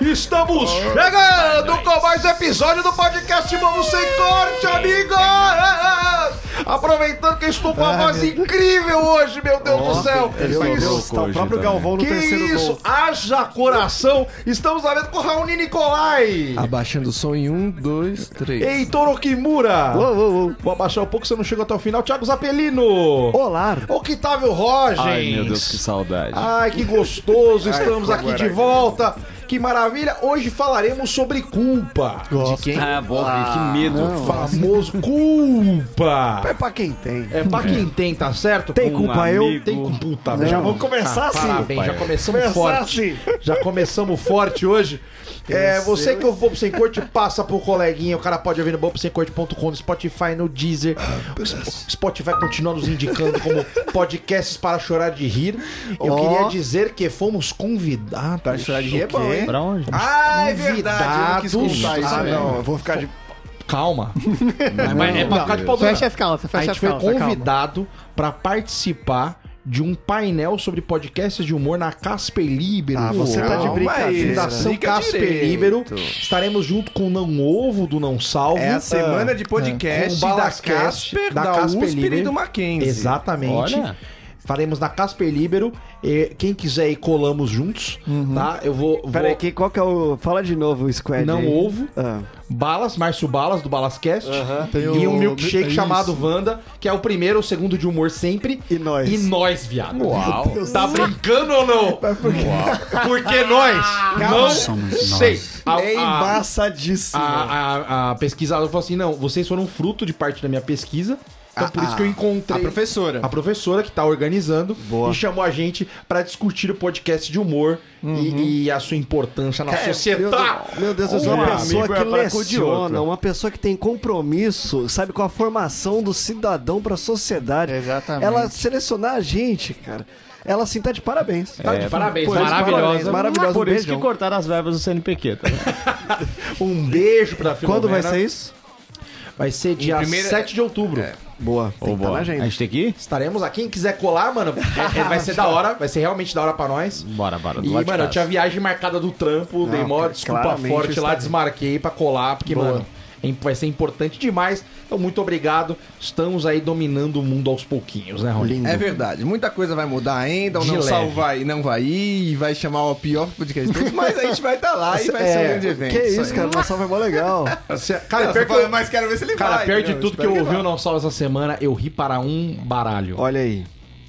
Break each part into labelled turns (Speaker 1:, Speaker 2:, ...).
Speaker 1: estamos chegando com mais episódio do podcast Vamos Sem Corte, amigo! Aproveitando que estou com uma voz incrível hoje, meu Deus do céu! Isso,
Speaker 2: Tá o próprio Galvão no
Speaker 1: que
Speaker 2: terceiro
Speaker 1: isso?
Speaker 2: gol.
Speaker 1: Haja coração! Estamos na vendo com Raoni Nicolai!
Speaker 3: Abaixando o som em um, dois, três.
Speaker 1: Heitor Okimura!
Speaker 2: Uou, uou, uou.
Speaker 1: Vou abaixar um pouco, você não chegou até o final. Thiago Zapelino!
Speaker 2: Olá.
Speaker 1: Octávio Rogens!
Speaker 4: Ai, meu Deus, que saudade.
Speaker 1: Ai, que gostoso, estamos aqui de volta. Que maravilha! Hoje falaremos sobre culpa.
Speaker 2: Gosto.
Speaker 3: quem?
Speaker 4: Ah, bom, que medo.
Speaker 1: O famoso culpa.
Speaker 2: É pra quem tem.
Speaker 1: É pra quem tem, tá certo?
Speaker 2: Tem
Speaker 1: Com-
Speaker 2: culpa eu?
Speaker 4: amigo.
Speaker 1: Tem culpa. Puta,
Speaker 2: Já
Speaker 1: velho.
Speaker 2: vamos começar assim.
Speaker 1: Parabéns, já começamos
Speaker 2: Começar
Speaker 1: forte.
Speaker 2: assim.
Speaker 1: Já começamos forte hoje. É, você que é o Bobo Sem Corte, passa pro coleguinha. O cara pode ouvir no bobosemcorte.com, no Spotify, no Deezer. O Spotify continua nos indicando como podcasts para chorar de rir. Eu
Speaker 2: Ó.
Speaker 1: queria dizer que fomos convidados. Para chorar de rir é bom, hein?
Speaker 4: Pra onde?
Speaker 1: Ah, é
Speaker 2: verdade, eu não quis contar isso, tá
Speaker 1: Ah,
Speaker 2: velho.
Speaker 1: não, eu vou ficar de... Calma. Mas é pra ficar de pau dura.
Speaker 5: Fecha as calças,
Speaker 1: A
Speaker 5: fecha
Speaker 1: gente
Speaker 5: as
Speaker 1: foi
Speaker 5: calças. calma.
Speaker 1: convidado pra participar de um painel sobre podcasts de humor na Casper Libero.
Speaker 2: Ah, você tá de
Speaker 1: Calma aí,
Speaker 2: brincadeira.
Speaker 1: Fundação
Speaker 6: Fica
Speaker 1: Casper
Speaker 6: direito.
Speaker 1: Libero. Estaremos junto com o Não Ovo do Não Salvo.
Speaker 6: É a semana de
Speaker 1: Com
Speaker 6: podcast da
Speaker 1: Balacast,
Speaker 6: Casper,
Speaker 1: É um da
Speaker 6: da,
Speaker 1: Casper
Speaker 6: USP
Speaker 1: Libre.
Speaker 6: e do Mackenzie.
Speaker 1: Exatamente.
Speaker 4: Olha.
Speaker 1: Faremos na Casper Libero. E Quem quiser ir, colamos juntos,
Speaker 6: Uhum.
Speaker 1: tá? Eu vou... vou...
Speaker 2: Pera aqui, qual que é o. Fala de novo o
Speaker 6: é
Speaker 2: squad.
Speaker 1: Não
Speaker 2: aí.
Speaker 1: ovo.
Speaker 2: Ah.
Speaker 1: Balas, Márcio Balas, do Balascast.
Speaker 3: Tem
Speaker 1: E
Speaker 3: o-
Speaker 1: um milkshake
Speaker 3: é
Speaker 1: chamado Wanda, que é o primeiro ou segundo de humor sempre.
Speaker 2: E nós.
Speaker 1: E nós, viado.
Speaker 4: Uau.
Speaker 1: Tá brincando ou não? Porque nós não sei.
Speaker 6: ah.
Speaker 1: A,
Speaker 2: É
Speaker 1: a,
Speaker 2: embaçadíssimo.
Speaker 1: a- a- a pesquisadora falou assim: não, vocês foram fruto de parte da minha pesquisa. Então por isso que eu encontrei.
Speaker 6: A professora.
Speaker 1: A professora que tá organizando
Speaker 2: Boa.
Speaker 1: e chamou a gente pra discutir o podcast de humor e, e a sua importância
Speaker 6: ah,
Speaker 1: na
Speaker 2: É, Meu
Speaker 1: sociedade.
Speaker 2: Deus, meu Deus, eu sou
Speaker 1: Um
Speaker 2: uma
Speaker 1: amigo
Speaker 2: pessoa
Speaker 6: é
Speaker 2: que
Speaker 6: pra cu de outro.
Speaker 2: leciona, uma pessoa que tem compromisso, sabe, com a formação do cidadão pra sociedade.
Speaker 5: Exatamente.
Speaker 2: Ela selecionar a gente, cara. Ela assim tá de parabéns.
Speaker 6: É.
Speaker 1: Tá de parabéns,
Speaker 2: Pois,
Speaker 1: maravilhosa.
Speaker 2: parabéns, maravilhosa.
Speaker 4: Por
Speaker 2: um
Speaker 4: isso que
Speaker 2: beijão.
Speaker 4: cortaram as verbas do CNPq. Tá?
Speaker 1: Um beijo pra Filomena.
Speaker 2: Quando vai ser isso?
Speaker 1: Vai ser dia
Speaker 6: primeira-
Speaker 1: 7 de outubro.
Speaker 2: Boa. Tem que tá na
Speaker 4: a
Speaker 2: agenda.
Speaker 4: gente tem que ir?
Speaker 1: Estaremos aqui. Quem quiser colar, mano, é- é- vai ser da hora. Vai ser realmente da hora pra nós.
Speaker 4: Bora, bora. do
Speaker 1: E,
Speaker 4: lado de
Speaker 1: mano, eu
Speaker 4: casa.
Speaker 1: tinha viagem marcada do trampo, dei mó
Speaker 2: cara,
Speaker 1: desculpa
Speaker 2: claramente
Speaker 1: forte
Speaker 2: está
Speaker 1: lá,
Speaker 2: bem.
Speaker 1: desmarquei pra colar, porque, mano, é imp- vai ser importante demais. Então, muito obrigado. Estamos aí dominando o mundo aos pouquinhos, né, Rolinho?
Speaker 6: É verdade, muita coisa vai mudar ainda, o
Speaker 1: De
Speaker 6: Não
Speaker 1: leve.
Speaker 6: Salvo vai, não vai ir, e vai chamar o pior podcast de todos, mas a gente vai estar lá e vai ser um grande evento.
Speaker 2: é, Que isso,
Speaker 6: aí.
Speaker 2: cara? Uma salva é mó legal.
Speaker 1: Cara,
Speaker 6: Não,
Speaker 1: pior
Speaker 6: você
Speaker 1: que
Speaker 6: fala,
Speaker 1: eu-
Speaker 6: mas quero ver se ele
Speaker 1: Cara,
Speaker 6: vai.
Speaker 1: pior de
Speaker 6: Não,
Speaker 1: tudo que
Speaker 6: espero
Speaker 1: eu ouvi
Speaker 6: vá.
Speaker 1: o Não Salvo essa semana, eu ri para um baralho.
Speaker 2: Olha aí.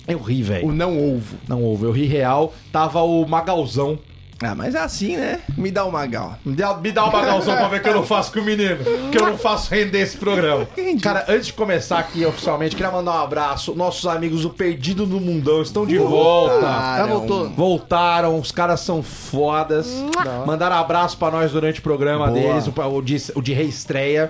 Speaker 1: Eu ri,
Speaker 6: O
Speaker 1: velho.
Speaker 6: Não Ovo.
Speaker 1: Não houve, eu ri real. Tava o Magalzão.
Speaker 6: Ah, mas é assim, né? Me dá o Magal.
Speaker 1: Me dá, me dá uma galzão pra ver que eu não faço com o menino. Que eu não faço render esse programa. Cara, antes de começar aqui oficialmente, queria mandar um abraço. Nossos amigos do Perdido no Mundão estão de volta.
Speaker 6: Voltaram.
Speaker 1: Já Voltaram, os caras são fodas. Mandaram abraço pra nós durante o programa
Speaker 2: Boa. Uhum.
Speaker 1: deles, o, o de, o de reestreia.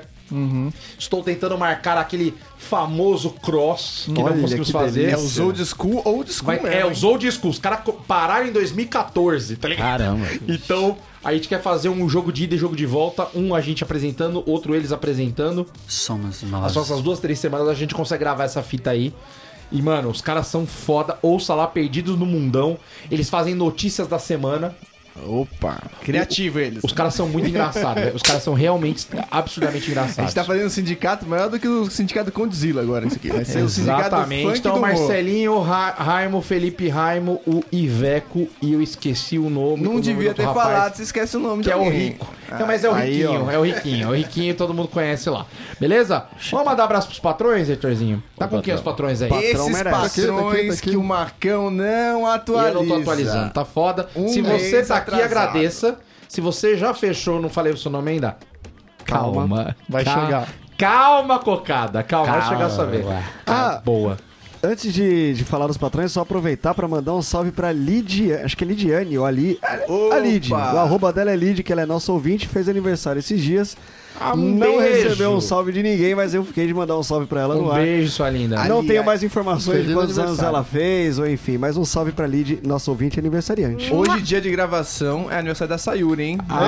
Speaker 1: Estou tentando marcar aquele famoso cross que
Speaker 2: Olha,
Speaker 1: não conseguimos
Speaker 2: que
Speaker 1: fazer.
Speaker 2: delícia.
Speaker 6: É os old school, old school
Speaker 1: Vai- é,
Speaker 6: mesmo,
Speaker 1: os
Speaker 6: hein?
Speaker 1: old school. Os caras co- pararam em 2014, tá ligado?
Speaker 4: Caramba.
Speaker 1: Então, a gente quer fazer um jogo de ida e jogo de volta. Um a gente apresentando, outro eles apresentando.
Speaker 3: Somos
Speaker 1: As
Speaker 3: nós.
Speaker 1: nossas duas, três semanas a gente consegue gravar essa fita aí. E, mano, os caras são foda. Ouça lá, Perdidos no Mundão. Eles fazem notícias da semana.
Speaker 6: Opa, criativo eles.
Speaker 1: Os caras são muito engraçados, velho. Os caras são realmente absurdamente
Speaker 6: A
Speaker 1: engraçados.
Speaker 6: gente tá fazendo um sindicato maior do que o sindicato Condzilla agora, isso aqui. Vai ser o sindicato
Speaker 1: Exatamente.
Speaker 6: funk
Speaker 1: Então,
Speaker 6: do Marcelo.
Speaker 1: Marcelinho, Ra Raimo, Felipe Raimo, o Iveco e eu esqueci o nome. o
Speaker 6: Não
Speaker 1: nome
Speaker 6: devia
Speaker 1: do
Speaker 6: ter
Speaker 1: rapaz.
Speaker 6: falado, você esquece o nome
Speaker 1: Que
Speaker 6: de
Speaker 1: é o
Speaker 6: alguém. Ah,
Speaker 1: rico. Não, mas é o
Speaker 2: aí,
Speaker 1: riquinho,
Speaker 2: ó.
Speaker 1: é o riquinho, é o riquinho, todo mundo conhece lá. Beleza? Vamos mandar abraço pros patrões, Heitorzinho? Tá com quem os patrões aí?
Speaker 2: patrão
Speaker 6: Esses
Speaker 2: merece.
Speaker 6: patrões
Speaker 2: Daqui, daqui, daqui.
Speaker 6: que o Marcão não
Speaker 1: E
Speaker 6: atualiza.
Speaker 1: eu não tô atualizando, tá foda.
Speaker 6: Um
Speaker 1: Se
Speaker 6: mês
Speaker 1: você tá aqui,
Speaker 6: atrasado.
Speaker 1: agradeça. Se você já fechou, não falei o seu nome ainda.
Speaker 2: Calma.
Speaker 5: Vai
Speaker 1: Cal-
Speaker 5: chegar.
Speaker 1: Calma, cocada. Calma, vai chegar a sua vez. Ah,
Speaker 2: Ah.
Speaker 1: boa.
Speaker 2: Antes de, de falar dos patrões, só aproveitar pra mandar um salve pra Lidiane, acho que é Lidiane, ou a, Li, a
Speaker 6: Opa!
Speaker 2: a Lid, o arroba dela é Lid, que ela é nossa ouvinte, fez aniversário esses dias, não
Speaker 1: beijo.
Speaker 2: recebeu um salve de ninguém, mas eu fiquei de mandar um salve pra ela
Speaker 1: Um
Speaker 2: no ar.
Speaker 1: beijo, sua linda.
Speaker 2: Não
Speaker 6: Ali,
Speaker 2: tenho
Speaker 6: é.
Speaker 2: mais informações de
Speaker 5: Feliz
Speaker 2: quantos anos
Speaker 5: aniversário.
Speaker 2: ela fez, ou enfim, mas um salve pra Lid, nossa ouvinte e aniversariante.
Speaker 6: Hoje, dia de gravação, é aniversário da Sayuri, hein?
Speaker 1: Ah,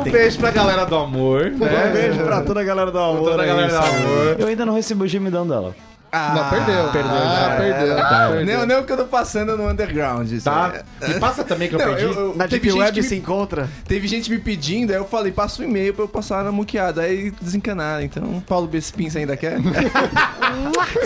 Speaker 1: Um beijo pra galera do amor. né?
Speaker 2: Um beijo pra toda a galera do amor.
Speaker 1: Toda a
Speaker 2: aí,
Speaker 1: galera do
Speaker 2: sabe?
Speaker 1: amor.
Speaker 4: Eu ainda não recebi o gemidão dela.
Speaker 6: Ah, não, perdeu.
Speaker 1: perdeu
Speaker 6: Ah,
Speaker 1: já.
Speaker 6: perdeu.
Speaker 1: Era,
Speaker 6: Não, não, não que eu tô passando no underground. isso
Speaker 1: Tá?
Speaker 6: aí.
Speaker 1: E passa também que eu
Speaker 6: Não,
Speaker 1: perdi.
Speaker 6: eu- eu-
Speaker 2: Na
Speaker 6: teve
Speaker 2: Deep
Speaker 6: gente
Speaker 2: Web
Speaker 6: que É me-
Speaker 2: se encontra.
Speaker 6: Teve gente me pedindo, aí eu falei, passa o e-mail pra eu passar na muqueada. Aí desencanaram, então Paulo Bespin, você ainda quer?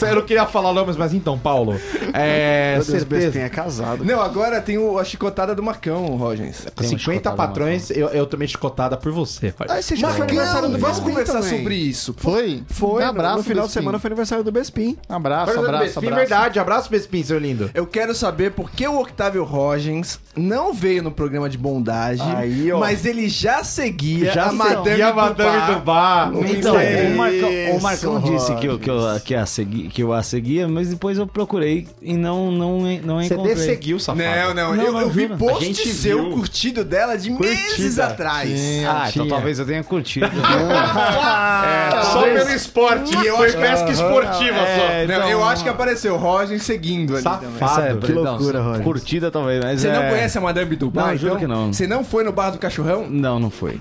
Speaker 1: Eu não queria falar, não, mas, mas então, Paulo. É.
Speaker 2: Meu Deus, o Bestem
Speaker 1: certeza.
Speaker 2: é casado.
Speaker 6: não, agora tem o- a chicotada do Marcão, Rogens.
Speaker 1: Com 50 patrões, eu, eu tomei chicotada por você. pai.
Speaker 2: Ah, esse já foi
Speaker 6: Marcão,
Speaker 2: aniversário do
Speaker 6: vamos
Speaker 2: Bespin
Speaker 6: conversar
Speaker 2: também.
Speaker 6: sobre isso.
Speaker 4: Foi?
Speaker 2: Foi,
Speaker 5: Um
Speaker 4: Dá
Speaker 2: no,
Speaker 4: abraço,
Speaker 2: no final de
Speaker 4: Bespin.
Speaker 2: semana foi aniversário do Bespin.
Speaker 4: Abraço,
Speaker 1: Abraço,
Speaker 4: abraço,
Speaker 1: Bespin,
Speaker 4: abraço.
Speaker 1: verdade. Abraço, Bespin, seu lindo.
Speaker 6: Eu quero saber por que o Octávio Rogens não veio no programa de bondage,
Speaker 2: Aí, ó.
Speaker 6: mas ele já seguia a Madame,
Speaker 1: segui a Madame do Bar.
Speaker 6: No
Speaker 4: Então,
Speaker 6: Instagram.
Speaker 4: o Marcão, o Marcão
Speaker 2: Isso,
Speaker 4: disse que eu, que, eu, que, a segui, que eu a seguia, mas depois eu procurei e não, não, en- não
Speaker 1: Você
Speaker 4: encontrei.
Speaker 1: desseguiu, safado.
Speaker 6: Não, não,
Speaker 4: Não,
Speaker 6: eu,
Speaker 4: não,
Speaker 6: eu vi
Speaker 4: jura.
Speaker 1: A
Speaker 6: post
Speaker 1: gente
Speaker 6: seu
Speaker 1: viu.
Speaker 6: curtido dela de meses
Speaker 1: Curtida.
Speaker 6: atrás. É,
Speaker 4: Ah, então
Speaker 1: Tinha.
Speaker 4: talvez eu tenha curtido. né?
Speaker 1: Ah, Só pelo esporte. E eu acho pesca esportiva
Speaker 4: É,
Speaker 6: Não,
Speaker 4: então-
Speaker 6: eu acho que apareceu o Rogens seguindo ali também.
Speaker 1: Safado.
Speaker 2: que loucura,
Speaker 4: não,
Speaker 2: Roger.
Speaker 4: é, Curtida talvez, mas
Speaker 6: Você não
Speaker 4: é-
Speaker 6: conhece a Madame Dubá?
Speaker 4: Não, juro que não.
Speaker 6: Você não foi no bar do cachorrão?
Speaker 4: Não, não foi.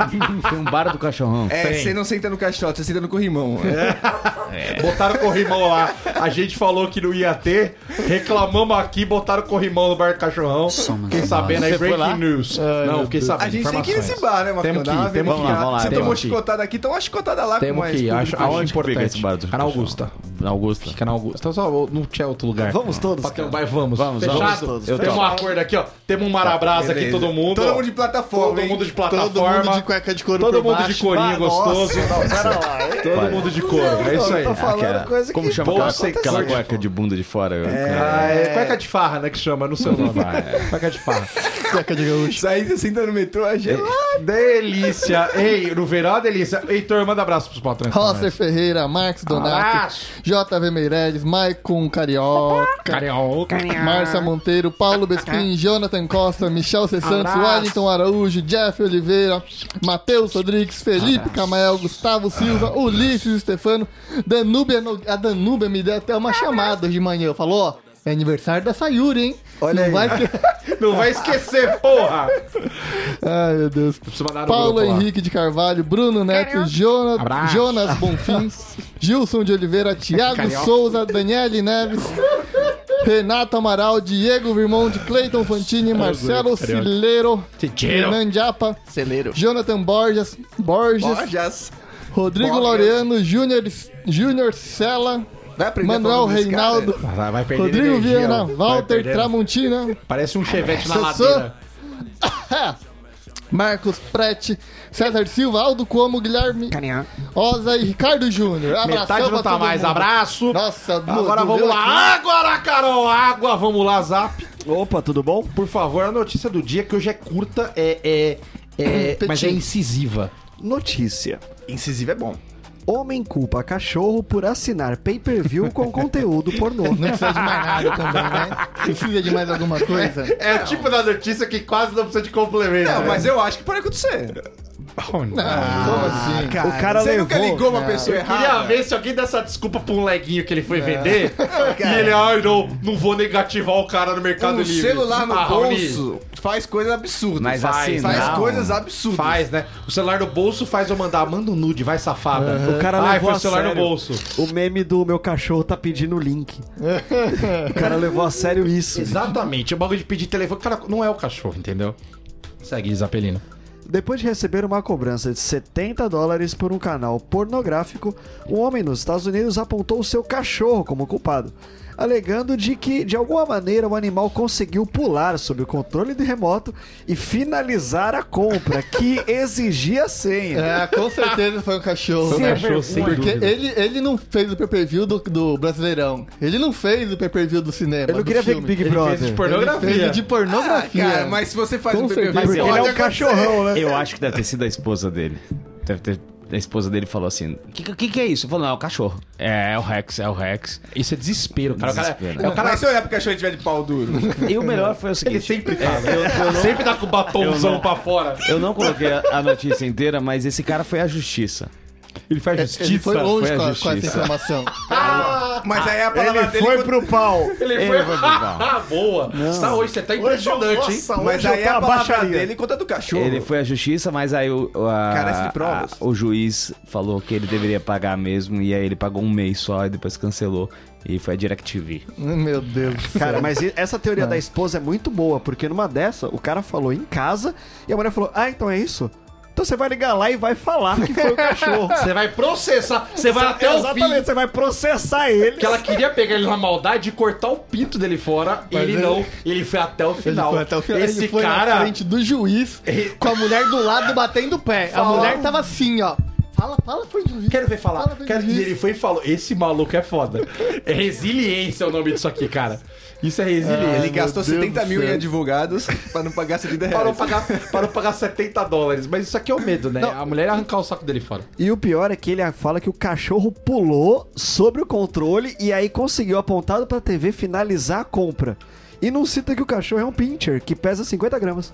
Speaker 4: Foi um bar do cachorrão.
Speaker 6: É,
Speaker 1: Tem.
Speaker 6: você não senta no caixote, você senta no corrimão.
Speaker 1: Botaram corrimão lá. A gente falou que não ia ter. Reclamamos aqui, botaram corrimão no bar do cachorrão.
Speaker 3: Somos
Speaker 1: Fiquei
Speaker 3: nós.
Speaker 1: sabendo aí,
Speaker 4: Você foi
Speaker 1: breaking
Speaker 4: lá?
Speaker 1: news. não, fiquei sabendo.
Speaker 6: A gente tem que ir nesse
Speaker 1: informações.
Speaker 6: bar, né, Marcão?
Speaker 1: Temos que ir,
Speaker 6: Dá uma
Speaker 1: temos que
Speaker 6: avenida.
Speaker 1: ir.
Speaker 4: Vamos lá,
Speaker 6: Você
Speaker 4: temos
Speaker 6: tomou
Speaker 1: que ir.
Speaker 6: chicotada aqui, toma uma chicotada lá com
Speaker 3: Temos
Speaker 6: mais
Speaker 3: que ir,
Speaker 6: público.
Speaker 1: Acho, aonde
Speaker 4: Onde que
Speaker 1: importante?
Speaker 4: fica esse bar do
Speaker 1: Canal
Speaker 4: cachorro?
Speaker 1: Augusta.
Speaker 4: Na Augusta.
Speaker 1: Canal Augusta. Então só não tinha outro lugar.
Speaker 2: Vamos todos.
Speaker 1: Pra que
Speaker 2: cara.
Speaker 1: não vai, vamos.
Speaker 4: Vamos,
Speaker 1: Fechado?
Speaker 4: vamos todos. Eu
Speaker 1: Temos um
Speaker 4: topo.
Speaker 1: acordo aqui, ó. Temos um marabras aqui,
Speaker 6: Beleza.
Speaker 1: todo mundo.
Speaker 6: Todo
Speaker 1: ó.
Speaker 6: mundo de plataforma,
Speaker 1: Todo
Speaker 6: hein?
Speaker 1: mundo de
Speaker 5: Todo
Speaker 1: plataforma.
Speaker 5: mundo de cueca de couro
Speaker 1: Todo
Speaker 5: por
Speaker 1: mundo
Speaker 5: baixo.
Speaker 1: de corinho
Speaker 2: Ah, nossa.
Speaker 1: gostoso. Todo
Speaker 4: Olha.
Speaker 1: mundo de couro. É isso aí.
Speaker 2: Tô falando
Speaker 4: Aquela-
Speaker 2: coisa que
Speaker 4: Como chama
Speaker 1: Boa
Speaker 4: aquela,
Speaker 1: secção,
Speaker 4: aquela
Speaker 1: tipo.
Speaker 4: cueca de bunda de fora?
Speaker 1: Ah, é cueca de farra, né? Que chama, não é. sei o nome. cueca de farra.
Speaker 5: Cueca de gaúcho.
Speaker 6: Isso aí, você senta no metrô, a gente...
Speaker 1: Delícia. Ei, no verão é uma delícia. Heitor, manda abraço pros patrões.
Speaker 5: Rosser Ferreira, Max Donato,
Speaker 1: Abraço.
Speaker 5: JV Meirelles, Maicon Carioca,
Speaker 1: Carioca.
Speaker 5: Márcia Monteiro, Paulo Bespin, Jonathan Costa, Michel C. Santos,
Speaker 1: Abraço.
Speaker 5: Wellington Araújo, Jeff Oliveira, Matheus Rodrigues, Felipe Camael, Gustavo Silva, Ulisses Stefano, Danúbia. No- A Danúbia me deu até uma chamada hoje de manhã. Falou: ó, é aniversário da Sayuri, hein? Olha Não vai que-
Speaker 1: Não vai esquecer, porra.
Speaker 5: Ai, meu Deus.
Speaker 1: Preciso mandar no
Speaker 5: Paulo
Speaker 1: grupo lá.
Speaker 5: Henrique de Carvalho, Bruno Neto, Jona-
Speaker 1: Abraço.
Speaker 5: Jonas Bonfim, Gilson de Oliveira, Thiago Souza, Daniele Neves, Renato Amaral, Diego Virmonde, Cleiton Fantini, Marcelo Cileiro,
Speaker 1: Tiro.
Speaker 5: Hernan Japa,
Speaker 6: Celeiro.
Speaker 5: Jonathan Borges, Borges,
Speaker 6: Borjas.
Speaker 5: Rodrigo
Speaker 6: Borges.
Speaker 5: Laureano, Júnior Júnior Sela,
Speaker 6: Vai aprender a
Speaker 5: Manuel
Speaker 6: falar né? desse cara?
Speaker 5: Reinaldo,
Speaker 1: né? Vai vai perder
Speaker 5: Rodrigo
Speaker 1: energia,
Speaker 5: Viana,
Speaker 1: vai
Speaker 5: Walter
Speaker 1: perder.
Speaker 5: Tramontina,
Speaker 1: Parece um chevette na
Speaker 5: Sassou.
Speaker 1: ladeira.
Speaker 5: Marcos Prete, César Silva, Aldo Como, Guilherme Oza e Ricardo Júnior. Abração
Speaker 1: Metade não
Speaker 5: pra
Speaker 1: tá
Speaker 5: todo
Speaker 1: mais.
Speaker 5: mundo.
Speaker 1: Abraço.
Speaker 5: Nossa,
Speaker 1: Agora vamos lá. Agora, Carol. Água. Vamos lá, Zap.
Speaker 2: Opa, tudo bom?
Speaker 1: Por favor, a notícia do dia que hoje é curta, é... é, é mas é incisiva.
Speaker 2: Notícia.
Speaker 6: Incisivo é bom.
Speaker 2: Homem culpa cachorro por assinar pay-per-view com conteúdo pornô.
Speaker 5: Não precisa de mais nada também, né? Precisa de mais alguma coisa?
Speaker 1: É o tipo da notícia que quase não precisa de complemento.
Speaker 6: Não,
Speaker 1: né?
Speaker 6: mas eu acho que pode acontecer.
Speaker 5: Como assim?
Speaker 6: Cara,
Speaker 2: O cara
Speaker 6: você nunca
Speaker 2: levou-
Speaker 6: ligou
Speaker 5: É.
Speaker 6: uma pessoa
Speaker 1: Queria
Speaker 6: errada.
Speaker 1: ver se alguém dá essa desculpa pra um leguinho que ele foi vender. E ele, ai, não, não vou negativar o cara no Mercado
Speaker 6: um
Speaker 1: Livre.
Speaker 6: celular no
Speaker 1: Ah, Raoni,
Speaker 6: bolso faz coisas absurdas.
Speaker 4: Mas
Speaker 6: faz,
Speaker 4: assim,
Speaker 6: faz
Speaker 4: não.
Speaker 6: coisas absurdas.
Speaker 1: Faz, né? O celular no bolso faz eu mandar, manda um nude, vai safada.
Speaker 2: O cara
Speaker 1: Ai,
Speaker 2: levou
Speaker 1: foi
Speaker 2: a
Speaker 1: o celular no
Speaker 2: sério.
Speaker 1: bolso.
Speaker 2: O meme do meu cachorro tá pedindo o link. o cara levou a sério isso.
Speaker 1: Exatamente, o bagulho de pedir telefone. Cara, não é o cachorro, entendeu? Segue, Zapelino.
Speaker 2: Depois de receber uma cobrança de 70 dólares por um canal pornográfico, um homem nos Estados Unidos apontou o seu cachorro como culpado, alegando de que, de alguma maneira, o animal conseguiu pular sob o controle de remoto e finalizar a compra, que exigia senha.
Speaker 5: É, com certeza foi um cachorro. né?
Speaker 1: cachorro, sem
Speaker 5: Porque
Speaker 1: dúvida.
Speaker 5: ele, ele não fez o pay-per-view do, do Brasileirão. Ele não fez o pay-per-view do cinema.
Speaker 2: Eu não
Speaker 5: do
Speaker 2: queria ver
Speaker 5: filme.
Speaker 2: Big
Speaker 1: Fez tipo, de
Speaker 2: Brother.
Speaker 5: Ele fez
Speaker 1: pornografia.
Speaker 5: o de
Speaker 6: Ah,
Speaker 5: pornografia.
Speaker 6: cara, mas se você faz
Speaker 5: Com
Speaker 6: um PPV,
Speaker 5: certeza.
Speaker 2: Porque ele é
Speaker 6: pode
Speaker 2: um cachorrão, né?
Speaker 4: Eu acho que deve ter sido a esposa dele. Deve ter. A esposa dele falou assim: O que, que, que é isso? Eu falei: Não, é o cachorro. É, é o Rex, é o Rex.
Speaker 1: Isso é desespero, cara. O cara-
Speaker 4: Desespero.
Speaker 1: é o cara
Speaker 6: Mas se olhar pro cachorro e tiver de pau duro.
Speaker 4: E o melhor foi o seguinte: Ele sempre tá,
Speaker 1: sempre dá com o batomzão
Speaker 4: Eu não-
Speaker 1: pra fora.
Speaker 4: Eu não coloquei a a notícia inteira, mas esse cara foi à justiça.
Speaker 1: Ele faz
Speaker 5: Ele foi longe
Speaker 4: É, foi a
Speaker 5: com, a, com
Speaker 4: justiça.
Speaker 5: essa informação.
Speaker 6: mas aí a palavra
Speaker 2: Ele
Speaker 6: dele.
Speaker 2: foi pro pau.
Speaker 1: Ele foi. Ah, boa. Você tá hoje, você tá impressionante, hein?
Speaker 2: Nossa,
Speaker 6: Mas
Speaker 2: hoje
Speaker 6: aí é
Speaker 2: eu
Speaker 6: a
Speaker 2: tô
Speaker 6: palavra
Speaker 2: baixaria.
Speaker 6: dele conta do cachorro.
Speaker 4: Ele foi à justiça, mas aí o, o- a-
Speaker 6: Carece de provas.
Speaker 4: a- o juiz falou que ele deveria pagar mesmo, e aí ele pagou um mês só e depois cancelou. E foi a DirecTV.
Speaker 5: Meu Deus do céu.
Speaker 2: Cara, mas e- essa teoria da esposa é muito boa, porque numa dessa, o cara falou em casa e a mulher falou: Ah, então é isso? Então você vai ligar lá e vai falar que foi o cachorro.
Speaker 1: Você vai processar, você vai até o
Speaker 2: Exatamente,
Speaker 1: fim.
Speaker 2: você vai processar ele.
Speaker 1: Que ela queria pegar ele na maldade e cortar o pinto dele fora.
Speaker 5: Mas
Speaker 1: ele
Speaker 5: ele-
Speaker 1: não. Ele foi até o
Speaker 5: Ele
Speaker 1: final.
Speaker 5: foi até o final.
Speaker 1: Esse
Speaker 5: ele foi na
Speaker 1: cara.
Speaker 5: frente do juiz com a mulher do lado batendo o pé. A mulher tava assim, ó. Fala, fala pro juiz.
Speaker 1: Quero ver
Speaker 5: Fala
Speaker 1: falar.
Speaker 5: pro
Speaker 1: Quero...
Speaker 5: juiz.
Speaker 1: E ele foi e falou: Esse maluco é foda. É resiliência o nome disso aqui, cara. Isso é resiliência.
Speaker 6: Ele gastou
Speaker 5: Deus
Speaker 6: 70
Speaker 5: do
Speaker 6: mil em
Speaker 5: céu.
Speaker 6: advogados pra não pagar 70 reais.
Speaker 5: é.
Speaker 1: Parou pagar, parou pagar 70 dólares. Mas isso aqui é o medo, né? A mulher ia arrancar o saco dele fora.
Speaker 2: E o pior é que ele fala que o cachorro pulou sobre o controle e aí conseguiu apontado pra TV finalizar a compra. E não cita que o cachorro é um pincher, que pesa 50 gramas.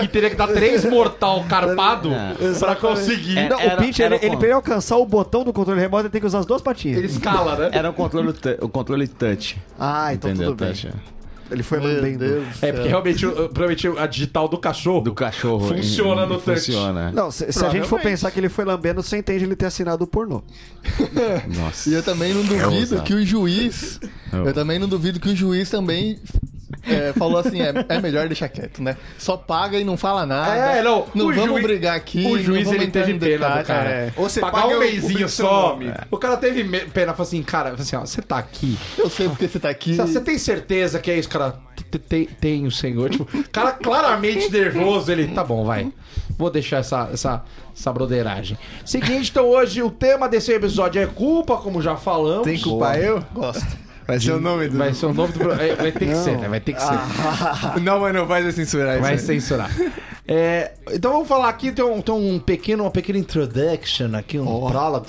Speaker 1: Que teria que dar três mortal carpado pra conseguir.
Speaker 4: É,
Speaker 2: não,
Speaker 4: era-
Speaker 2: o pincher,
Speaker 4: era
Speaker 2: ele, ele,
Speaker 4: como?
Speaker 2: pra ele alcançar o botão do controle remoto, ele tem que usar as duas patinhas.
Speaker 1: Ele escala, né?
Speaker 4: Era o controle, tu- o controle touch.
Speaker 2: Ah, então
Speaker 4: entendeu?
Speaker 2: tudo bem.
Speaker 4: Touch, é.
Speaker 2: Ele foi
Speaker 5: Meu
Speaker 2: lambendo.
Speaker 5: Deus do
Speaker 1: É,
Speaker 5: céu.
Speaker 1: porque realmente, o- provavelmente a digital do cachorro.
Speaker 4: Do cachorro.
Speaker 1: Funciona no touch.
Speaker 4: Funciona.
Speaker 2: Não, se, se a gente for
Speaker 5: Provavelmente.
Speaker 2: pensar que ele foi lambendo, você entende ele ter assinado o pornô.
Speaker 4: Nossa.
Speaker 5: E eu também
Speaker 6: É
Speaker 5: não duvido
Speaker 4: ousado.
Speaker 5: que o juiz.
Speaker 4: Eu.
Speaker 5: Eu também não duvido que o juiz também é, falou assim: é, é melhor deixar quieto, né? Só paga e não fala nada.
Speaker 1: É, não,
Speaker 5: Não
Speaker 1: o
Speaker 5: vamos
Speaker 1: juiz-
Speaker 5: brigar aqui.
Speaker 1: O juiz
Speaker 5: não vamos
Speaker 1: ele
Speaker 5: entrar
Speaker 1: teve
Speaker 5: em
Speaker 1: pena do
Speaker 5: detalhe,
Speaker 1: cara.
Speaker 5: é.
Speaker 6: Ou você
Speaker 1: Pagar
Speaker 6: paga
Speaker 1: um
Speaker 6: o-
Speaker 1: mêsinho
Speaker 6: o
Speaker 1: só. É.
Speaker 6: nome.
Speaker 1: O cara teve me- pena, falou assim, cara, assim, ó, você tá aqui.
Speaker 5: Eu sei porque você tá aqui.
Speaker 1: Você tem certeza que é isso, cara? Te- te- Tem o senhor. Tipo, o cara claramente nervoso, ele. Tá bom, vai. Vou deixar essa, essa, essa broderagem. Seguinte, então hoje o tema desse episódio é culpa, como já falamos.
Speaker 6: Tem que culpar eu? Gosto. Vai ser é o nome do.
Speaker 1: Vai ser um novo. do pro- é, Vai ter que ser, né? Vai ter que ser.
Speaker 6: Não, mas não vai censurar isso.
Speaker 1: Vai
Speaker 6: aí.
Speaker 1: censurar. É, então vamos falar aqui, tem, um, tem um pequeno, uma pequena introduction aqui, um prólogo.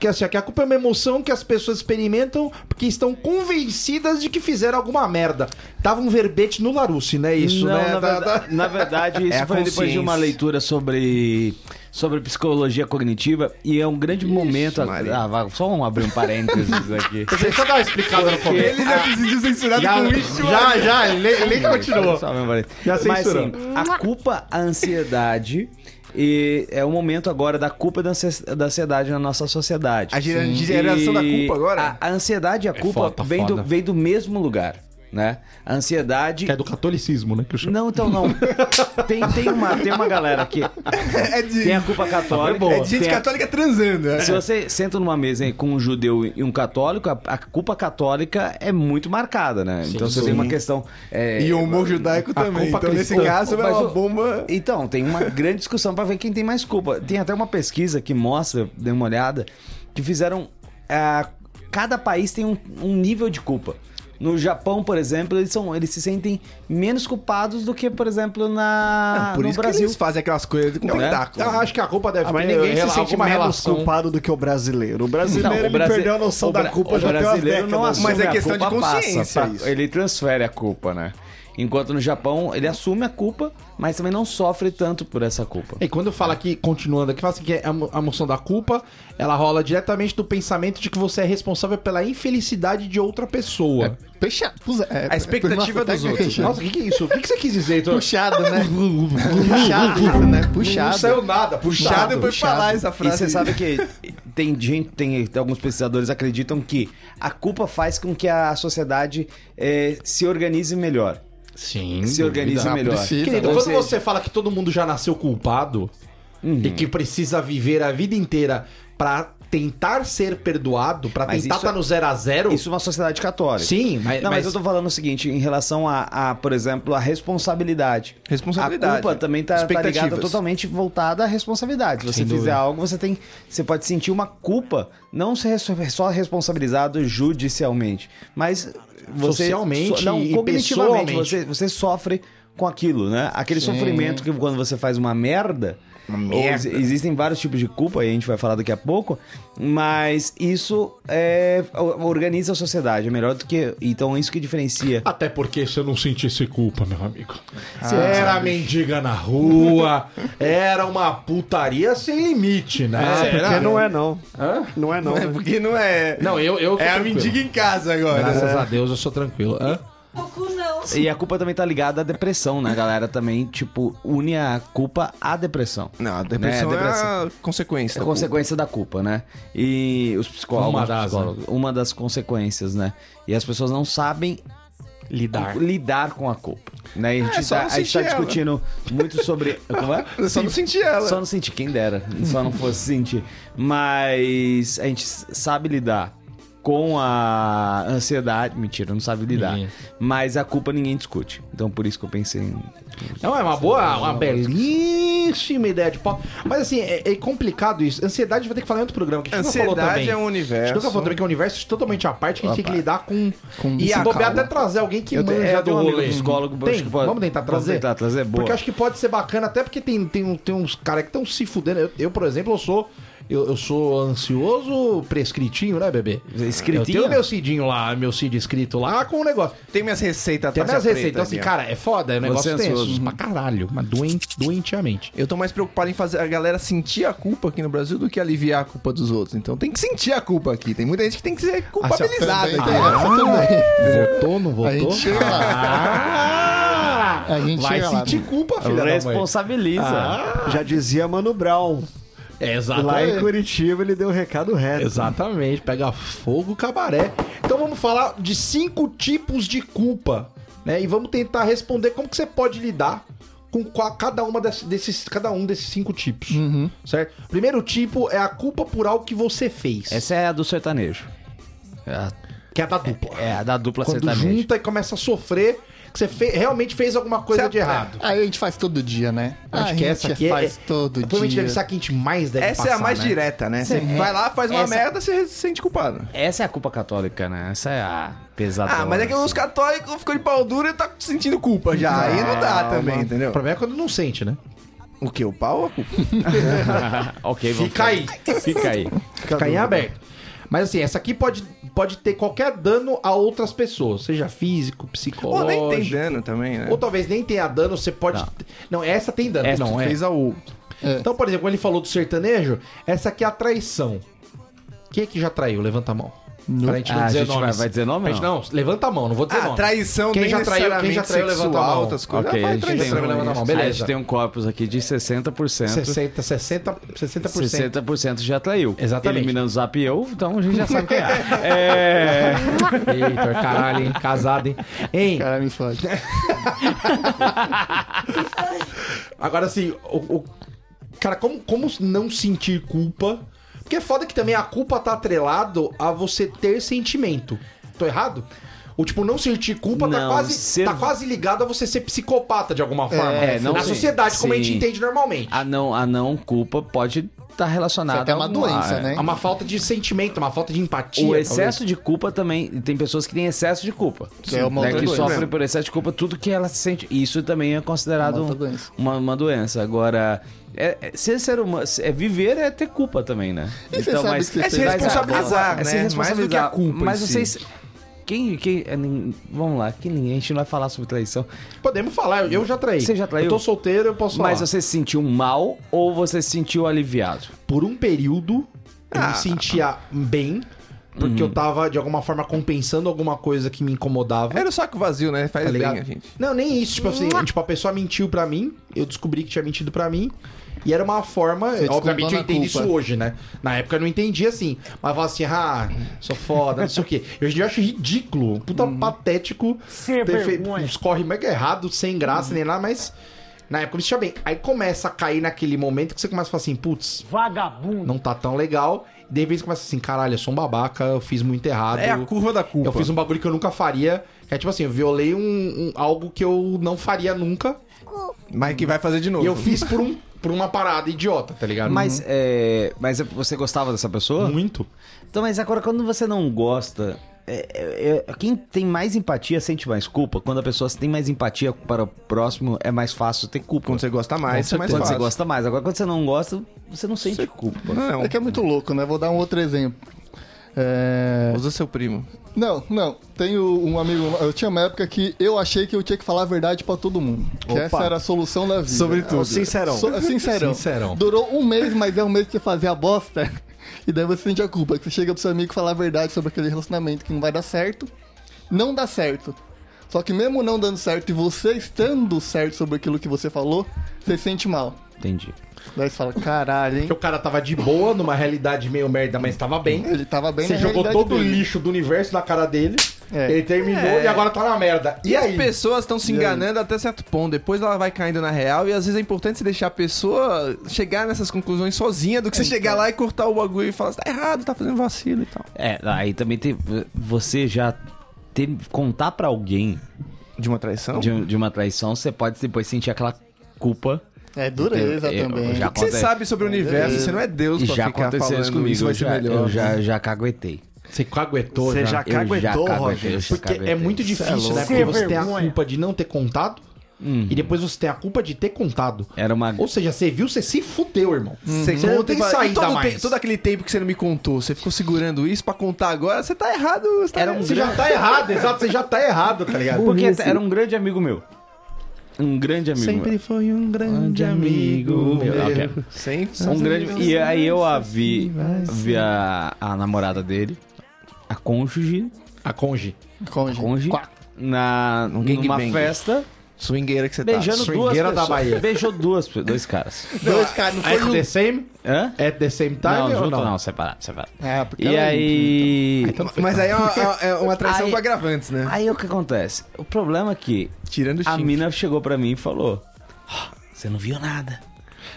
Speaker 1: Que é assim, ó, que a culpa é uma emoção que as pessoas experimentam porque estão convencidas de que fizeram alguma merda. Tava um verbete no Larousse, né? Isso,
Speaker 4: Não,
Speaker 1: né?
Speaker 4: Na,
Speaker 1: Tá-
Speaker 4: verda-
Speaker 1: tá-
Speaker 4: na verdade, isso
Speaker 6: É a
Speaker 4: foi depois de
Speaker 6: consciência.
Speaker 4: uma leitura sobre, sobre psicologia cognitiva e é um grande momento.
Speaker 6: Maria.
Speaker 4: Ah, vai- só um abrir um parênteses aqui.
Speaker 1: Deixa eu dar uma explicada no começo.
Speaker 6: Ele já se sentiu censurado
Speaker 1: Já,
Speaker 6: com isso.
Speaker 1: já, já, ele, ele continuou.
Speaker 4: Só um parênteses.
Speaker 1: Já
Speaker 4: Mas
Speaker 1: censurou.
Speaker 4: assim, a culpa, a ansiedade. E é o momento agora da culpa e da ansi- da ansiedade na nossa sociedade.
Speaker 6: A gera- geração da culpa agora?
Speaker 4: A, a ansiedade e a culpa
Speaker 1: É foda, tá
Speaker 4: vem,
Speaker 1: foda. é
Speaker 4: Do, vem do mesmo lugar, né? A ansiedade
Speaker 1: do catolicismo, né? Que eu chamo.
Speaker 4: Não, então não. tem, tem, uma, tem uma galera que
Speaker 6: É de,
Speaker 4: tem a culpa
Speaker 1: É
Speaker 4: católica.
Speaker 1: boa.
Speaker 6: é de gente
Speaker 4: tem a-
Speaker 6: católica transando. né?
Speaker 4: Se você senta numa mesa hein, com um judeu e um católico, a, a culpa católica é muito marcada, né? então você
Speaker 1: sim.
Speaker 4: tem uma questão. é,
Speaker 6: E o humor judaico também.
Speaker 1: culpa
Speaker 6: Então, nesse
Speaker 1: cristã.
Speaker 6: caso, é
Speaker 4: Mas
Speaker 6: uma
Speaker 4: o-
Speaker 6: bomba.
Speaker 4: Então, tem uma grande discussão pra ver quem tem mais culpa. Tem até uma pesquisa que mostra, dei uma olhada, que fizeram. ah, cada país tem um, um nível de culpa. No Japão, por exemplo, eles, são, eles se sentem menos culpados do que, por exemplo, na, Ah,
Speaker 6: Por
Speaker 4: no
Speaker 6: isso que
Speaker 4: Brasil.
Speaker 6: eles fazem aquelas coisas com
Speaker 4: né?
Speaker 6: tentáculo.
Speaker 1: Eu acho que a culpa deve
Speaker 2: Ah, mas
Speaker 1: ter
Speaker 2: ninguém se
Speaker 1: rela-
Speaker 2: sente
Speaker 1: alguma
Speaker 2: menos
Speaker 1: relação.
Speaker 2: culpado do que o brasileiro. O brasileiro,
Speaker 4: Não,
Speaker 2: ele
Speaker 4: o brasi-
Speaker 2: perdeu a noção
Speaker 4: o
Speaker 2: da
Speaker 4: bra-
Speaker 2: culpa
Speaker 4: o
Speaker 2: já tem umas
Speaker 4: brasileiro
Speaker 2: décadas.
Speaker 4: não assume
Speaker 6: Mas é
Speaker 4: a
Speaker 6: questão de
Speaker 4: culpa, passa
Speaker 6: consciência
Speaker 4: pra-
Speaker 6: isso.
Speaker 4: Ele transfere a culpa, né? Enquanto no Japão, ele assume a culpa, mas também não sofre tanto por essa culpa.
Speaker 1: E quando fala aqui, continuando aqui, fala assim que é a mo- a emoção da culpa, ela rola diretamente do pensamento de que você é responsável pela infelicidade de outra pessoa.
Speaker 5: Puxa, puxa, é,
Speaker 6: A expectativa
Speaker 5: nossa,
Speaker 6: dos
Speaker 5: tá-
Speaker 6: outros,
Speaker 1: Nossa, o que, que é isso? O que, que você quis dizer, então?
Speaker 5: Puxado, né? Puxado isso, né?
Speaker 1: Não
Speaker 5: Puxado.
Speaker 1: saiu nada,
Speaker 6: Puxado,
Speaker 1: puxado.
Speaker 6: eu fui falar essa
Speaker 4: E
Speaker 6: frase.
Speaker 4: você sabe que tem gente, tem, tem alguns pesquisadores acreditam que a culpa faz com que a sociedade eh, se organize melhor.
Speaker 1: Sim.
Speaker 4: se organize
Speaker 5: Ah,
Speaker 4: melhor.
Speaker 5: precisa.
Speaker 1: Querido,
Speaker 4: Ou
Speaker 1: quando
Speaker 4: seja-
Speaker 1: você fala que todo mundo já nasceu culpado e que precisa viver a vida inteira pra tentar ser perdoado, pra
Speaker 4: Mas
Speaker 1: tentar
Speaker 4: isso
Speaker 1: estar
Speaker 4: é-
Speaker 1: no zero a zero.
Speaker 4: Isso é uma sociedade católica.
Speaker 1: Sim, mas,
Speaker 4: Não, mas,
Speaker 1: mas
Speaker 4: eu tô falando o seguinte, em relação a, a, por exemplo, a responsabilidade.
Speaker 6: Responsabilidade.
Speaker 4: A culpa também tá, tá ligada
Speaker 6: Expectativas.
Speaker 4: totalmente voltada à responsabilidade. Se você
Speaker 1: Sem
Speaker 4: fizer
Speaker 1: dúvida.
Speaker 4: algo, você tem. Você pode sentir uma culpa, não ser só responsabilizado judicialmente, mas você.
Speaker 1: Socialmente
Speaker 4: não,
Speaker 1: e
Speaker 4: cognitivamente,
Speaker 1: pessoalmente.
Speaker 4: você, você sofre com aquilo, né? Aquele sofrimento que quando você faz uma merda. Ou ex- existem vários tipos de culpa, e a gente vai falar daqui a pouco, mas isso é, o- organiza a sociedade, é melhor do que. Então é isso que diferencia.
Speaker 7: Até porque você não sentisse culpa, meu amigo.
Speaker 1: Ah,
Speaker 7: era mendiga na rua, era uma putaria sem limite, né?
Speaker 2: Porque não é não. Não é não. né?
Speaker 6: Porque não é.
Speaker 3: Não, eu, eu sou
Speaker 6: é a
Speaker 3: tranquilo.
Speaker 6: mendiga em casa
Speaker 1: né?
Speaker 6: agora.
Speaker 3: Graças a Deus eu sou tranquilo. Hã?
Speaker 8: Pouco não.
Speaker 4: E a culpa também tá ligada à depressão, né, galera? Também, tipo, une a culpa à depressão.
Speaker 6: Não, a depressão,
Speaker 4: Né,
Speaker 6: é, a consequência.
Speaker 4: É
Speaker 6: da
Speaker 4: consequência da culpa, né? E os psicólogos.
Speaker 7: Uma
Speaker 4: os
Speaker 6: né?
Speaker 7: das,
Speaker 4: psicólogos, uma das consequências, né? E as pessoas não sabem
Speaker 3: Lidar.
Speaker 4: lidar com a culpa. Né? E a gente,
Speaker 6: É, só
Speaker 4: tá,
Speaker 6: não
Speaker 4: a gente tá
Speaker 6: sentir ela.
Speaker 4: discutindo muito sobre. Como é?
Speaker 6: culpa. Eu só não senti ela.
Speaker 4: Só não senti, quem dera. Só não fosse sentir. Mas a gente s- sabe lidar com a ansiedade. Mentira, não sabe lidar.
Speaker 3: Ninguém.
Speaker 4: Mas a culpa ninguém discute. Então por isso que eu pensei em.
Speaker 1: Não, é uma boa, uma belíssima ideia de pau. Mas assim, é, é complicado isso. Ansiedade vai ter que falar em outro programa. Que a gente nunca falou também.
Speaker 6: Ansiedade é um
Speaker 1: A gente
Speaker 6: universo.
Speaker 1: nunca falou também que é um universo totalmente à parte que a gente tem que lidar com.
Speaker 5: Com
Speaker 1: e se
Speaker 6: a
Speaker 1: bobear
Speaker 6: calma.
Speaker 1: até trazer alguém que manja
Speaker 4: é,
Speaker 1: do
Speaker 4: um amigo
Speaker 1: rolê.
Speaker 4: psicólogo.
Speaker 1: Tem?
Speaker 4: acho que pode-
Speaker 1: Vamos tentar trazer?
Speaker 4: Vamos tentar trazer, é boa.
Speaker 1: Porque acho que pode ser bacana, até porque tem, tem, um- tem uns caras que estão se fudendo. Eu, eu, por exemplo, eu sou. Eu, eu sou ansioso prescritinho, né, bebê?
Speaker 4: Escritinho?
Speaker 1: Eu tenho meu Cidinho lá, meu Cid escrito lá com o negócio.
Speaker 6: Tem minhas receitas
Speaker 1: Tem
Speaker 6: Tati
Speaker 1: minhas
Speaker 6: Preta
Speaker 1: receitas. Então, assim,
Speaker 6: minha.
Speaker 1: cara, é foda, é um negócio
Speaker 4: é
Speaker 1: tenso.
Speaker 4: ansioso.
Speaker 1: Pra caralho, mas doen- doentiamente.
Speaker 6: Eu tô mais preocupado em fazer a galera sentir a culpa aqui no Brasil do que aliviar a culpa dos outros. Então tem que sentir a culpa aqui. Tem muita gente que tem que
Speaker 1: Ah,
Speaker 6: ser culpabilizada.
Speaker 5: Também tem
Speaker 6: entendeu?
Speaker 5: essa também.
Speaker 1: Voltou, não
Speaker 5: Ah, A gente chega lá.
Speaker 1: Ah!
Speaker 5: A gente
Speaker 1: Vai
Speaker 5: chega lá. né?
Speaker 1: sentir culpa, filha da mãe.
Speaker 4: Responsabiliza.
Speaker 2: Ah. Já dizia Mano Brown.
Speaker 1: É,
Speaker 2: Lá
Speaker 1: exatamente.
Speaker 2: em Curitiba ele deu o recado reto.
Speaker 1: Exatamente, pega fogo cabaré. Então vamos falar de cinco tipos de culpa, né? E vamos tentar responder como que você pode lidar com qua- cada uma desse- desses cada um desses cinco tipos, certo? Primeiro tipo é a culpa por algo que você fez,
Speaker 4: Essa é a do sertanejo. É a,
Speaker 1: que é a da dupla.
Speaker 4: é a da dupla
Speaker 1: Quando
Speaker 4: sertaneja.
Speaker 1: junta e começa a sofrer que você fe- realmente fez alguma coisa de errado.
Speaker 5: Aí a gente faz todo dia, né?
Speaker 1: Acho
Speaker 5: a
Speaker 1: que
Speaker 5: gente
Speaker 1: essa aqui é-
Speaker 5: faz todo
Speaker 1: Provavelmente
Speaker 5: dia.
Speaker 1: deve ser a que a gente mais deve
Speaker 6: Essa é a
Speaker 1: passar,
Speaker 6: mais
Speaker 1: né?
Speaker 6: direta, né? Você vai lá, faz uma
Speaker 4: Essa-
Speaker 6: merda, você se sente culpado.
Speaker 4: Essa é a culpa católica, né? Essa é a assim. pesada.
Speaker 6: Ah, mas é que os católicos ficam de pau duro e tá sentindo culpa já. Aí não dá também, entendeu?
Speaker 1: O problema é quando não sente, né?
Speaker 6: O que? O pau ou a culpa?
Speaker 4: Ah, ok, vamos
Speaker 1: Fica aí.
Speaker 4: Fica aí.
Speaker 1: Fica em aberto. Mas assim, essa aqui pode, pode ter qualquer dano a outras pessoas, seja físico,
Speaker 6: Ou
Speaker 1: psicológico.
Speaker 6: nem tem dano também, né?
Speaker 1: Ou talvez nem tenha dano, você pode. Não, essa tem dano.
Speaker 4: Essa
Speaker 1: não, é.
Speaker 6: Fez a U.
Speaker 1: Então, por exemplo, quando ele falou do sertanejo, essa aqui é a traição. Quem é que já traiu? Levanta a mão. Pra gente não
Speaker 4: Ah, a
Speaker 1: dizer
Speaker 4: gente vai-
Speaker 1: nomes.
Speaker 4: vai dizer nome,
Speaker 1: Pra gente- Não, levanta a mão, não vou dizer
Speaker 6: Ah,
Speaker 1: nome.
Speaker 6: traição
Speaker 1: Quem
Speaker 6: nem
Speaker 1: já traiu, quem já traiu,
Speaker 6: necessariamente
Speaker 1: levanta a mão.
Speaker 6: sexual, outras coisas.
Speaker 4: Ok,
Speaker 6: Ah,
Speaker 4: a
Speaker 6: vai
Speaker 4: gente,
Speaker 6: traição,
Speaker 4: tem um,
Speaker 1: levanta a mão, beleza.
Speaker 4: a gente tem um corpus aqui de 60%.
Speaker 1: 60, 60, 60%.
Speaker 4: 60% já traiu.
Speaker 1: Exatamente.
Speaker 4: Eliminando o Zap e eu, então a gente já sabe quem é. é.
Speaker 1: Eita, caralho, hein? Casado, hein? Hein?
Speaker 5: Cara, me fode.
Speaker 1: Agora, assim, o, o- cara, como, como não sentir culpa? Porque é foda que também a culpa tá atrelado a você ter sentimento. Tô errado? O tipo, não sentir culpa tá,
Speaker 4: Não,
Speaker 1: quase,
Speaker 4: ser-
Speaker 1: tá quase ligado a você ser psicopata de alguma forma.
Speaker 4: é, não
Speaker 1: Na
Speaker 4: sim,
Speaker 1: sociedade, como a gente
Speaker 4: sim.
Speaker 1: entende normalmente.
Speaker 4: A não, a não culpa pode estar relacionada
Speaker 5: Até
Speaker 4: a
Speaker 5: uma
Speaker 4: alguma-
Speaker 5: doença, né?
Speaker 1: Há É uma falta de sentimento, uma falta de empatia.
Speaker 4: O
Speaker 1: talvez.
Speaker 4: excesso de culpa também. Tem pessoas que têm excesso de culpa.
Speaker 5: Que é uma
Speaker 4: né,
Speaker 5: outra
Speaker 4: que
Speaker 5: doença.
Speaker 4: sofrem por excesso de culpa, tudo que ela sente. Isso também é considerado
Speaker 5: Uma outra
Speaker 4: um-
Speaker 5: doença.
Speaker 4: Uma, uma doença. Agora, é- é- ser ser humano. É viver é ter culpa também, né?
Speaker 5: E você sabe que você
Speaker 6: É se
Speaker 5: fez-
Speaker 6: responsabilizar, né?
Speaker 4: É se
Speaker 6: Mais do
Speaker 4: responsabilizar.
Speaker 6: que a culpa.
Speaker 4: Mas
Speaker 6: em si.
Speaker 4: vocês. Quem, quem, é, nin- vamos lá, que ninguém, a gente não vai falar sobre traição.
Speaker 1: Podemos falar, eu- eu já traí.
Speaker 4: Você já traiu?
Speaker 1: Eu tô solteiro, eu posso falar.
Speaker 4: Mas você se sentiu mal ou você se sentiu aliviado?
Speaker 1: por um período eu
Speaker 4: Ah.
Speaker 1: me sentia bem, porque
Speaker 4: Hum.
Speaker 1: eu tava de alguma forma compensando alguma coisa que me incomodava.
Speaker 6: Era o saco vazio, né? Faz
Speaker 1: tá
Speaker 6: bem,
Speaker 1: ligado?
Speaker 6: a gente.
Speaker 1: Não, nem isso, tipo assim, tipo, a pessoa mentiu pra mim, eu descobri que tinha mentido pra mim. E era uma forma,
Speaker 5: desculpou
Speaker 1: obviamente eu
Speaker 5: na
Speaker 1: entendo
Speaker 5: culpa.
Speaker 1: isso hoje, né? Na época eu não entendi assim, mas falava assim, ah, sou foda, não sei o quê. Hoje em dia eu acho ridículo, puta
Speaker 6: Uhum.
Speaker 1: patético ter feito uns corre mega errado, sem
Speaker 6: Uhum.
Speaker 1: graça nem nada, mas na época eu me sentia bem. Aí começa a cair naquele momento que você começa a falar assim, putz, vagabundo, não tá tão legal. E de repente você começa assim, caralho, eu sou um babaca, eu fiz muito errado.
Speaker 6: É a curva da culpa.
Speaker 1: Eu fiz um bagulho que eu nunca faria. Que é tipo assim, eu violei um, um- algo que eu não faria nunca.
Speaker 6: Mas que vai fazer de novo.
Speaker 1: E eu fiz por, um, por uma parada idiota, tá ligado?
Speaker 4: Mas, é, mas você gostava dessa pessoa?
Speaker 1: muito.
Speaker 4: Então, mas agora quando você não gosta, é- é- quem tem mais empatia sente mais culpa. Quando a pessoa tem mais empatia para o próximo, é mais fácil ter culpa.
Speaker 6: Quando você gosta mais, é mais
Speaker 4: Quando
Speaker 6: fácil.
Speaker 4: você gosta mais. Agora, quando você não gosta, você não sente culpa.
Speaker 6: Não,
Speaker 5: É que é muito louco, né? Vou dar um outro exemplo. É...
Speaker 6: usa seu primo.
Speaker 5: Não, não. Tenho um amigo. Eu tinha uma época que eu achei que eu tinha que falar a verdade pra todo mundo. Que
Speaker 2: Opa.
Speaker 5: essa era a solução da vida.
Speaker 2: É o sincerão.
Speaker 5: So- sincerão.
Speaker 7: Sincerão.
Speaker 5: Durou um mês, mas é um mês que você fazia a bosta. E daí você sente a culpa. Que você chega pro seu amigo falar a verdade sobre aquele relacionamento que não vai dar certo. Não dá certo. Só que mesmo não dando certo e você estando certo sobre aquilo que você falou, você sente mal.
Speaker 4: Entendi.
Speaker 5: Daí você fala, caralho, hein?
Speaker 1: Porque o cara tava de boa, numa realidade meio merda, mas tava bem.
Speaker 5: Ele tava bem
Speaker 1: Você
Speaker 5: na
Speaker 1: jogou
Speaker 5: realidade
Speaker 1: todo o
Speaker 5: dele.
Speaker 1: lixo do universo na cara dele.
Speaker 5: É.
Speaker 1: Ele terminou
Speaker 6: É.
Speaker 1: e agora tá na merda. E,
Speaker 6: E as
Speaker 1: aí?
Speaker 6: pessoas estão se
Speaker 5: E aí?
Speaker 6: enganando até certo ponto. Depois ela vai caindo na real. E às vezes é importante você deixar a pessoa chegar nessas conclusões sozinha do que você chegar lá e cortar o bagulho e falar, tá errado, tá fazendo vacilo e tal.
Speaker 4: É, aí também tem. Você já. ter- contar pra alguém
Speaker 6: De uma traição?
Speaker 4: de, de uma traição, você pode depois sentir aquela culpa.
Speaker 5: É dureza
Speaker 4: Eu- eu
Speaker 5: também.
Speaker 4: já-
Speaker 6: O que você
Speaker 4: Acontece.
Speaker 6: sabe sobre o universo? Você não é Deus pra
Speaker 4: já
Speaker 6: ficar
Speaker 4: aconteceu
Speaker 6: falando
Speaker 4: isso comigo.
Speaker 6: isso vai
Speaker 4: eu
Speaker 6: ser
Speaker 4: já,
Speaker 6: melhor. né?
Speaker 4: eu já, já caguetei.
Speaker 7: Você caguetou
Speaker 2: Você já
Speaker 7: já.
Speaker 2: caguetou,
Speaker 4: caguetei,
Speaker 2: Roger.
Speaker 4: eu já
Speaker 1: Porque é
Speaker 4: caguetei.
Speaker 1: muito difícil, né? Porque você tem a culpa de não ter contado.
Speaker 6: Uhum.
Speaker 1: E depois você tem a culpa de ter contado.
Speaker 4: Era uma.
Speaker 1: Ou seja, você viu, você se fudeu, irmão.
Speaker 6: Hum. Você
Speaker 1: Você não
Speaker 6: conta e
Speaker 1: tem
Speaker 6: fala- e
Speaker 1: saída
Speaker 6: todo,
Speaker 1: mais.
Speaker 6: te- todo aquele tempo que você não me contou, você ficou segurando isso pra contar agora, você tá errado. Você tá
Speaker 4: Era
Speaker 6: errado.
Speaker 4: um
Speaker 1: Você já tá errado, exato. Você já tá errado, tá ligado?
Speaker 4: Porque era um grande amigo meu. Um grande amigo meu.
Speaker 6: Sempre foi um grande
Speaker 1: é
Speaker 6: amigo.
Speaker 4: meu.
Speaker 6: meu.
Speaker 4: Ok.
Speaker 6: Sempre.
Speaker 4: Um grande... E aí eu a vi, vi a, a namorada dele, a cônjuge,
Speaker 7: A conge.
Speaker 5: Como, gente?
Speaker 4: cônjuge na, numa
Speaker 6: gangbang.
Speaker 4: festa,
Speaker 6: Swingueira que você
Speaker 4: beijando
Speaker 6: tá.
Speaker 4: duas
Speaker 1: swingueira
Speaker 4: pessoas.
Speaker 1: da Bahia.
Speaker 4: Beijou duas, pe- dois caras.
Speaker 5: Dois caras, não foi
Speaker 1: At
Speaker 5: um.
Speaker 1: the same?
Speaker 4: Hã?
Speaker 1: At the same time
Speaker 4: não,
Speaker 1: ou
Speaker 4: junto
Speaker 1: não?
Speaker 4: não? separado, separado.
Speaker 5: Ah, porque
Speaker 4: E
Speaker 5: ela é
Speaker 4: aí...
Speaker 6: Mas aí é uma, é uma traição
Speaker 4: Aí-
Speaker 6: com agravantes, né?
Speaker 4: Aí o que acontece? O problema é que
Speaker 6: Tirando o
Speaker 4: a
Speaker 6: chifre.
Speaker 4: mina chegou pra mim e falou... "Ah, Você não viu nada.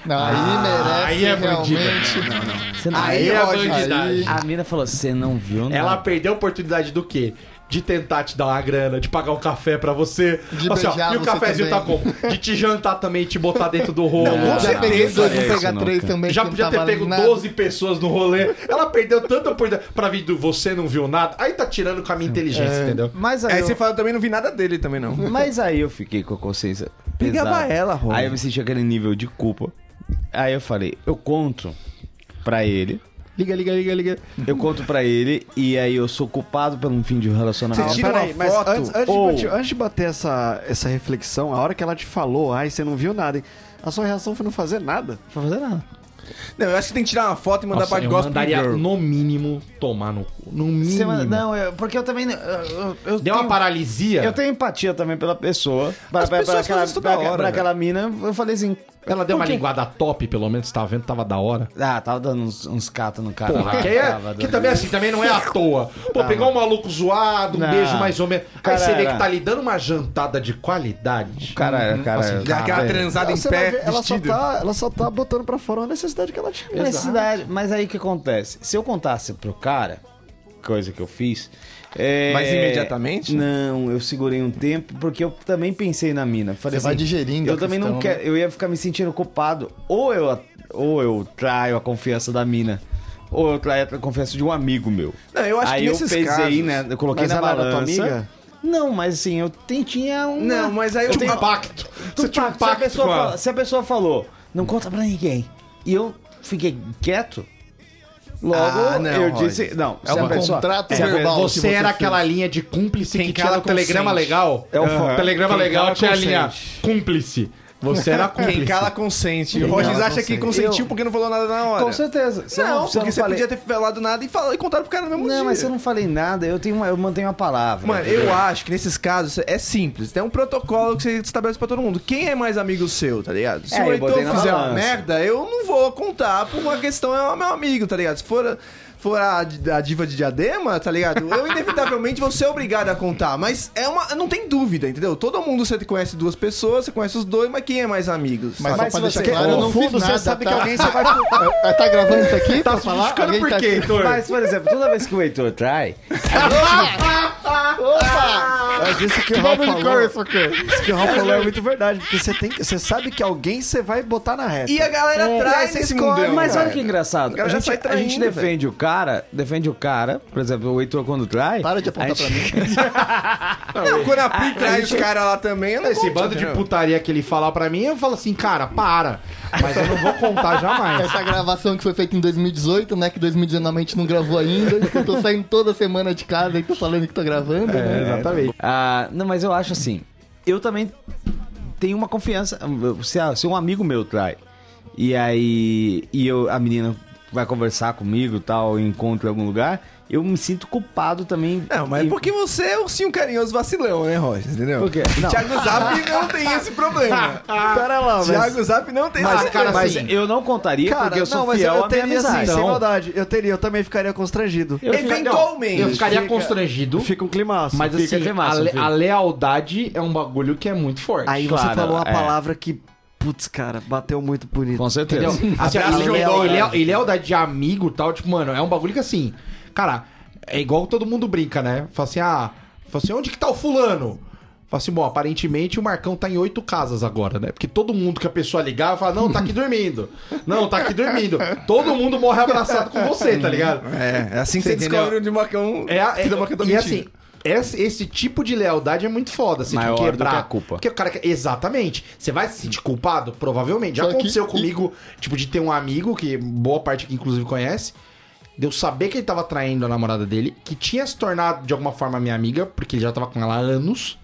Speaker 5: Não, aí merece
Speaker 7: aí é bandido.
Speaker 5: realmente.
Speaker 4: Você não
Speaker 1: Aí é
Speaker 4: viu
Speaker 1: a
Speaker 4: nada."
Speaker 1: bandidagem.
Speaker 4: A mina falou, você não viu nada.
Speaker 1: Ela perdeu a oportunidade do quê? De tentar te dar uma grana, de pagar um café pra você. Assim,
Speaker 5: De
Speaker 1: Ó,
Speaker 5: beijar
Speaker 1: e o
Speaker 5: você
Speaker 1: cafezinho
Speaker 5: também.
Speaker 1: tá como? De te jantar também e te botar dentro do rolo.
Speaker 4: Não,
Speaker 5: já
Speaker 4: não,
Speaker 5: peguei
Speaker 4: não
Speaker 5: dois,
Speaker 4: faria
Speaker 5: vou pegar
Speaker 4: isso
Speaker 5: três
Speaker 4: nunca.
Speaker 5: também.
Speaker 1: Já
Speaker 5: que não
Speaker 1: podia ter
Speaker 5: tava
Speaker 1: pego
Speaker 5: nada.
Speaker 1: 12 pessoas no rolê. Ela perdeu tanta oportunidade pra vir do você não viu nada. Aí tá tirando com a minha inteligência, entendeu?
Speaker 4: É. Mas aí,
Speaker 6: Aí
Speaker 4: eu-
Speaker 6: você fala, eu também não vi nada dele também, não.
Speaker 4: Mas aí eu fiquei com a consciência
Speaker 6: Liga
Speaker 4: pesada.
Speaker 6: pra ela, Rô.
Speaker 4: Aí eu me senti aquele nível de culpa. Aí eu falei, eu conto pra ele.
Speaker 1: Liga, liga, liga, liga.
Speaker 4: Eu conto pra ele e aí eu sou culpado por um fim de um relacionamento.
Speaker 2: Não,
Speaker 6: tira uma
Speaker 2: peraí, mas
Speaker 6: foto,
Speaker 2: antes, antes de
Speaker 4: ou-
Speaker 2: bate- antes de bater essa, essa reflexão, a hora que ela te falou, ai, você não viu nada, hein? A sua reação foi não fazer nada.
Speaker 4: Não vou fazer nada.
Speaker 6: Não, eu acho que tem que tirar uma foto e mandar
Speaker 7: Nossa,
Speaker 6: pra
Speaker 7: eu
Speaker 6: Gospel
Speaker 7: mandaria,
Speaker 6: Girl.
Speaker 7: no mínimo, tomar no cu. No mínimo.
Speaker 4: não, eu- porque eu também. Eu, eu- eu
Speaker 1: Deu uma
Speaker 4: tenho,
Speaker 1: paralisia.
Speaker 4: eu tenho empatia também pela pessoa. Pra,
Speaker 6: As
Speaker 4: pra- pra
Speaker 6: pessoas
Speaker 4: aquela,
Speaker 6: fazem isso toda
Speaker 4: pra-
Speaker 6: hora,
Speaker 4: pra aquela mina, eu falei assim.
Speaker 7: Ela deu
Speaker 4: por
Speaker 7: uma
Speaker 4: quê?
Speaker 7: linguada top, pelo menos, tá vendo? Tava da hora.
Speaker 4: Ah, tava dando uns, uns catas no cara. lá,
Speaker 1: Que, é-
Speaker 4: tava
Speaker 1: que
Speaker 4: dando-
Speaker 1: também assim, também não é à toa. Pô, pegar um maluco zoado, um
Speaker 4: Não.
Speaker 1: beijo mais ou menos. Aí
Speaker 4: Cara,
Speaker 1: você vê
Speaker 4: era-
Speaker 1: que tá lhe dando uma jantada de qualidade.
Speaker 4: Cara, cara.
Speaker 6: Dá
Speaker 4: Tá
Speaker 6: aquela é transada
Speaker 2: Não,
Speaker 6: em
Speaker 2: você vai
Speaker 6: pé,
Speaker 2: ver, ela, só
Speaker 6: vestido.
Speaker 2: tá, ela só tá botando pra fora uma necessidade que ela tinha.
Speaker 4: Uma necessidade. Mas aí o que acontece? Se eu contasse pro cara, coisa que eu fiz. é-
Speaker 6: Mas imediatamente?
Speaker 4: Não, eu segurei um tempo, porque eu também pensei na mina. Falei assim,
Speaker 5: Você vai digerindo
Speaker 4: Eu
Speaker 5: a
Speaker 4: também não
Speaker 5: questão, né?
Speaker 4: quero. Eu ia ficar me sentindo culpado. Ou eu, ou eu traio a confiança da mina. Ou eu traio a confiança de um amigo meu.
Speaker 6: Não, eu acho
Speaker 4: aí
Speaker 6: que
Speaker 4: eu
Speaker 6: nesses
Speaker 4: pesei,
Speaker 6: casos-
Speaker 4: né? Eu coloquei
Speaker 2: Mas
Speaker 4: na
Speaker 2: ela era tua
Speaker 4: balança.
Speaker 2: amiga?
Speaker 4: Não, mas assim, eu ten- tinha um.
Speaker 6: Não, mas aí eu
Speaker 1: Tinha um
Speaker 6: tenho...
Speaker 1: pacto. Você tinha um
Speaker 4: se, a
Speaker 1: pacto
Speaker 4: pessoa
Speaker 1: com
Speaker 4: fala-
Speaker 1: ela.
Speaker 4: se a pessoa falou, não conta pra ninguém, e eu fiquei quieto, logo
Speaker 6: Ah, não,
Speaker 4: eu
Speaker 6: Roger.
Speaker 4: disse. Não,
Speaker 5: É
Speaker 4: se a
Speaker 5: um
Speaker 4: pessoa-
Speaker 5: contrato
Speaker 4: se a
Speaker 5: verbal.
Speaker 1: Você,
Speaker 5: que você
Speaker 1: era
Speaker 5: fez.
Speaker 1: aquela linha de cúmplice
Speaker 6: Quem
Speaker 1: que tinha
Speaker 6: cala
Speaker 1: no telegrama
Speaker 6: consente.
Speaker 1: legal.
Speaker 4: É o fã.
Speaker 1: Telegrama
Speaker 6: Quem
Speaker 1: legal
Speaker 6: cala
Speaker 1: tinha
Speaker 6: consente.
Speaker 1: a linha cúmplice. Você era cúmplice.
Speaker 6: Quem cala consente. o
Speaker 5: Quem
Speaker 6: Rogers
Speaker 5: cala,
Speaker 6: acha que
Speaker 4: consente.
Speaker 6: consentiu
Speaker 4: Eu-
Speaker 6: porque não falou nada na hora.
Speaker 4: Com certeza. Se eu
Speaker 6: Não,
Speaker 4: se eu
Speaker 6: porque você
Speaker 4: falei-
Speaker 6: podia ter velado nada e, falado, e contado pro cara no mesmo dia.
Speaker 4: Não, mas se eu não falei nada, eu, tenho uma- eu mantenho a palavra.
Speaker 6: Mano, eu acho que nesses casos é simples. Tem um protocolo que você estabelece pra todo mundo. Quem é mais amigo seu, tá ligado? Se
Speaker 4: É,
Speaker 6: o
Speaker 4: eu
Speaker 6: Heitor
Speaker 4: botei na
Speaker 6: fizer uma
Speaker 4: balança.
Speaker 6: merda, eu não vou contar por uma questão, é o meu amigo, tá ligado? Se for, for a, di- a diva de diadema, tá ligado? Eu inevitavelmente vou ser obrigado a contar. Mas é uma. Não tem dúvida, entendeu? Todo mundo você conhece duas pessoas, você conhece os dois, mas quem é mais amigo?
Speaker 5: Mas,
Speaker 6: sabe?
Speaker 5: só pra
Speaker 4: se
Speaker 5: deixar
Speaker 4: você-
Speaker 5: claro, eu não
Speaker 2: No fundo,
Speaker 5: fiz nada,
Speaker 2: você sabe
Speaker 5: tá?
Speaker 2: que alguém você vai...
Speaker 5: Ah, Tá gravando isso aqui pra falar?
Speaker 1: Ficando
Speaker 5: Alguém
Speaker 1: por
Speaker 5: tá-
Speaker 1: quê, Heitor?
Speaker 4: Mas, por exemplo, toda vez que o Heitor trai,
Speaker 5: Opa!
Speaker 2: Mas isso que o Raul
Speaker 5: Bubble de cor,
Speaker 2: falou,
Speaker 5: isso aqui.
Speaker 2: isso que o Raul falou é muito verdade, porque você, tem, que- você sabe que alguém você vai botar na reta.
Speaker 6: E a galera
Speaker 4: É,
Speaker 6: traz
Speaker 2: você
Speaker 6: esse
Speaker 2: escolhe,
Speaker 6: mundão.
Speaker 4: Mas olha
Speaker 6: cara.
Speaker 4: que engraçado.
Speaker 6: galera
Speaker 4: A gente,
Speaker 6: sai
Speaker 4: a gente
Speaker 6: traindo,
Speaker 4: defende o cara, defende o cara, por exemplo, o Heitor quando trai.
Speaker 5: Para de apontar
Speaker 4: a gente-
Speaker 5: pra mim.
Speaker 6: Não, quando a Pri traz o cara lá também, eu não
Speaker 1: Esse
Speaker 6: conto,
Speaker 1: bando de
Speaker 6: entendeu?
Speaker 1: putaria que ele falar pra mim, eu falo assim, cara, para. Mas eu não vou contar jamais.
Speaker 5: Essa gravação que foi feita em 2018, né? Que 2019 a gente não gravou ainda. Eu tô saindo toda semana de casa e tô falando que tô gravando, né?
Speaker 1: Exatamente.
Speaker 4: Ah, não, mas eu acho assim. Eu também tenho uma confiança. Se, a- se um amigo meu trai, e aí e eu, a menina vai conversar comigo tal, encontro em algum lugar, eu me sinto culpado também.
Speaker 6: Não, mas
Speaker 4: E-
Speaker 6: é porque você é ursinho carinhoso vacilão, né, Roger? Entendeu?
Speaker 4: Por quê? Não. Ah,
Speaker 6: Thiago Zap não tem esse problema.
Speaker 2: Pera lá, mas...
Speaker 6: Thiago Zap não tem
Speaker 4: Mas,
Speaker 6: esse
Speaker 4: cara,
Speaker 6: problema.
Speaker 4: mas eu não contaria
Speaker 2: Cara,
Speaker 4: porque eu sou
Speaker 2: não, mas
Speaker 4: fiel
Speaker 2: eu
Speaker 4: à minha
Speaker 2: teria assim,
Speaker 4: amizade.
Speaker 2: sem
Speaker 4: Então,
Speaker 2: maldade. Eu teria, eu também ficaria constrangido.
Speaker 4: eu fico-
Speaker 6: Eventualmente.
Speaker 1: Eu ficaria
Speaker 2: Fica-
Speaker 1: constrangido.
Speaker 2: Fica um climaço.
Speaker 1: Mas
Speaker 4: fica
Speaker 1: assim,
Speaker 4: de massa,
Speaker 1: a, le-
Speaker 4: fica.
Speaker 1: a lealdade é um bagulho que é muito forte.
Speaker 2: Aí você
Speaker 4: Claro,
Speaker 2: falou a
Speaker 4: é.
Speaker 2: palavra que, putz, cara, bateu muito
Speaker 4: não,
Speaker 2: bonito.
Speaker 4: Com certeza.
Speaker 1: Entendeu? Assim, a
Speaker 4: Abraço, João
Speaker 1: leo-
Speaker 4: Dória.
Speaker 1: e leo- e lealdade é de amigo e tal, tipo, mano, é um bagulho que assim, cara, é igual todo mundo brinca, né? Fala assim, ah, fala assim, onde que tá o fulano? Fala assim, bom, aparentemente o Marcão tá em oito casas agora, né? Porque todo mundo que a pessoa ligava fala, não, tá aqui dormindo. Não, tá aqui dormindo. Todo mundo morre abraçado com você, tá ligado?
Speaker 6: É, é assim que
Speaker 1: Você
Speaker 6: você,
Speaker 1: entendeu?
Speaker 6: descobre onde o Marcão...
Speaker 1: É, a- é,
Speaker 6: que o Marcão tá
Speaker 1: e
Speaker 6: mentindo.
Speaker 1: assim, esse, esse tipo de lealdade é muito foda, assim,
Speaker 4: Maior
Speaker 1: de
Speaker 4: do
Speaker 1: quebrar.
Speaker 4: que a culpa.
Speaker 1: Porque o cara. que- Exatamente. Você vai se sentir culpado? Provavelmente. Já
Speaker 5: Só que-
Speaker 1: aconteceu comigo, tipo, de ter um amigo, que boa parte aqui inclusive conhece. De eu saber que ele tava traindo a namorada dele, que tinha se tornado de alguma forma minha amiga, porque ele já tava com ela há anos.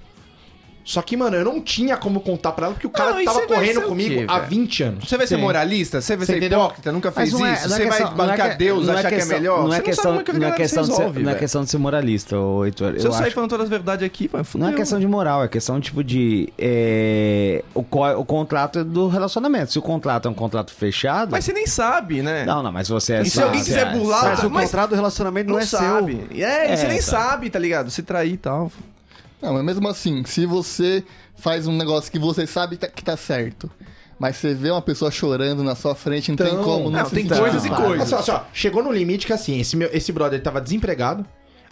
Speaker 1: Só que, mano, eu não tinha como contar pra ela, porque o cara
Speaker 6: Não, e
Speaker 1: tava
Speaker 6: você vai
Speaker 1: correndo
Speaker 6: ser o
Speaker 1: comigo
Speaker 6: quê,
Speaker 1: há
Speaker 6: velho?
Speaker 1: 20 anos.
Speaker 6: Você vai ser
Speaker 4: Sim.
Speaker 6: moralista? Você vai
Speaker 1: Você
Speaker 6: ser
Speaker 1: entendeu?
Speaker 6: hipócrita? Nunca fez
Speaker 4: não é-
Speaker 6: isso?
Speaker 4: não é
Speaker 6: você vai
Speaker 4: questão- não é
Speaker 6: bancar
Speaker 4: que-
Speaker 6: Deus,
Speaker 4: não é
Speaker 6: achar que
Speaker 4: questão-
Speaker 6: é melhor?
Speaker 4: Não é
Speaker 6: Você
Speaker 4: questão,
Speaker 6: sabe como que a
Speaker 4: não é
Speaker 6: galera
Speaker 4: questão de ser,
Speaker 6: resolve,
Speaker 4: não é
Speaker 6: velho.
Speaker 4: questão de ser moralista, ô Heitor.
Speaker 6: Se eu,
Speaker 4: eu
Speaker 6: sair
Speaker 4: acho
Speaker 6: falando todas as verdades aqui, mano, fudeu.
Speaker 4: Não é questão de moral, é questão tipo de. é, o, co- o contrato é do relacionamento. Se o contrato é um contrato fechado.
Speaker 6: Mas você nem sabe, né?
Speaker 4: Não, não, mas você é.
Speaker 6: E se alguém quiser burlar,
Speaker 2: Mas o
Speaker 6: mas-
Speaker 2: contrato do relacionamento não, é seu.
Speaker 6: sabe. É, e você
Speaker 4: É,
Speaker 6: nem
Speaker 4: tá.
Speaker 6: sabe, tá ligado? Se trair e tal.
Speaker 5: Não, mas mesmo assim, se você faz um negócio que você sabe tá- que tá certo, mas você vê uma pessoa chorando na sua frente, não tem como não,
Speaker 6: não,
Speaker 5: se
Speaker 6: tem
Speaker 5: sentir
Speaker 6: coisas e
Speaker 5: culpado.
Speaker 6: coisas.
Speaker 1: Olha só, olha só, chegou no limite que assim, esse, meu, esse brother tava desempregado,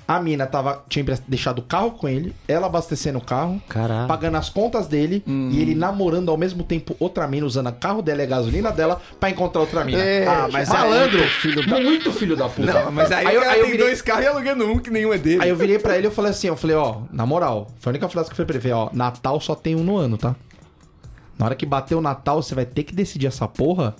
Speaker 1: a mina tava, tinha empre- deixado o carro com ele, ela abastecendo o carro,
Speaker 4: Caralho.
Speaker 1: pagando as contas dele e ele namorando ao mesmo tempo outra mina, usando o carro dela e a gasolina dela pra encontrar outra mina.
Speaker 5: É,
Speaker 1: ah, mas malandro, filho da... muito filho da puta.
Speaker 6: Não, mas aí,
Speaker 1: Aí
Speaker 6: aí,
Speaker 1: eu-
Speaker 6: o cara
Speaker 1: aí eu
Speaker 6: tem
Speaker 1: virei-
Speaker 6: dois carros e alugando um que nenhum é dele.
Speaker 1: Aí eu virei pra ele e eu falei assim, eu falei, ó, na moral, foi a única frase que eu falei pra ele, falei, ó, Natal só tem um no ano, tá? Na hora que bater o Natal, você vai ter que decidir essa porra.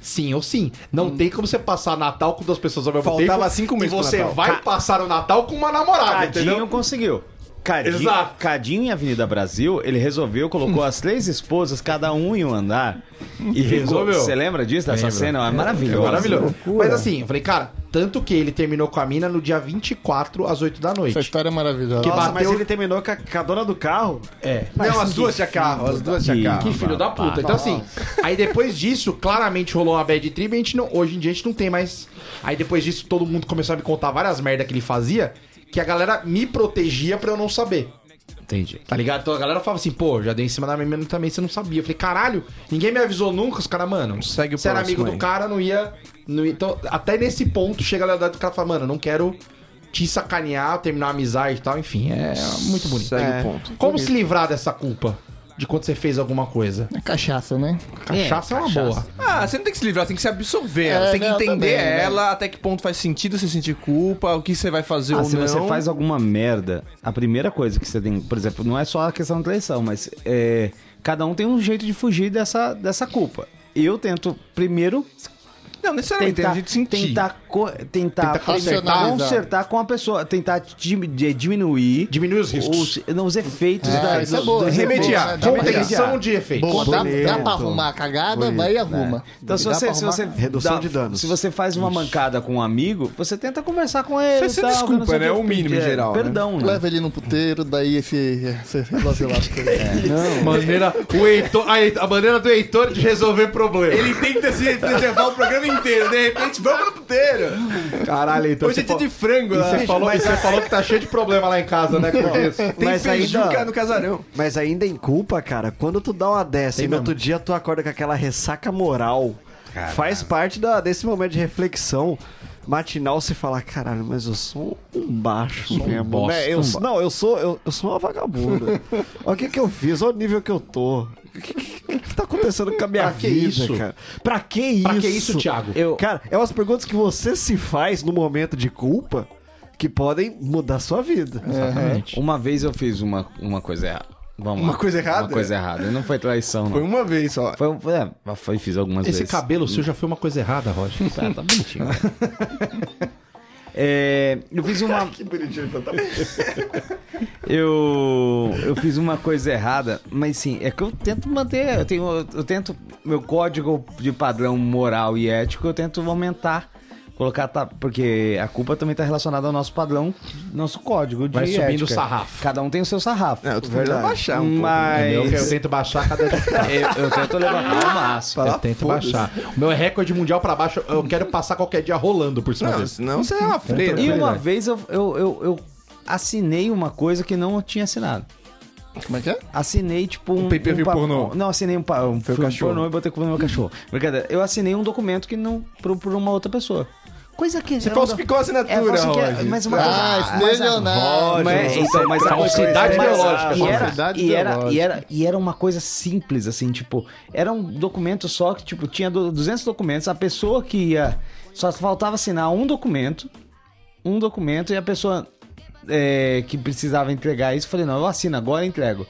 Speaker 1: Sim ou sim. Não tem como você passar Natal com duas pessoas ao mesmo tempo.
Speaker 6: Hum. Faltava cinco meses
Speaker 1: E
Speaker 6: pro
Speaker 1: você
Speaker 6: Natal.
Speaker 1: vai
Speaker 4: Ca-
Speaker 1: passar o Natal com uma namorada,
Speaker 4: Cadinho
Speaker 1: entendeu?
Speaker 4: conseguiu. Cadinho,
Speaker 1: Exato.
Speaker 4: Cadinho em Avenida Brasil, ele resolveu, colocou as três esposas, cada um em um andar. E resolveu.
Speaker 1: Resolveu.
Speaker 4: Você lembra disso, dessa cena? É
Speaker 1: É
Speaker 4: maravilhoso.
Speaker 1: maravilhoso. Mas assim, eu falei, cara, tanto que ele terminou com a mina no dia 24 às 8 da
Speaker 5: Essa
Speaker 1: noite.
Speaker 5: história é maravilhosa.
Speaker 1: Que
Speaker 2: Nossa, mas
Speaker 1: bateu-
Speaker 2: ele terminou com a, com a dona do carro.
Speaker 1: É.
Speaker 6: Não, as duas tinha carro, as duas tinha
Speaker 4: Que-
Speaker 6: carro.
Speaker 1: Que filho da puta. Então, assim, aí depois disso, claramente rolou uma bad trip. A gente não, hoje em dia a gente não tem mais. Aí depois disso, todo mundo começou a me contar várias merdas que ele fazia, que a galera me protegia pra eu não saber.
Speaker 4: Entendi.
Speaker 1: Tá ligado? Então a galera falava assim, pô, já dei em cima da minha menina também, você não sabia. Eu falei, caralho, ninguém me avisou nunca. Os caras, mano,
Speaker 6: Segue o
Speaker 1: você era
Speaker 6: próximo
Speaker 1: amigo do
Speaker 6: aí.
Speaker 1: cara, não ia, não ia- Então, até nesse ponto chega a lealdade do cara e fala, mano, não quero te sacanear, terminar a amizade e tal. Enfim, é muito bonito.
Speaker 6: Segue
Speaker 1: É.
Speaker 6: o ponto.
Speaker 1: Como se livrar dessa culpa de quando você fez alguma coisa?
Speaker 5: É cachaça, né?
Speaker 1: Cachaça é, uma boa.
Speaker 6: Ah, você não tem que se livrar, tem que se absorver.
Speaker 5: É,
Speaker 6: você tem que
Speaker 5: não,
Speaker 6: entender
Speaker 5: também, né?
Speaker 6: ela, até que ponto faz sentido você sentir culpa, o que você vai fazer
Speaker 4: Ah,
Speaker 6: ou
Speaker 4: se
Speaker 6: não.
Speaker 4: você faz alguma merda, a primeira coisa que você tem, por exemplo, não é só a questão da traição, mas é, cada um tem um jeito de fugir dessa, dessa culpa. Eu tento primeiro
Speaker 6: Não, necessariamente,
Speaker 4: tentar
Speaker 6: a gente sentir.
Speaker 4: tentar co- tentar,
Speaker 5: consertar.
Speaker 4: consertar, consertar com a pessoa, tentar di- de- diminuir
Speaker 1: Diminui os riscos.
Speaker 4: os, não, os efeitos
Speaker 5: Ah,
Speaker 4: da,
Speaker 5: isso é
Speaker 4: dos-
Speaker 5: boa,
Speaker 4: dos
Speaker 5: isso é
Speaker 4: efeitos.
Speaker 5: boa.
Speaker 1: Remediar.
Speaker 5: Remediar.
Speaker 1: Contenção de efeitos.
Speaker 5: Boa, dá, dá pra
Speaker 2: Bonito.
Speaker 5: arrumar a cagada, vai e arruma.
Speaker 4: Então, se
Speaker 2: Dá pra
Speaker 4: você, se
Speaker 2: arrumar
Speaker 4: você
Speaker 2: redução de danos.
Speaker 4: Se você faz uma mancada com um amigo, você tenta conversar com ele.
Speaker 6: Você
Speaker 4: tal,
Speaker 6: desculpa,
Speaker 4: não sei
Speaker 6: né?
Speaker 4: quê.
Speaker 6: O mínimo, em
Speaker 4: É,
Speaker 6: geral, né?
Speaker 4: Perdão, né?
Speaker 5: Leva ele no puteiro, daí esse. esse relógio lá.
Speaker 1: Maneira, o Heitor, a, Heitor- a maneira do Heitor de resolver problema.
Speaker 6: Ele tenta se preservar o programa inteiro, de repente, vamos no puteiro.
Speaker 1: Caralho,
Speaker 4: Então,
Speaker 1: Heitor.
Speaker 6: Hoje é
Speaker 1: você
Speaker 6: dia
Speaker 1: fa-
Speaker 6: de frango,
Speaker 1: E
Speaker 6: lá.
Speaker 1: você, falou, e
Speaker 6: é-
Speaker 1: você falou que tá cheio de problema lá em casa, né? Com isso.
Speaker 6: Tem
Speaker 2: Mas
Speaker 6: feijão
Speaker 2: ainda-
Speaker 6: no casarão.
Speaker 2: Mas ainda em culpa, cara, quando tu dá uma dessa e no outro dia tu acorda com aquela ressaca moral, faz parte da- desse momento de reflexão. matinal, você fala, caralho, mas eu sou um baixo mesmo.
Speaker 1: bosta,
Speaker 2: né? Eu
Speaker 1: um
Speaker 2: sou- não, eu sou, eu, eu sou uma vagabunda. Olha o que, que eu fiz, olha o nível que eu tô. O que, que, que tá acontecendo com a minha
Speaker 9: Pra que
Speaker 2: vida,
Speaker 9: isso?
Speaker 2: cara? Pra que isso?
Speaker 1: Pra que isso, Thiago?
Speaker 2: Eu... Cara, é umas perguntas que você se faz no momento de culpa que podem mudar a sua vida.
Speaker 1: Exatamente.
Speaker 4: Uma vez eu fiz uma, uma coisa errada. Vamos
Speaker 6: Uma
Speaker 4: lá.
Speaker 6: coisa errada?
Speaker 4: Uma coisa errada. Não foi traição, não.
Speaker 6: Foi
Speaker 4: Foi,
Speaker 6: uma vez só.
Speaker 4: um- foi, é, foi- fiz algumas
Speaker 1: Esse
Speaker 4: vezes.
Speaker 1: cabelo seu já foi uma coisa errada, Roger.
Speaker 4: Tá, tá bonitinho. cara. É, eu fiz uma.
Speaker 6: Que bonitinho, então tá bem.
Speaker 4: Eu, eu fiz uma coisa errada, mas sim, é que eu tento manter, eu tenho, eu tento meu código de padrão moral e ético, eu tento aumentar, colocar tá, porque a culpa também tá relacionada ao nosso padrão, nosso código de
Speaker 1: Vai subindo
Speaker 4: ética.
Speaker 1: o sarrafo.
Speaker 4: Cada um tem o seu sarrafo.
Speaker 6: Não, eu tô tentando baixar um
Speaker 1: Eu, eu
Speaker 4: mas
Speaker 1: tento baixar cada
Speaker 4: eu, eu tento levantar o máximo.
Speaker 6: Ah, Fala,
Speaker 1: Eu tento
Speaker 6: foda-se.
Speaker 1: baixar. O meu é recorde mundial pra baixo. Eu quero passar qualquer dia rolando por cima
Speaker 6: pouco. Não,
Speaker 1: desse.
Speaker 6: senão você é uma freira.
Speaker 1: É
Speaker 4: E uma
Speaker 1: verdade.
Speaker 4: vez eu, eu, eu, eu assinei uma coisa que não eu tinha assinado.
Speaker 5: Como é que é?
Speaker 4: Assinei, tipo, um.
Speaker 6: pay-per-view
Speaker 4: pa-
Speaker 6: pornô.
Speaker 4: Não, assinei um, pa- um filme
Speaker 6: cachorro.
Speaker 4: pornô e botei a culpa no meu cachorro. Brincadeira. Eu assinei um documento que não. pro- por uma outra pessoa. Coisa que.
Speaker 6: Você falsificou a assinatura,
Speaker 4: É, falsifiquei,
Speaker 6: Roger.
Speaker 4: mas uma coisa.
Speaker 5: Ah,
Speaker 4: mas
Speaker 5: esse
Speaker 4: a-
Speaker 5: milionário.
Speaker 4: mas, então, mas a
Speaker 1: Falsidade
Speaker 4: mas a-
Speaker 1: ideológica,
Speaker 4: E era,
Speaker 5: falsidade
Speaker 4: e, era, e,
Speaker 5: ideológica.
Speaker 4: era, e era uma coisa simples, assim, tipo, era um documento só que, tipo, tinha do- 200 documentos, a pessoa que ia. Só faltava assinar um documento, um documento, e a pessoa é, que precisava entregar isso, eu falei, não, eu assino agora e entrego.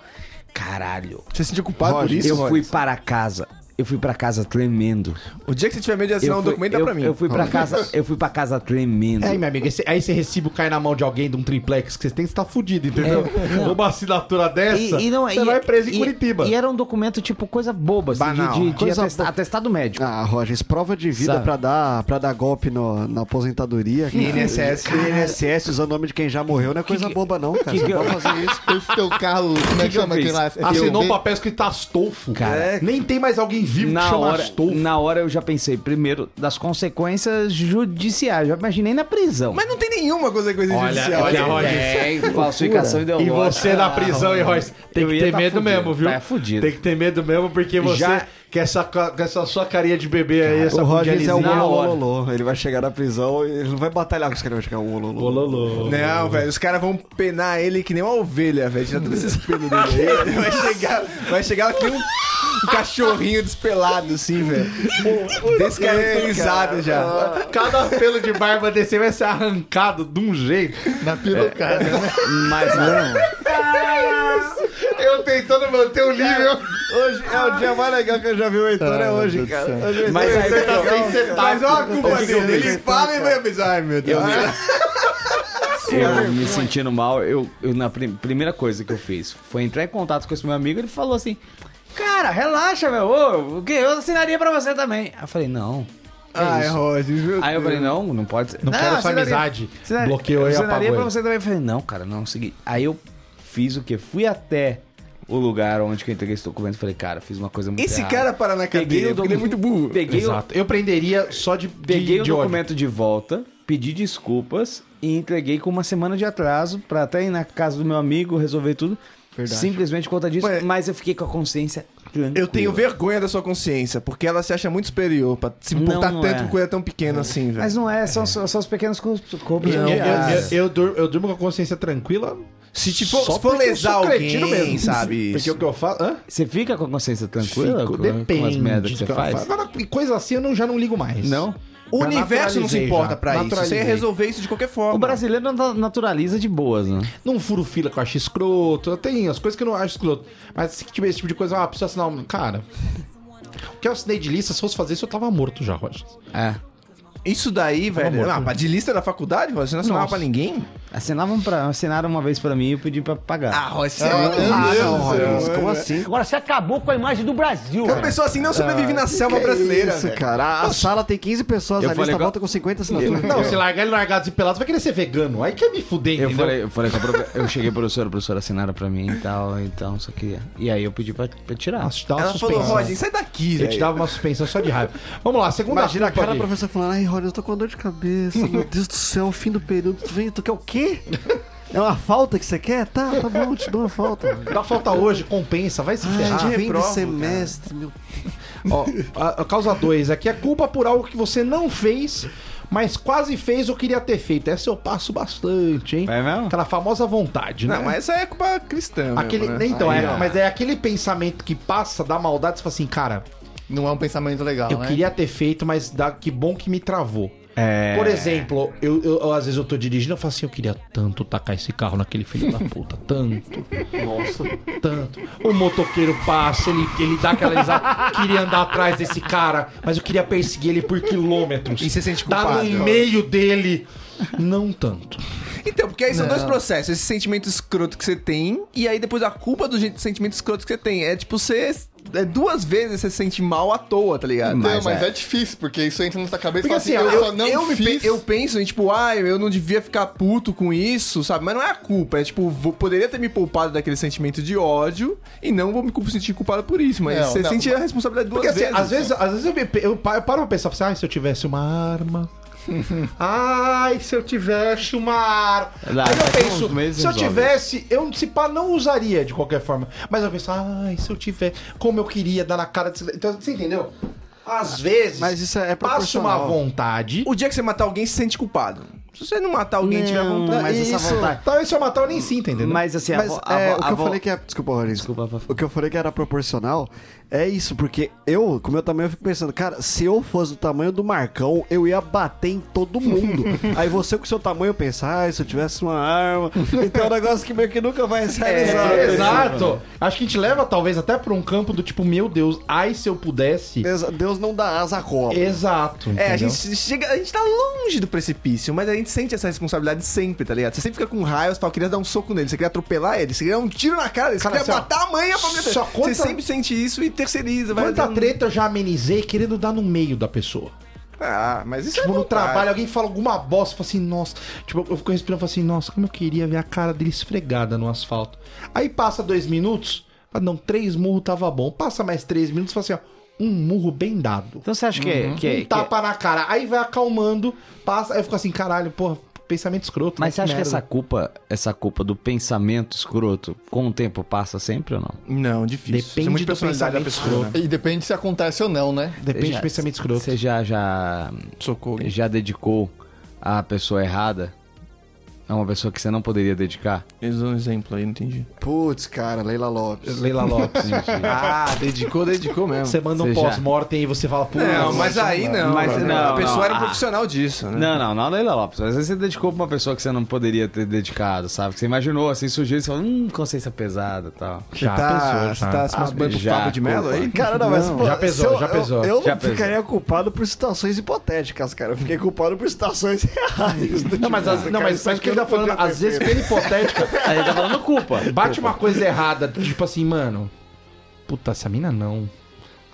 Speaker 4: Caralho.
Speaker 6: Você se sentiu culpado por
Speaker 4: Roger,
Speaker 6: isso?
Speaker 4: eu fui
Speaker 6: Roger?
Speaker 4: para casa. Eu fui para casa tremendo.
Speaker 6: O dia que você tiver medo de
Speaker 4: eu
Speaker 6: assinar um
Speaker 4: fui-
Speaker 6: documento, dá
Speaker 4: eu-
Speaker 6: pra mim. É,
Speaker 4: Eu fui para casa, eu fui para casa tremendo.
Speaker 1: Aí, meu amigo, esse- aí esse recibo cai na mão de alguém de um triplex que você tem, você tá fudido, entendeu?
Speaker 4: É,
Speaker 1: Uma assinatura dessa,
Speaker 4: não, é,
Speaker 1: você vai preso em
Speaker 4: e-
Speaker 1: Curitiba.
Speaker 4: E era um documento, tipo, coisa boba, assim,
Speaker 6: Banal.
Speaker 4: de, de- de
Speaker 2: Coisa
Speaker 4: atesta-
Speaker 2: bo-
Speaker 4: atestado médico.
Speaker 2: Ah, Rogers, prova de vida
Speaker 4: Sabe?
Speaker 2: pra dar, pra dar golpe no- na aposentadoria. cara.
Speaker 6: INSS.
Speaker 2: Cara, INSS usando o nome de quem já morreu não é coisa boba, não, cara. Você pode fazer isso.
Speaker 5: Esse teu carro, como é que
Speaker 4: que eu
Speaker 5: chama aquele
Speaker 4: fiz?
Speaker 5: lá?
Speaker 10: Assinou
Speaker 5: SUV?
Speaker 10: um papel escrito Astolfo.
Speaker 4: Cara,
Speaker 10: É. Nem tem mais alguém vivo que
Speaker 4: na
Speaker 10: chama
Speaker 4: hora,
Speaker 10: Astolfo.
Speaker 4: na hora eu já pensei, primeiro, das consequências judiciais. Já imaginei na prisão. é
Speaker 6: Mas não tem nenhuma coisa coisa judicial.
Speaker 4: Tem falsificação
Speaker 1: é E
Speaker 4: ideológica.
Speaker 1: você na prisão, hein, Royce? Tem
Speaker 4: Ah, Eu
Speaker 1: que
Speaker 4: ia
Speaker 1: ter
Speaker 4: tá
Speaker 1: medo
Speaker 4: fudido,
Speaker 1: mesmo, viu?
Speaker 4: tá fudido.
Speaker 1: Tem que ter medo mesmo, porque você,
Speaker 4: Já-
Speaker 1: com, essa, ca- com essa sua carinha de bebê aí, essa
Speaker 2: o Rogers é o
Speaker 1: mundializinha-
Speaker 4: Na hora.
Speaker 2: Olololô. Ele vai chegar na prisão e ele não vai batalhar com os caras, vai chegar um o Olololô.
Speaker 1: Bololô.
Speaker 6: Não, velho, os caras vão penar ele que nem uma ovelha, velho. Tirar todos esses pelos dele. Ele vai chegar, vai chegar aqui um, um cachorrinho despelado, assim, velho. Descaracterizado já.
Speaker 1: Cada pelo de barba desse vai ser arrancado de um jeito.
Speaker 5: Na pirocada, né?
Speaker 4: Mas não.
Speaker 1: Eu tentando manter o nível.
Speaker 2: Hoje é o dia mais legal que eu já vi o
Speaker 4: Ah,
Speaker 2: Heitor, é hoje, cara. Hoje o
Speaker 4: Mas
Speaker 2: Heitor- é
Speaker 4: aí,
Speaker 1: tá
Speaker 6: Mas olha a culpa dele.
Speaker 2: né?
Speaker 6: Ele fala e vai pensar, ai meu Deus.
Speaker 4: eu me sentindo mal, eu, eu na prim- primeira coisa que eu fiz foi entrar em contato com esse meu amigo, ele falou assim: "Cara, relaxa, meu. ô, o que eu assinaria pra você também". Aí eu falei: "Não".
Speaker 2: Ah, é
Speaker 6: Ai, Roger. meu
Speaker 4: Aí eu
Speaker 6: Deus.
Speaker 4: falei: "Não, não pode ser.
Speaker 1: Não quero essa
Speaker 4: assinaria-
Speaker 1: amizade.
Speaker 4: assinaria-
Speaker 1: Bloqueou e
Speaker 4: eu assinaria
Speaker 1: apagou
Speaker 4: pra
Speaker 1: ele.
Speaker 4: você também". Eu falei: "Não, cara, não consegui". Aí eu fiz o quê? Fui até o lugar onde que eu entreguei esse documento e falei: "Cara, fiz uma coisa muito
Speaker 6: Esse
Speaker 4: errada".
Speaker 6: cara para na
Speaker 4: Peguei
Speaker 6: cadeia
Speaker 4: o
Speaker 6: porque ele é
Speaker 4: docu-
Speaker 6: muito burro.
Speaker 4: peguei o
Speaker 1: Exato. Eu prenderia só de de-
Speaker 4: Peguei o
Speaker 1: de ódio.
Speaker 4: documento de volta, pedi desculpas e entreguei com uma semana de atraso pra até ir na casa do meu amigo resolver tudo. Simplesmente por conta disso,
Speaker 6: Ué.
Speaker 4: mas eu fiquei com a consciência tranquila.
Speaker 6: Eu tenho vergonha da sua consciência, porque ela se acha muito superior pra se
Speaker 4: Não,
Speaker 6: importar
Speaker 4: não
Speaker 6: tanto
Speaker 4: é.
Speaker 6: com coisa tão pequena assim, velho.
Speaker 4: Mas não é, são, são, são os pequenos co-
Speaker 1: Eu, eu,
Speaker 4: cobrão.
Speaker 1: eu-
Speaker 4: cara.
Speaker 1: eu- eu dur- eu durmo com a consciência tranquila.
Speaker 6: Se tipo,
Speaker 1: só
Speaker 6: se for
Speaker 1: porque eu
Speaker 6: lesar
Speaker 1: sou
Speaker 6: alguém,
Speaker 1: cretino mesmo,
Speaker 6: sabe?
Speaker 1: Porque o que eu faço. Hã?
Speaker 4: Você fica com a consciência tranquila?
Speaker 1: Fico,
Speaker 4: com,
Speaker 1: depende.
Speaker 4: Com as merdas que
Speaker 1: do
Speaker 4: você
Speaker 1: que eu
Speaker 4: faz?
Speaker 1: faço. Agora, e coisa assim eu não, já não ligo mais.
Speaker 4: Não?
Speaker 6: O
Speaker 1: Já
Speaker 6: universo não se
Speaker 1: naturalizei
Speaker 6: importa
Speaker 1: já,
Speaker 6: pra isso. Você ia
Speaker 1: naturalizei.
Speaker 6: resolver isso de qualquer forma.
Speaker 4: O brasileiro nat- naturaliza de boas, né?
Speaker 1: Não furo fila que eu acho escroto. Tem as coisas que eu não acho escroto. Mas se tiver esse tipo de coisa, ah, preciso assinar um. Cara. O que eu assinei de lista, se fosse fazer isso, eu tava morto já, Roger.
Speaker 4: É.
Speaker 6: Isso daí, velho.
Speaker 1: morto.
Speaker 6: Ah, pra- de lista da faculdade, Roger, você não assinava pra ninguém?
Speaker 4: Assinavam pra, assinaram uma vez pra mim e eu pedi pra pagar.
Speaker 6: Roger, você
Speaker 2: Ah, não, Rogers, como assim?
Speaker 11: Agora você acabou com a imagem do Brasil.
Speaker 6: Uma pessoa assim não sobrevive na selva brasileira.
Speaker 2: é Isso,
Speaker 6: velho.
Speaker 2: cara. A- A sala tem 15 pessoas, a
Speaker 4: Eu falei
Speaker 2: lista
Speaker 4: igual-
Speaker 2: volta com 50
Speaker 4: assim?
Speaker 2: assinaturas.
Speaker 1: Não, se largar ele largado e pelado, vai querer ser vegano. Aí quer me fuder,
Speaker 4: Eu
Speaker 1: entendeu?
Speaker 4: falei, eu falei com a profe- eu cheguei pro professor, a professora assinaram pra mim e tal, então, só que. E aí eu pedi pra, pra tirar.
Speaker 1: Nossa, te dá uma
Speaker 6: Ela falou,
Speaker 1: suspensão.
Speaker 6: Roger, sai daqui,
Speaker 1: eu te
Speaker 6: velho.
Speaker 1: dava uma suspensão só de raiva. Vamos lá, segunda
Speaker 2: Imagina a
Speaker 1: culpa
Speaker 2: cara da
Speaker 1: aqui.
Speaker 2: professora falando, ai, Rogers, eu tô com uma dor de cabeça, meu Deus do céu, é fim do período, tu vem, tu quer o quê? É uma falta que você quer? Tá, tá bom, te dou uma falta.
Speaker 1: Dá falta hoje, compensa, vai
Speaker 6: Ah,
Speaker 1: se
Speaker 3: Ah,
Speaker 1: ferrar.
Speaker 2: Ai, fim do
Speaker 6: reprovo,
Speaker 2: semestre, meu
Speaker 1: Ó, a, a causa 2 aqui é culpa por algo que você não fez, mas quase fez ou queria ter feito. Essa eu passo bastante, hein?
Speaker 4: É mesmo?
Speaker 1: Aquela famosa vontade, né?
Speaker 6: Não, mas essa é culpa cristã. mesmo,
Speaker 1: Aquele,
Speaker 6: né?
Speaker 1: nem então,
Speaker 6: Aí,
Speaker 1: é,
Speaker 6: ó,
Speaker 1: mas é aquele pensamento que passa da maldade, você fala assim, cara,
Speaker 5: Não é um pensamento legal,
Speaker 1: eu
Speaker 5: né?
Speaker 1: queria ter feito, mas dá, que bom que me travou.
Speaker 4: É.
Speaker 1: Por exemplo, eu, eu- eu, às vezes eu tô dirigindo, eu falo assim, eu queria tanto tacar esse carro naquele filho da puta, tanto. Nossa, tanto. O motoqueiro passa, ele, ele dá aquela risada, queria andar atrás desse cara, mas eu queria perseguir ele por quilômetros.
Speaker 6: E você sente
Speaker 1: Dá
Speaker 6: culpado.
Speaker 1: no meio dele, não tanto.
Speaker 6: Então, porque aí são dois processos. Esse sentimento escroto que você tem, e aí depois a culpa do gente- sentimento escroto que você tem. É tipo, você. É duas vezes você se sente mal à toa, tá ligado?
Speaker 5: Não,
Speaker 4: Mas
Speaker 5: mas,
Speaker 4: é.
Speaker 5: é. difícil, porque isso entra na sua cabeça e
Speaker 6: Porque
Speaker 5: fala
Speaker 6: assim,
Speaker 5: assim,
Speaker 6: eu,
Speaker 5: eu,
Speaker 6: eu,
Speaker 5: só não
Speaker 6: eu, me
Speaker 5: fiz.
Speaker 6: pe- eu penso em tipo, ai, eu não devia ficar puto com isso, sabe? Mas não é a culpa, é tipo, vou- poderia ter me poupado daquele sentimento de ódio e não vou me cu- sentir culpado por isso, mas
Speaker 5: Não,
Speaker 6: você
Speaker 5: não,
Speaker 6: sente a responsabilidade duas
Speaker 1: Porque assim,
Speaker 6: vezes.
Speaker 1: às vezes, às vezes eu, me, pe- eu, pa- eu paro pra pensar, assim, ai, se eu tivesse uma arma. Ai, se eu tivesse uma arma.
Speaker 4: Lá,
Speaker 1: Aí eu
Speaker 4: daqui a
Speaker 1: penso,
Speaker 4: uns meses
Speaker 1: se eu
Speaker 4: resolve.
Speaker 1: tivesse, eu se pá, não usaria de qualquer forma. Mas eu penso, ai, se eu tiver, como eu queria dar na cara desse. Então, você entendeu? Às vezes,
Speaker 2: Mas isso é
Speaker 1: passo
Speaker 2: proporcional.
Speaker 1: uma vontade.
Speaker 6: O dia que você matar alguém, você se sente culpado. Se você não matar alguém e tiver
Speaker 4: Não,
Speaker 6: vontade.
Speaker 4: mas essa
Speaker 2: isso-
Speaker 4: vontade.
Speaker 1: Talvez se eu matar, eu nem sinta, entendeu?
Speaker 4: Mas assim, a
Speaker 2: Mas
Speaker 4: vo-
Speaker 2: é,
Speaker 4: vo-
Speaker 2: o que eu
Speaker 4: vo-
Speaker 2: falei que é. Desculpa, Rollins.
Speaker 4: Desculpa, Fafá.
Speaker 2: O que eu falei que era proporcional é isso, porque eu, como eu também, eu fico pensando, cara, se eu fosse do tamanho do Marcão, eu ia bater em todo mundo. Aí você com seu tamanho pensa, ah, se eu tivesse uma arma. Então é um negócio que meio que nunca vai se realizar.
Speaker 1: É,
Speaker 2: né?
Speaker 1: exato. Acho que a gente leva talvez até pra um campo do tipo, meu Deus, ai se eu pudesse.
Speaker 2: Deus, Deus não dá asa à cobra.
Speaker 1: Exato.
Speaker 6: É, a
Speaker 1: entendeu?
Speaker 6: gente chega, a gente tá longe do precipício, mas a gente sente essa responsabilidade sempre, tá ligado? Você sempre fica com raiva, você fala, queria dar um soco nele, você queria atropelar ele, você queria dar um tiro na cara dele, você
Speaker 1: Cara,
Speaker 6: queria
Speaker 1: assim, ó,
Speaker 6: matar a mãe e a família dele.
Speaker 1: só conta-
Speaker 6: Você sempre sente isso e terceiriza, vai um
Speaker 1: Quanta
Speaker 6: dando-
Speaker 1: treta eu já amenizei querendo dar no meio da pessoa.
Speaker 6: Ah, mas isso é
Speaker 1: tipo, no
Speaker 6: vontade.
Speaker 1: trabalho, alguém fala alguma bosta, fala assim, nossa. Tipo, eu fico respirando e falo assim, nossa, como eu queria ver a cara dele esfregada no asfalto. Aí passa dois minutos, fala, não, três murros tava bom. Passa mais três minutos, fala assim, ó, um murro bem dado.
Speaker 4: Então você acha que, é- que, é-
Speaker 1: um
Speaker 4: que é-
Speaker 1: tapa na cara. Aí vai acalmando, passa, aí eu fico assim, caralho, porra, pensamento escroto. né?
Speaker 4: Mas você acha que
Speaker 1: merda.
Speaker 4: essa culpa, essa culpa do pensamento escroto, com o tempo passa sempre ou não?
Speaker 6: Não, difícil. Isso é
Speaker 1: Depende
Speaker 6: muito
Speaker 1: do
Speaker 6: personalidade da
Speaker 1: pensamento
Speaker 6: pessoa. né?
Speaker 5: E depende se acontece ou não, né?
Speaker 1: Depende
Speaker 4: Já-
Speaker 1: do pensamento escroto.
Speaker 4: Você já, já,
Speaker 6: Socorro.
Speaker 4: já dedicou a pessoa errada a uma pessoa que você não poderia dedicar?
Speaker 6: Eles dão um exemplo aí, não entendi.
Speaker 2: Putz, cara, Leila Lopes.
Speaker 1: Leila Lopes.
Speaker 6: Ah, dedicou, dedicou mesmo.
Speaker 1: Você manda
Speaker 4: Você
Speaker 1: um
Speaker 4: já-
Speaker 1: pós-mortem e você fala, é pô,
Speaker 6: Não, mas aí não.
Speaker 4: Mas
Speaker 6: mano.
Speaker 4: não,
Speaker 6: a pessoa
Speaker 4: não,
Speaker 6: era um
Speaker 4: ah.
Speaker 6: profissional disso, né?
Speaker 4: Não, não, não, é Leila Lopes. Às vezes você dedicou pra uma pessoa que você não poderia ter dedicado, sabe? Que você imaginou, assim, surgiu e você falou, hum, consciência pesada e tal.
Speaker 1: já
Speaker 6: Tá,
Speaker 1: pensou, já.
Speaker 6: tá se masturbando pro
Speaker 4: já,
Speaker 6: Fábio de Mello aí?
Speaker 2: Cara, não, mas pô,
Speaker 1: já pesou,
Speaker 2: se eu-
Speaker 1: já pesou.
Speaker 2: Eu, eu
Speaker 4: Já
Speaker 2: não
Speaker 4: pesou.
Speaker 2: ficaria culpado por situações hipotéticas, cara. Eu fiquei culpado por situações reais. tipo,
Speaker 1: Não, mas, as, não, mas sabe o que ele tá falando? Às vezes, pela hipotética,
Speaker 4: Aí tá falando culpa.
Speaker 1: bate uma coisa errada, tipo assim, mano. Puta, essa mina não.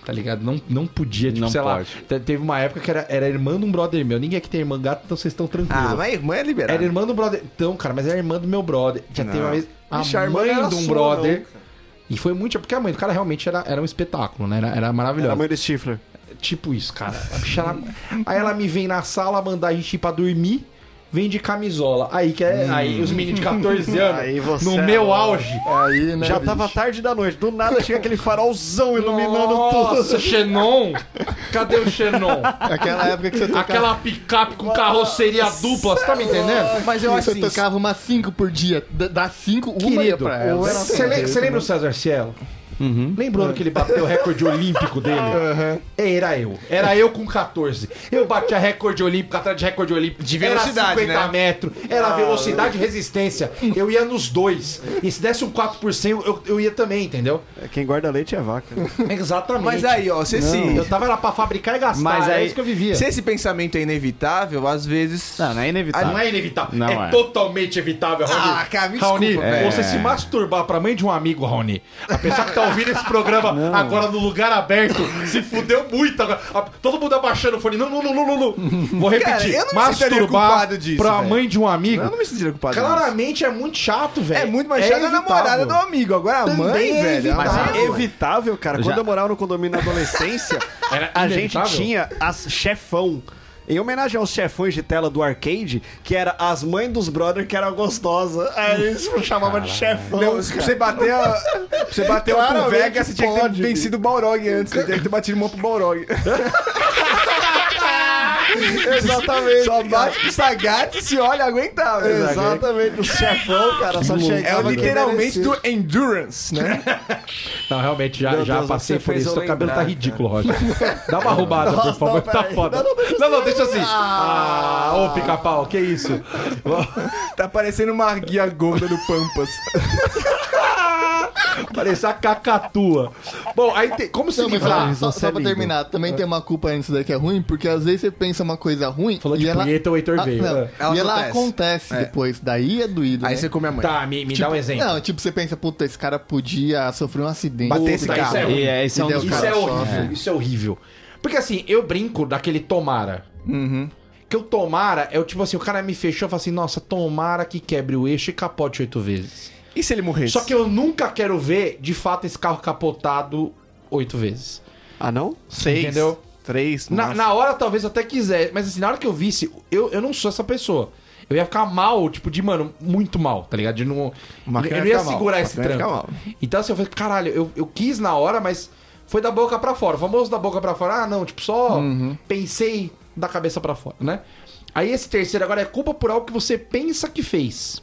Speaker 1: Tá ligado? Não, não podia, tipo,
Speaker 4: Não
Speaker 1: sei
Speaker 4: pode.
Speaker 1: lá. te- Teve uma época que era, era irmã de um brother meu. Ninguém aqui tem irmã gata, então vocês estão tranquilos.
Speaker 6: Ah, mas irmã é liberada.
Speaker 1: Era irmã do brother. Então, cara, mas era irmã do meu brother. Já
Speaker 6: Não.
Speaker 1: teve uma vez. A
Speaker 5: Ixi, a irmã não
Speaker 1: mãe
Speaker 5: era
Speaker 1: de um
Speaker 5: sua,
Speaker 1: brother. e foi muito. Porque a mãe do cara realmente era, era um espetáculo, né? Era, era maravilhosa.
Speaker 2: A mãe do Stifler.
Speaker 1: Tipo isso, cara. A bicha, ela- Aí ela me vem na sala mandar a gente ir pra dormir. Vem de camisola. Aí que é. Aí os meninos de 14 anos.
Speaker 2: Aí você
Speaker 1: no
Speaker 2: é
Speaker 1: meu
Speaker 2: louco.
Speaker 1: auge.
Speaker 5: Aí, né?
Speaker 2: Já
Speaker 5: bicho?
Speaker 2: tava tarde da noite, do nada tinha aquele farolzão iluminando
Speaker 1: Nossa,
Speaker 2: tudo.
Speaker 1: Xenon! Cadê o Xenon?
Speaker 5: Aquela época que você tocava,
Speaker 1: Aquela picape com carroceria dupla, você tá me entendendo?
Speaker 6: Mas eu
Speaker 5: que
Speaker 6: acho
Speaker 5: você
Speaker 6: assim,
Speaker 5: tocava umas 5 por dia. Da- Das 5, uma ia
Speaker 1: Querido,
Speaker 5: pra ela.
Speaker 1: você le- você lembra o César Cielo?
Speaker 6: Uhum.
Speaker 1: Lembrando que ele bateu o recorde olímpico dele? Era eu. Era eu com 14. Eu batia recorde olímpico atrás de recorde olímpico.
Speaker 6: De velocidade,
Speaker 1: Era 50
Speaker 6: né?
Speaker 1: metros.
Speaker 5: Ah.
Speaker 1: Era velocidade e resistência. Eu ia nos dois. E se desse um 4 por 100, eu, eu ia também, entendeu?
Speaker 2: Quem guarda leite é vaca.
Speaker 1: Exatamente.
Speaker 6: Mas aí, ó, se esse,
Speaker 1: Eu tava era pra fabricar e gastar.
Speaker 4: Mas
Speaker 1: era
Speaker 4: aí-
Speaker 1: isso que eu vivia.
Speaker 6: é se esse pensamento é inevitável, às vezes.
Speaker 4: Não, não é
Speaker 1: Ah,
Speaker 4: inevitável.
Speaker 1: não é inevitável.
Speaker 4: Não
Speaker 1: é,
Speaker 4: é.
Speaker 1: totalmente evitável, Raoni.
Speaker 6: Ah, cara, me
Speaker 1: Raoni,
Speaker 6: desculpa,
Speaker 4: velho.
Speaker 1: você
Speaker 4: É.
Speaker 1: se masturbar pra mãe de um amigo, Raoni. A pessoa que tá ouvindo esse programa agora no lugar aberto se fudeu muito. agora. A- Todo mundo abaixando o fone. Não, não, não, não, não. não. Vou repetir.
Speaker 6: Cara, eu não me sentiria
Speaker 1: masturbar
Speaker 6: culpado disso,
Speaker 1: pra
Speaker 6: velho.
Speaker 1: mãe de um amigo.
Speaker 6: Eu não me sentiria culpado. disso.
Speaker 1: Claramente é muito chato, velho.
Speaker 6: É muito mais chato a
Speaker 1: evitável.
Speaker 6: namorada do amigo. Agora a mãe,
Speaker 1: é
Speaker 6: velho.
Speaker 1: evitável.
Speaker 6: a
Speaker 2: Mas
Speaker 6: mãe-
Speaker 2: é evitável, cara. Quando
Speaker 4: Já-
Speaker 2: eu morava no condomínio na adolescência,
Speaker 1: Era
Speaker 2: a gente
Speaker 1: inevitável?
Speaker 2: tinha as chefão. Em homenagem aos chefões de tela do arcade, que era as mães dos brother que É eram gostosas. Aí eles chamavam de chefão.
Speaker 6: Não, se você bater a. pra Você bater uma pro
Speaker 2: Claramente
Speaker 6: Vega, você tinha que ter
Speaker 2: pode,
Speaker 6: vencido o Balrog antes. Você tinha que ter batido uma pro Balrog.
Speaker 2: Exatamente.
Speaker 6: Só bate pro Sagat e se olha aguentar, velho.
Speaker 2: né? Exatamente, o chefão, cara, só
Speaker 6: É
Speaker 2: chegava.
Speaker 6: o
Speaker 2: quem
Speaker 6: literalmente
Speaker 2: merecia.
Speaker 6: do endurance, né?
Speaker 1: Não, realmente, já,
Speaker 4: Meu
Speaker 1: já
Speaker 4: Deus,
Speaker 1: passei
Speaker 4: você
Speaker 1: por
Speaker 4: fez
Speaker 1: isso.
Speaker 4: eu
Speaker 1: Seu cabelo tá
Speaker 4: lembrar,
Speaker 1: ridículo, Roger. Dá uma roubada, por favor.
Speaker 2: não,
Speaker 1: tá
Speaker 2: peraí.
Speaker 1: foda.
Speaker 2: Não,
Speaker 1: Não, não, deixa assim. Ah, ô pica-pau, que isso?
Speaker 6: Tá parecendo uma guia gorda do Pampas.
Speaker 1: Parecia a cacatua. Bom, aí tem, como se
Speaker 5: Não, mas
Speaker 1: livrar?
Speaker 5: ó, só, só pra terminar, também tem uma culpa nisso daí que é ruim, porque às vezes você pensa uma coisa ruim
Speaker 1: Falou
Speaker 5: e
Speaker 1: de
Speaker 5: ela...
Speaker 1: punheta, o Heitor
Speaker 5: Ah,
Speaker 1: veio.
Speaker 5: não,
Speaker 1: É.
Speaker 6: Ela
Speaker 5: e ela
Speaker 6: acontece.
Speaker 5: acontece depois, daí é doído,
Speaker 6: Aí
Speaker 5: né?
Speaker 6: você come a mãe.
Speaker 1: Tá, me, me dá um exemplo.
Speaker 5: Não, tipo, você pensa, puta, esse cara podia sofrer um acidente.
Speaker 6: Bater esse
Speaker 5: Puta,
Speaker 6: carro.
Speaker 5: isso é ruim.
Speaker 4: E é, esse é um
Speaker 5: Entendeu,
Speaker 4: dos
Speaker 5: cara?
Speaker 1: Isso é
Speaker 5: só, né?
Speaker 1: horrível, isso é horrível. Porque assim, eu brinco daquele tomara.
Speaker 5: Uhum.
Speaker 1: Que o tomara é o tipo assim, o cara me fechou e falou assim, nossa, tomara que quebre o eixo e capote oito vezes.
Speaker 6: E se ele morresse?
Speaker 1: Só que eu nunca quero ver, de fato, esse carro capotado oito vezes.
Speaker 2: Ah, não?
Speaker 6: Seis.
Speaker 1: Entendeu?
Speaker 6: Três.
Speaker 1: Na,
Speaker 6: nossa.
Speaker 1: na hora, talvez eu até quiser, mas assim, na hora que eu visse, eu, eu não sou essa pessoa. Eu ia ficar mal, tipo, de, mano, muito mal, tá ligado? De não,
Speaker 6: máquina
Speaker 1: eu não
Speaker 6: ia
Speaker 1: ia
Speaker 6: ficar mal,
Speaker 1: segurar
Speaker 6: a
Speaker 1: esse
Speaker 6: máquina ia
Speaker 1: tranco.
Speaker 6: ficar
Speaker 1: Então, assim, eu falei, caralho, eu, eu quis na hora, mas foi da boca pra fora. O famoso da boca pra fora, ah, não, tipo, só
Speaker 6: Uhum.
Speaker 1: pensei da cabeça pra fora, né? Aí esse terceiro agora é culpa por algo que você pensa que fez.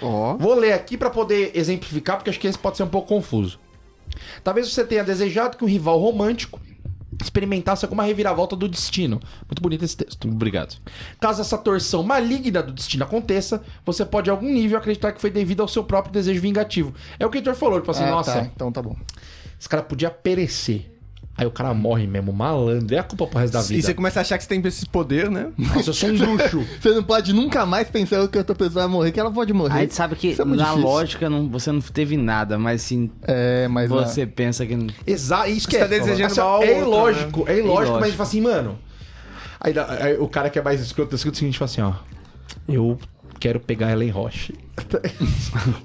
Speaker 2: Ó.
Speaker 1: Vou ler aqui pra poder exemplificar, porque acho que esse pode ser um pouco confuso. Talvez você tenha desejado que um rival romântico experimentasse alguma reviravolta do destino. Muito bonito esse texto, obrigado. Caso essa torção maligna do destino aconteça, você pode, a algum nível, acreditar que foi devido ao seu próprio desejo vingativo. É o que o Heitor falou, tipo assim,
Speaker 5: Ah,
Speaker 1: nossa,
Speaker 5: tá, então tá bom.
Speaker 1: esse cara podia perecer. Aí o cara morre mesmo, malandro. É a culpa pro resto da vida.
Speaker 6: E você começa a achar que você tem esse poder, né?
Speaker 1: Nossa, eu sou um bruxo.
Speaker 5: Você não pode nunca mais pensar que outra pessoa vai morrer, que ela pode morrer.
Speaker 4: Aí tu sabe que
Speaker 5: Isso é muito
Speaker 4: na
Speaker 5: difícil.
Speaker 4: lógica não, você não teve nada, mas sim
Speaker 5: É, mas... na-
Speaker 4: você pensa que. não-
Speaker 1: Exato, isso que
Speaker 6: Você
Speaker 1: é.
Speaker 6: tá desejando mal ao
Speaker 1: é
Speaker 6: outro,
Speaker 1: ilógico, é ilógico,
Speaker 4: Ilógico.
Speaker 1: mas a gente fala assim, mano. Aí, dá- aí o cara que é mais escroto, escuta o seguinte, fala assim, ó. Eu quero pegar Ellen Roche.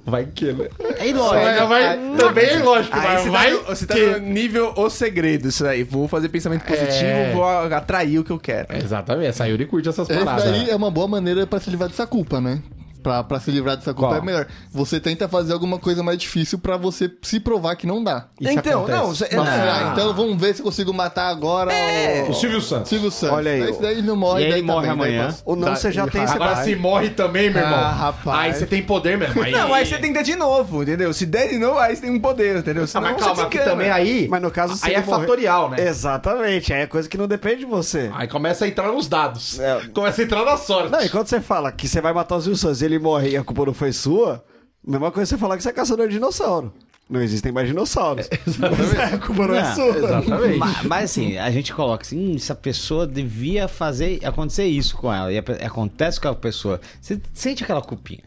Speaker 1: Vai que, né?
Speaker 4: É ilógico.
Speaker 1: vai, também é ilógico,
Speaker 6: Aí
Speaker 1: mas
Speaker 6: você,
Speaker 1: vai.
Speaker 6: tá no, você tá
Speaker 1: que-
Speaker 6: no nível o segredo, isso aí. Vou fazer pensamento positivo,
Speaker 1: É.
Speaker 6: vou a- atrair o que eu quero.
Speaker 1: Exatamente, essa Yuri curte essas
Speaker 5: Esse
Speaker 1: paradas. né?
Speaker 5: daí é uma boa maneira pra se livrar dessa culpa, né? Pra, pra se livrar dessa culpa
Speaker 1: Qual?
Speaker 5: é melhor. Você tenta fazer alguma coisa mais difícil pra você se provar que não dá.
Speaker 6: então, não,
Speaker 5: Pra falar, ah, É. então vamos ver se eu consigo matar agora o...
Speaker 1: é
Speaker 12: O Silvio Santos.
Speaker 5: Silvio Santos.
Speaker 4: Olha aí,
Speaker 5: Esse daí ele não morre.
Speaker 4: e
Speaker 5: daí
Speaker 4: ele
Speaker 5: tá
Speaker 4: morre
Speaker 5: bem, daí
Speaker 4: amanhã.
Speaker 5: passa.
Speaker 2: Ou não, você já tem, você
Speaker 1: Agora
Speaker 2: vai.
Speaker 1: se morre também, meu irmão.
Speaker 5: Ah, rapaz.
Speaker 1: Aí você tem poder mesmo. Aí...
Speaker 6: Não, aí você tem que ter de novo, entendeu? Se der de novo, aí você tem um poder, entendeu?
Speaker 1: Ah,
Speaker 6: Senão
Speaker 1: mas
Speaker 6: você
Speaker 1: calma, que
Speaker 6: desencana.
Speaker 1: também aí.
Speaker 2: Mas no caso, se
Speaker 1: Aí
Speaker 2: ele
Speaker 1: é
Speaker 2: morrer-
Speaker 1: fatorial, né?
Speaker 2: Exatamente, aí é coisa que não depende de você.
Speaker 1: Aí começa a entrar nos dados. Começa a entrar na sorte.
Speaker 2: É. Não, e quando você fala que você vai matar o Silvio Santos e ele morre e a culpa não foi sua, mesma coisa você falar que você é caçador de dinossauro. Não existem mais dinossauros.
Speaker 1: É,
Speaker 2: Mas a culpa não é
Speaker 4: Não,
Speaker 2: sua.
Speaker 1: Exatamente.
Speaker 4: Ma- Mas, assim, a gente coloca assim, "Hum, essa pessoa devia fazer acontecer isso com ela. E a pe- acontece com a pessoa. Você sente aquela culpinha.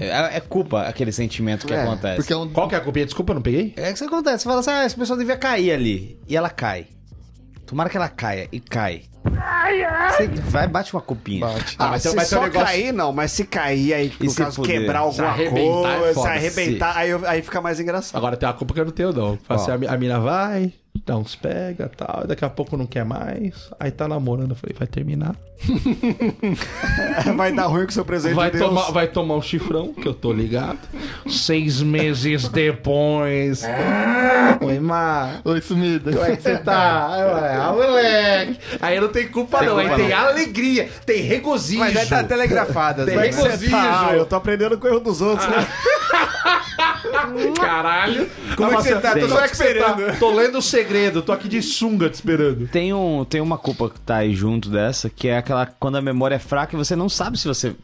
Speaker 4: É, é culpa aquele sentimento que acontece.
Speaker 5: Porque é um...
Speaker 1: Qual que é a culpinha? Desculpa, eu não peguei?
Speaker 4: É que isso acontece. Você fala assim, ah, essa pessoa devia cair ali. E ela cai. Tomara que ela caia. E cai. Você vai, bate uma culpinha.
Speaker 2: Ah,
Speaker 1: mas
Speaker 2: mas
Speaker 1: tem-
Speaker 2: se
Speaker 1: mas tem um
Speaker 2: só
Speaker 1: negócio-
Speaker 2: cair, não, mas se cair aí,
Speaker 4: E
Speaker 2: no
Speaker 4: se
Speaker 2: caso,
Speaker 4: fuder?
Speaker 2: quebrar
Speaker 1: Se
Speaker 2: alguma
Speaker 1: arrebentar é
Speaker 2: coisa, se
Speaker 1: foda.
Speaker 2: arrebentar, aí, eu- aí fica mais engraçado.
Speaker 1: Agora tem uma culpa que eu não tenho, não. Fala assim,
Speaker 4: Qual?
Speaker 1: a, mi- a mina vai, dá uns pega tal, daqui a pouco não quer mais. Aí tá namorando, eu falei, vai terminar.
Speaker 2: Vai dar ruim com o seu presente
Speaker 1: Vai
Speaker 2: de Deus.
Speaker 1: tomar, vai tomar um chifrão, que eu tô ligado. Seis meses depois. Oi, Mar.
Speaker 5: Oi, sumida.
Speaker 1: Como é que você tá? Aí eu, Ah, moleque. Aí não tem culpa, não. Aí tem alegria, tem regozijo.
Speaker 6: Mas aí tá telegrafada,
Speaker 1: Tem
Speaker 6: né?
Speaker 2: Como é que você tá? Ah, eu tô aprendendo com o erro dos
Speaker 1: Ah,
Speaker 2: outros,
Speaker 1: tá
Speaker 2: né?
Speaker 1: Caralho. Como
Speaker 6: é que você tá? Tô
Speaker 1: Tô,
Speaker 6: só
Speaker 1: esperando. tô lendo o segredo, tô aqui de sunga te esperando.
Speaker 4: Tem, um, tem uma culpa que tá aí junto dessa, que é aquela quando a memória é fraca e você não sabe se você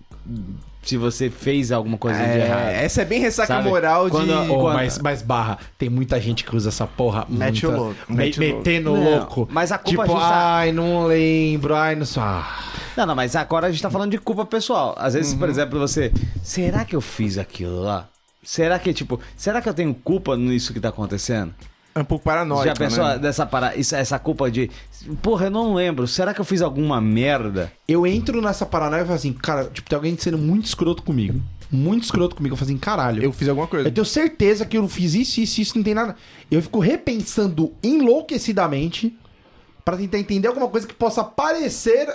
Speaker 4: se você fez alguma coisa de errado.
Speaker 6: É, essa é bem ressaca
Speaker 4: Sabe?
Speaker 6: moral
Speaker 4: Quando
Speaker 6: de.
Speaker 4: a-
Speaker 1: Ô,
Speaker 4: Quando-
Speaker 1: mas, mas barra, tem muita gente que usa essa porra.
Speaker 2: Mete
Speaker 1: muita-
Speaker 2: o louco.
Speaker 1: Me-
Speaker 6: Mete o louco.
Speaker 1: metendo o
Speaker 4: Não,
Speaker 1: louco.
Speaker 4: mas a culpa
Speaker 1: Tipo,
Speaker 4: justa-
Speaker 1: ai, não lembro, ai, não sei. Ah,
Speaker 4: Não, não, mas agora a
Speaker 1: Uhum.
Speaker 4: gente tá falando de culpa pessoal. Às vezes, por exemplo, você. Será que eu fiz aquilo lá? Será que, tipo, será que eu tenho culpa nisso que tá acontecendo?
Speaker 6: É um pouco paranoico.
Speaker 4: Já pensou
Speaker 6: né?
Speaker 4: dessa para... isso- essa culpa de. Porra, eu não lembro. Será que eu fiz alguma merda?
Speaker 1: Eu entro nessa paranoia e falo assim, cara, tipo, tem alguém sendo muito escroto comigo. Muito escroto comigo. Eu falo assim, caralho.
Speaker 6: Eu fiz alguma coisa.
Speaker 1: Eu tenho certeza que eu não fiz isso, isso, isso, não tem nada. Eu fico repensando enlouquecidamente pra tentar entender alguma coisa que possa parecer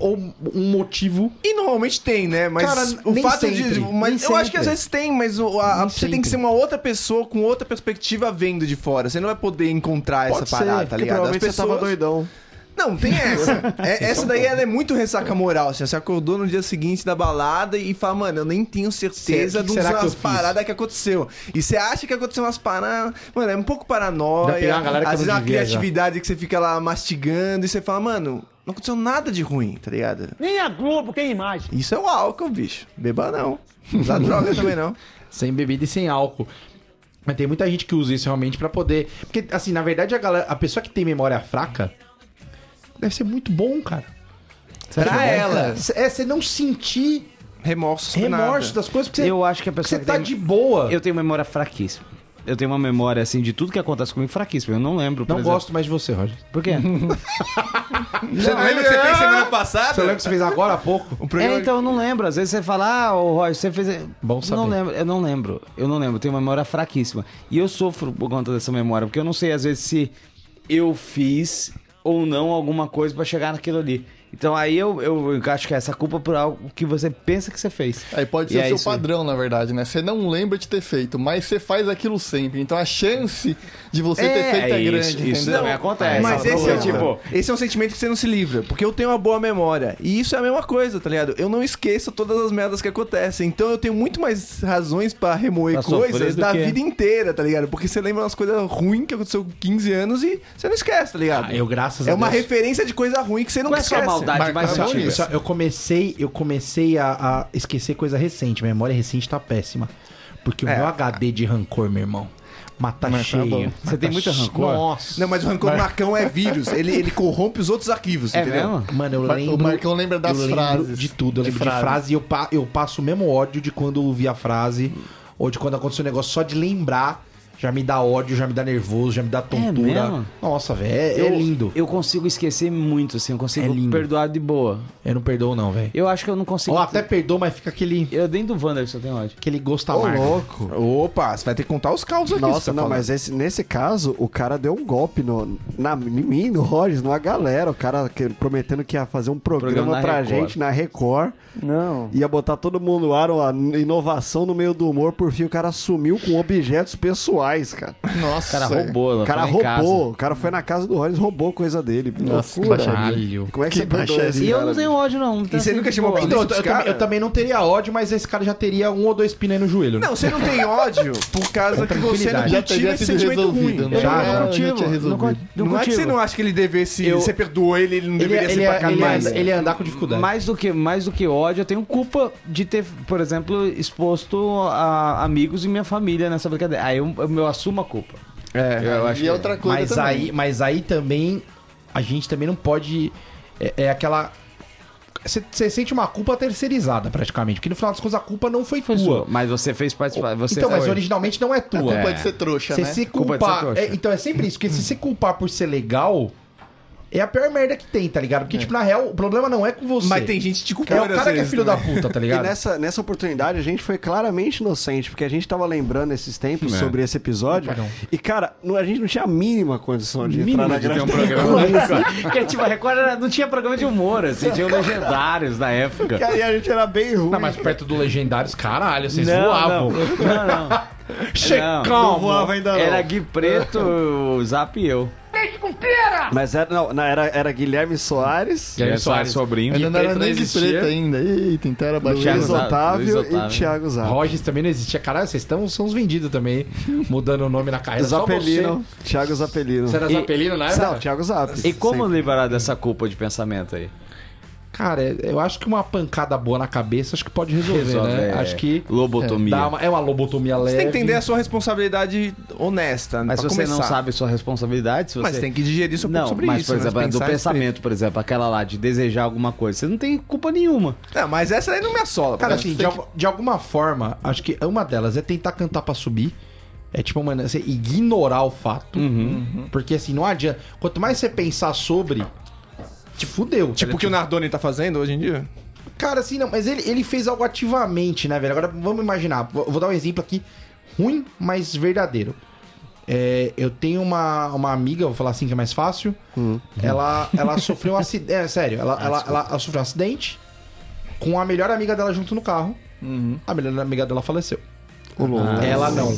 Speaker 1: ou um motivo.
Speaker 6: E normalmente tem, né? Mas
Speaker 1: Cara,
Speaker 6: o
Speaker 1: nem
Speaker 6: fato de.
Speaker 1: sempre, nem
Speaker 6: Mas eu
Speaker 1: sempre.
Speaker 6: acho que às vezes tem, mas o- a- a-
Speaker 1: Nem
Speaker 6: você tem
Speaker 1: sempre.
Speaker 6: que ser uma outra pessoa com outra perspectiva vendo de fora. Você não vai poder encontrar
Speaker 1: Pode
Speaker 6: essa
Speaker 1: ser,
Speaker 6: parada, tá
Speaker 1: porque
Speaker 6: ligado?
Speaker 2: Provavelmente você tava doidão.
Speaker 6: Não, tem essa. É- essa
Speaker 1: um
Speaker 6: daí ela é muito ressaca moral. assim, Você acordou no dia seguinte da balada e fala, mano, eu nem tenho certeza
Speaker 13: Será- que
Speaker 6: das
Speaker 13: será que eu
Speaker 6: umas
Speaker 13: fiz?"
Speaker 6: paradas que aconteceu. E você acha que aconteceu umas paradas. Mano, é um pouco paranoia.
Speaker 1: Deve pegar uma galera que
Speaker 6: às
Speaker 1: eu
Speaker 6: vezes é
Speaker 1: não
Speaker 6: uma
Speaker 1: devia já.
Speaker 6: criatividade que você fica lá mastigando e você fala, mano, não aconteceu nada de ruim, tá ligado?
Speaker 3: Nem a Globo tem imagem.
Speaker 6: Isso é o álcool, bicho. Beba não. Usar droga também não.
Speaker 1: Sem bebida e sem álcool. Mas tem muita gente que usa isso realmente pra poder. Porque, assim, na verdade, a, galera, a pessoa que tem memória fraca deve ser muito bom, cara. pra ela. É, você não sentir
Speaker 6: Remorso. sobre
Speaker 1: remorso
Speaker 6: nada.
Speaker 1: das coisas, porque você,
Speaker 4: Eu acho que a
Speaker 1: porque
Speaker 4: pessoa
Speaker 1: você
Speaker 4: que
Speaker 1: tá
Speaker 4: tem-
Speaker 1: de boa.
Speaker 4: Eu tenho memória fraquíssima. Eu tenho uma memória, assim, de tudo que acontece comigo fraquíssima. Eu não lembro, por
Speaker 1: não
Speaker 4: exemplo.
Speaker 1: gosto mais de você, Roger.
Speaker 4: Por quê?
Speaker 6: Você não lembra o que você fez semana passada?
Speaker 1: Você lembra que você fez agora há pouco?
Speaker 6: O
Speaker 4: É,
Speaker 6: programa
Speaker 4: então, eu não lembro. Às vezes você fala, ah, ô Roy, você fez.
Speaker 1: Bom saber.
Speaker 4: Não lembro, eu não lembro. Eu não lembro. Eu tenho uma memória fraquíssima. E eu sofro por conta dessa memória, porque eu não sei, às vezes, se eu fiz ou não alguma coisa pra chegar naquilo ali. Então aí eu, eu, eu acho que é essa culpa por algo que você pensa que você fez.
Speaker 5: Aí pode
Speaker 4: E
Speaker 5: ser
Speaker 4: é
Speaker 5: o seu
Speaker 4: isso aí.
Speaker 5: padrão, na verdade, né? Você não lembra de ter feito, mas você faz aquilo sempre. Então a chance de você ter feito é, grande,
Speaker 4: isso,
Speaker 5: entendeu?
Speaker 4: isso também acontece.
Speaker 6: Mas esse é,
Speaker 4: o
Speaker 6: tipo, esse é um sentimento que você não se livra, porque eu tenho uma boa memória. E isso é a mesma coisa, tá ligado? Eu não esqueço todas as merdas que acontecem. Então eu tenho muito mais razões pra remoer
Speaker 4: Pra sofrer
Speaker 6: coisas
Speaker 4: do
Speaker 6: da
Speaker 4: que-
Speaker 6: vida inteira, tá ligado? Porque você lembra umas coisas ruins que aconteceu com 15 anos e você não esquece, tá ligado?
Speaker 1: Ah, eu, graças
Speaker 6: é
Speaker 1: a
Speaker 6: uma
Speaker 1: Deus.
Speaker 6: referência de coisa ruim que você não
Speaker 4: Qual é a
Speaker 6: esquece.
Speaker 4: sua maldade mais
Speaker 5: Marca-
Speaker 4: sutil?
Speaker 5: Isso.
Speaker 1: Só- Eu comecei, eu comecei a, a esquecer coisa recente. Minha memória recente tá péssima. Porque o meu HD de rancor, meu irmão, mata cheio.
Speaker 4: Você tem muito rancor?
Speaker 1: Nossa.
Speaker 6: Não, mas o rancor do Marcão é vírus. Ele, ele corrompe os outros arquivos,
Speaker 4: É
Speaker 6: entendeu?
Speaker 4: mesmo?
Speaker 1: Mano, eu
Speaker 5: Mar-
Speaker 1: lembro.
Speaker 5: o Marcão lembra das
Speaker 1: eu lembro
Speaker 5: frases.
Speaker 1: De tudo. Eu
Speaker 5: De
Speaker 1: lembro de
Speaker 5: frases.
Speaker 1: frase e eu, pa- eu passo o mesmo ódio de quando eu vi a frase. Ou de quando aconteceu um negócio só de lembrar. Já me dá ódio, já me dá nervoso, já me dá tontura.
Speaker 4: É mesmo?
Speaker 1: Nossa, velho, é,
Speaker 4: Eu-
Speaker 1: lindo.
Speaker 4: Eu consigo esquecer muito, assim. Eu consigo
Speaker 1: É lindo.
Speaker 4: perdoar de boa.
Speaker 1: Eu não perdoo, não, velho.
Speaker 4: Eu acho que eu não consigo.
Speaker 1: Ou até perdoo, mas fica aquele,
Speaker 4: Eu dentro do Wanderson tenho ódio.
Speaker 1: aquele gosto
Speaker 2: Ô,
Speaker 1: amargo.
Speaker 2: louco.
Speaker 6: Opa, você vai ter que contar os caos aqui. você
Speaker 2: Nossa,
Speaker 6: tá
Speaker 2: não,
Speaker 6: falando.
Speaker 2: mas esse- nesse caso, o cara deu um golpe no, na, em mim, no Rogers, numa galera. O cara que- prometendo que ia fazer um programa,
Speaker 4: Programa na
Speaker 2: pra
Speaker 4: Record.
Speaker 2: gente na Record.
Speaker 3: Não.
Speaker 2: Ia botar todo mundo no ar, uma inovação no meio do humor. Por fim, o cara sumiu com objetos pessoais, cara.
Speaker 5: Nossa, É
Speaker 4: O cara Ah, roubou, ela
Speaker 2: O cara
Speaker 4: foi lá em casa.
Speaker 2: roubou. O cara foi na casa do Rogers, roubou coisa dele.
Speaker 5: Nossa, que
Speaker 2: Loucura.
Speaker 5: baixaria.
Speaker 2: Como é que,
Speaker 5: Que
Speaker 2: você perdoa
Speaker 5: baixaria.
Speaker 2: esse
Speaker 4: E eu
Speaker 2: cara,
Speaker 4: não tenho
Speaker 2: bicho?
Speaker 4: ódio, não. tá
Speaker 6: E você nunca chamou a polícia?
Speaker 1: Então, eu,
Speaker 6: dos
Speaker 1: eu também,
Speaker 6: caras?
Speaker 1: eu também não teria ódio, mas esse cara já teria um ou dois pinos no joelho. né?
Speaker 6: Não, você não tem ódio por causa que você não
Speaker 1: tranquilidade.
Speaker 5: É Já
Speaker 6: cultiva
Speaker 5: teria
Speaker 6: esse
Speaker 5: sido
Speaker 6: sentimento
Speaker 5: resolvido,
Speaker 6: ruim.
Speaker 1: Já,
Speaker 5: né? já,
Speaker 1: não
Speaker 5: já
Speaker 4: cultivo,
Speaker 5: tinha
Speaker 4: não
Speaker 5: resolvido.
Speaker 4: Não
Speaker 6: Não é que
Speaker 4: contigo.
Speaker 6: você não acha que ele devesse.
Speaker 4: Eu-
Speaker 6: Você perdoou ele, ele não
Speaker 1: Ele,
Speaker 6: deveria
Speaker 1: ele,
Speaker 6: ser pra cá
Speaker 1: ele,
Speaker 6: mais.
Speaker 1: anda- ele ia andar com dificuldade.
Speaker 4: Mais do que mais do que ódio, eu tenho culpa de ter, por exemplo, exposto a amigos e minha família nessa brincadeira. Aí eu, eu, eu assumo a culpa. É, eu acho.
Speaker 5: E é outra coisa
Speaker 1: mas,
Speaker 5: também.
Speaker 1: aí, mas aí também a gente também não pode. É, é aquela. Você sente uma culpa terceirizada, praticamente. Porque no final das contas a culpa não foi,
Speaker 4: Foi
Speaker 1: tua.
Speaker 4: sua. Mas você fez participar. Você
Speaker 1: então, mas
Speaker 4: foi.
Speaker 1: originalmente não é tua.
Speaker 5: A culpa
Speaker 1: É.
Speaker 5: de ser trouxa,
Speaker 1: Você
Speaker 5: né?
Speaker 1: se
Speaker 4: Culpa de ser
Speaker 1: culpar.
Speaker 4: trouxa.
Speaker 1: é, então é sempre isso, porque se se culpar por ser legal, é a pior merda que tem, tá ligado? Porque, tipo, na real, o problema não é com você.
Speaker 6: Mas tem gente te culpando.
Speaker 1: É o cara que é filho da puta, tá
Speaker 2: E
Speaker 1: ligado?
Speaker 2: nessa, nessa oportunidade a gente foi claramente inocente, porque a gente tava lembrando esses tempos
Speaker 4: É.
Speaker 2: sobre esse episódio. E, cara, não- a gente não tinha a mínima condição de entrar na
Speaker 4: de ter um
Speaker 2: gravação.
Speaker 4: programa da Record. Porque, tipo, a Record era- não tinha programa de humor, assim, tinha legendários na época.
Speaker 2: E aí a gente era bem ruim.
Speaker 1: Não, mas Tá perto do Legendários, caralho, vocês
Speaker 4: não, não,
Speaker 1: voavam.
Speaker 4: não, não.
Speaker 1: Checão!
Speaker 2: Não voava ainda não.
Speaker 4: Era Gui Preto, o Zap e eu.
Speaker 2: Mas era, não, não, era, era Guilherme Soares,
Speaker 1: Guilherme
Speaker 4: Era
Speaker 1: Soares.
Speaker 4: é Sobrinho.
Speaker 5: Ainda não era
Speaker 4: Preto
Speaker 5: nem de
Speaker 4: existia.
Speaker 5: preto ainda. Eita, então era
Speaker 4: Thiago
Speaker 5: baixaria.
Speaker 2: Luiz
Speaker 4: Zap,
Speaker 2: Otávio,
Speaker 4: Luiz Otávio.
Speaker 2: e Thiago Zap.
Speaker 1: Rogers também não existia. Caralho, vocês estão, são os vendidos também, hein? mudando o nome na carreira. Só
Speaker 2: Zapelino. Thiago Zapelino.
Speaker 1: Você, você era né?
Speaker 4: E-
Speaker 1: Zapelino na época?
Speaker 2: Não, Thiago Zap.
Speaker 4: E como
Speaker 2: Sempre.
Speaker 4: liberar dessa culpa de pensamento aí?
Speaker 1: Cara, eu acho que uma pancada boa na cabeça acho que pode resolver,
Speaker 4: Resolve,
Speaker 1: né?
Speaker 4: é.
Speaker 1: Acho que
Speaker 4: Lobotomia.
Speaker 1: dá uma- é uma lobotomia leve.
Speaker 6: Você tem que entender a sua responsabilidade honesta. né?
Speaker 4: Mas
Speaker 6: pra
Speaker 4: se você
Speaker 6: começar.
Speaker 4: não sabe sua responsabilidade, se você...
Speaker 6: Mas tem que digerir isso um pouco
Speaker 4: Não,
Speaker 6: sobre
Speaker 4: mas
Speaker 6: isso.
Speaker 4: por
Speaker 6: né?
Speaker 4: exemplo, a do
Speaker 6: Pensar isso.
Speaker 4: pensamento, por exemplo, aquela lá de desejar alguma coisa, você não tem culpa nenhuma.
Speaker 6: Não, mas essa aí não me assola. tipo,
Speaker 1: Cara,
Speaker 6: porque
Speaker 1: assim, de, al- de alguma forma, acho que uma delas é tentar cantar pra subir. É tipo, mano, você ignorar o fato.
Speaker 6: Uhum.
Speaker 1: Porque assim, não adianta. Quanto mais você pensar sobre. Te fudeu.
Speaker 6: Tipo o que o Nardoni tá fazendo hoje em dia?
Speaker 1: Cara, assim, não, mas ele, ele fez algo ativamente, né, velho? Agora vamos imaginar, vou vou dar um exemplo aqui, ruim, mas verdadeiro. É, eu tenho uma, uma amiga, vou falar assim que é mais fácil.
Speaker 4: Hum.
Speaker 1: Ela, ela sofreu um acidente. É, sério,
Speaker 4: Ah,
Speaker 1: ela, ela, ela, ela sofreu um acidente com a melhor amiga dela junto no carro.
Speaker 4: Uhum.
Speaker 1: A melhor amiga dela faleceu.
Speaker 5: Ah,
Speaker 4: Ah.
Speaker 2: Ô, louco.
Speaker 1: Ela não.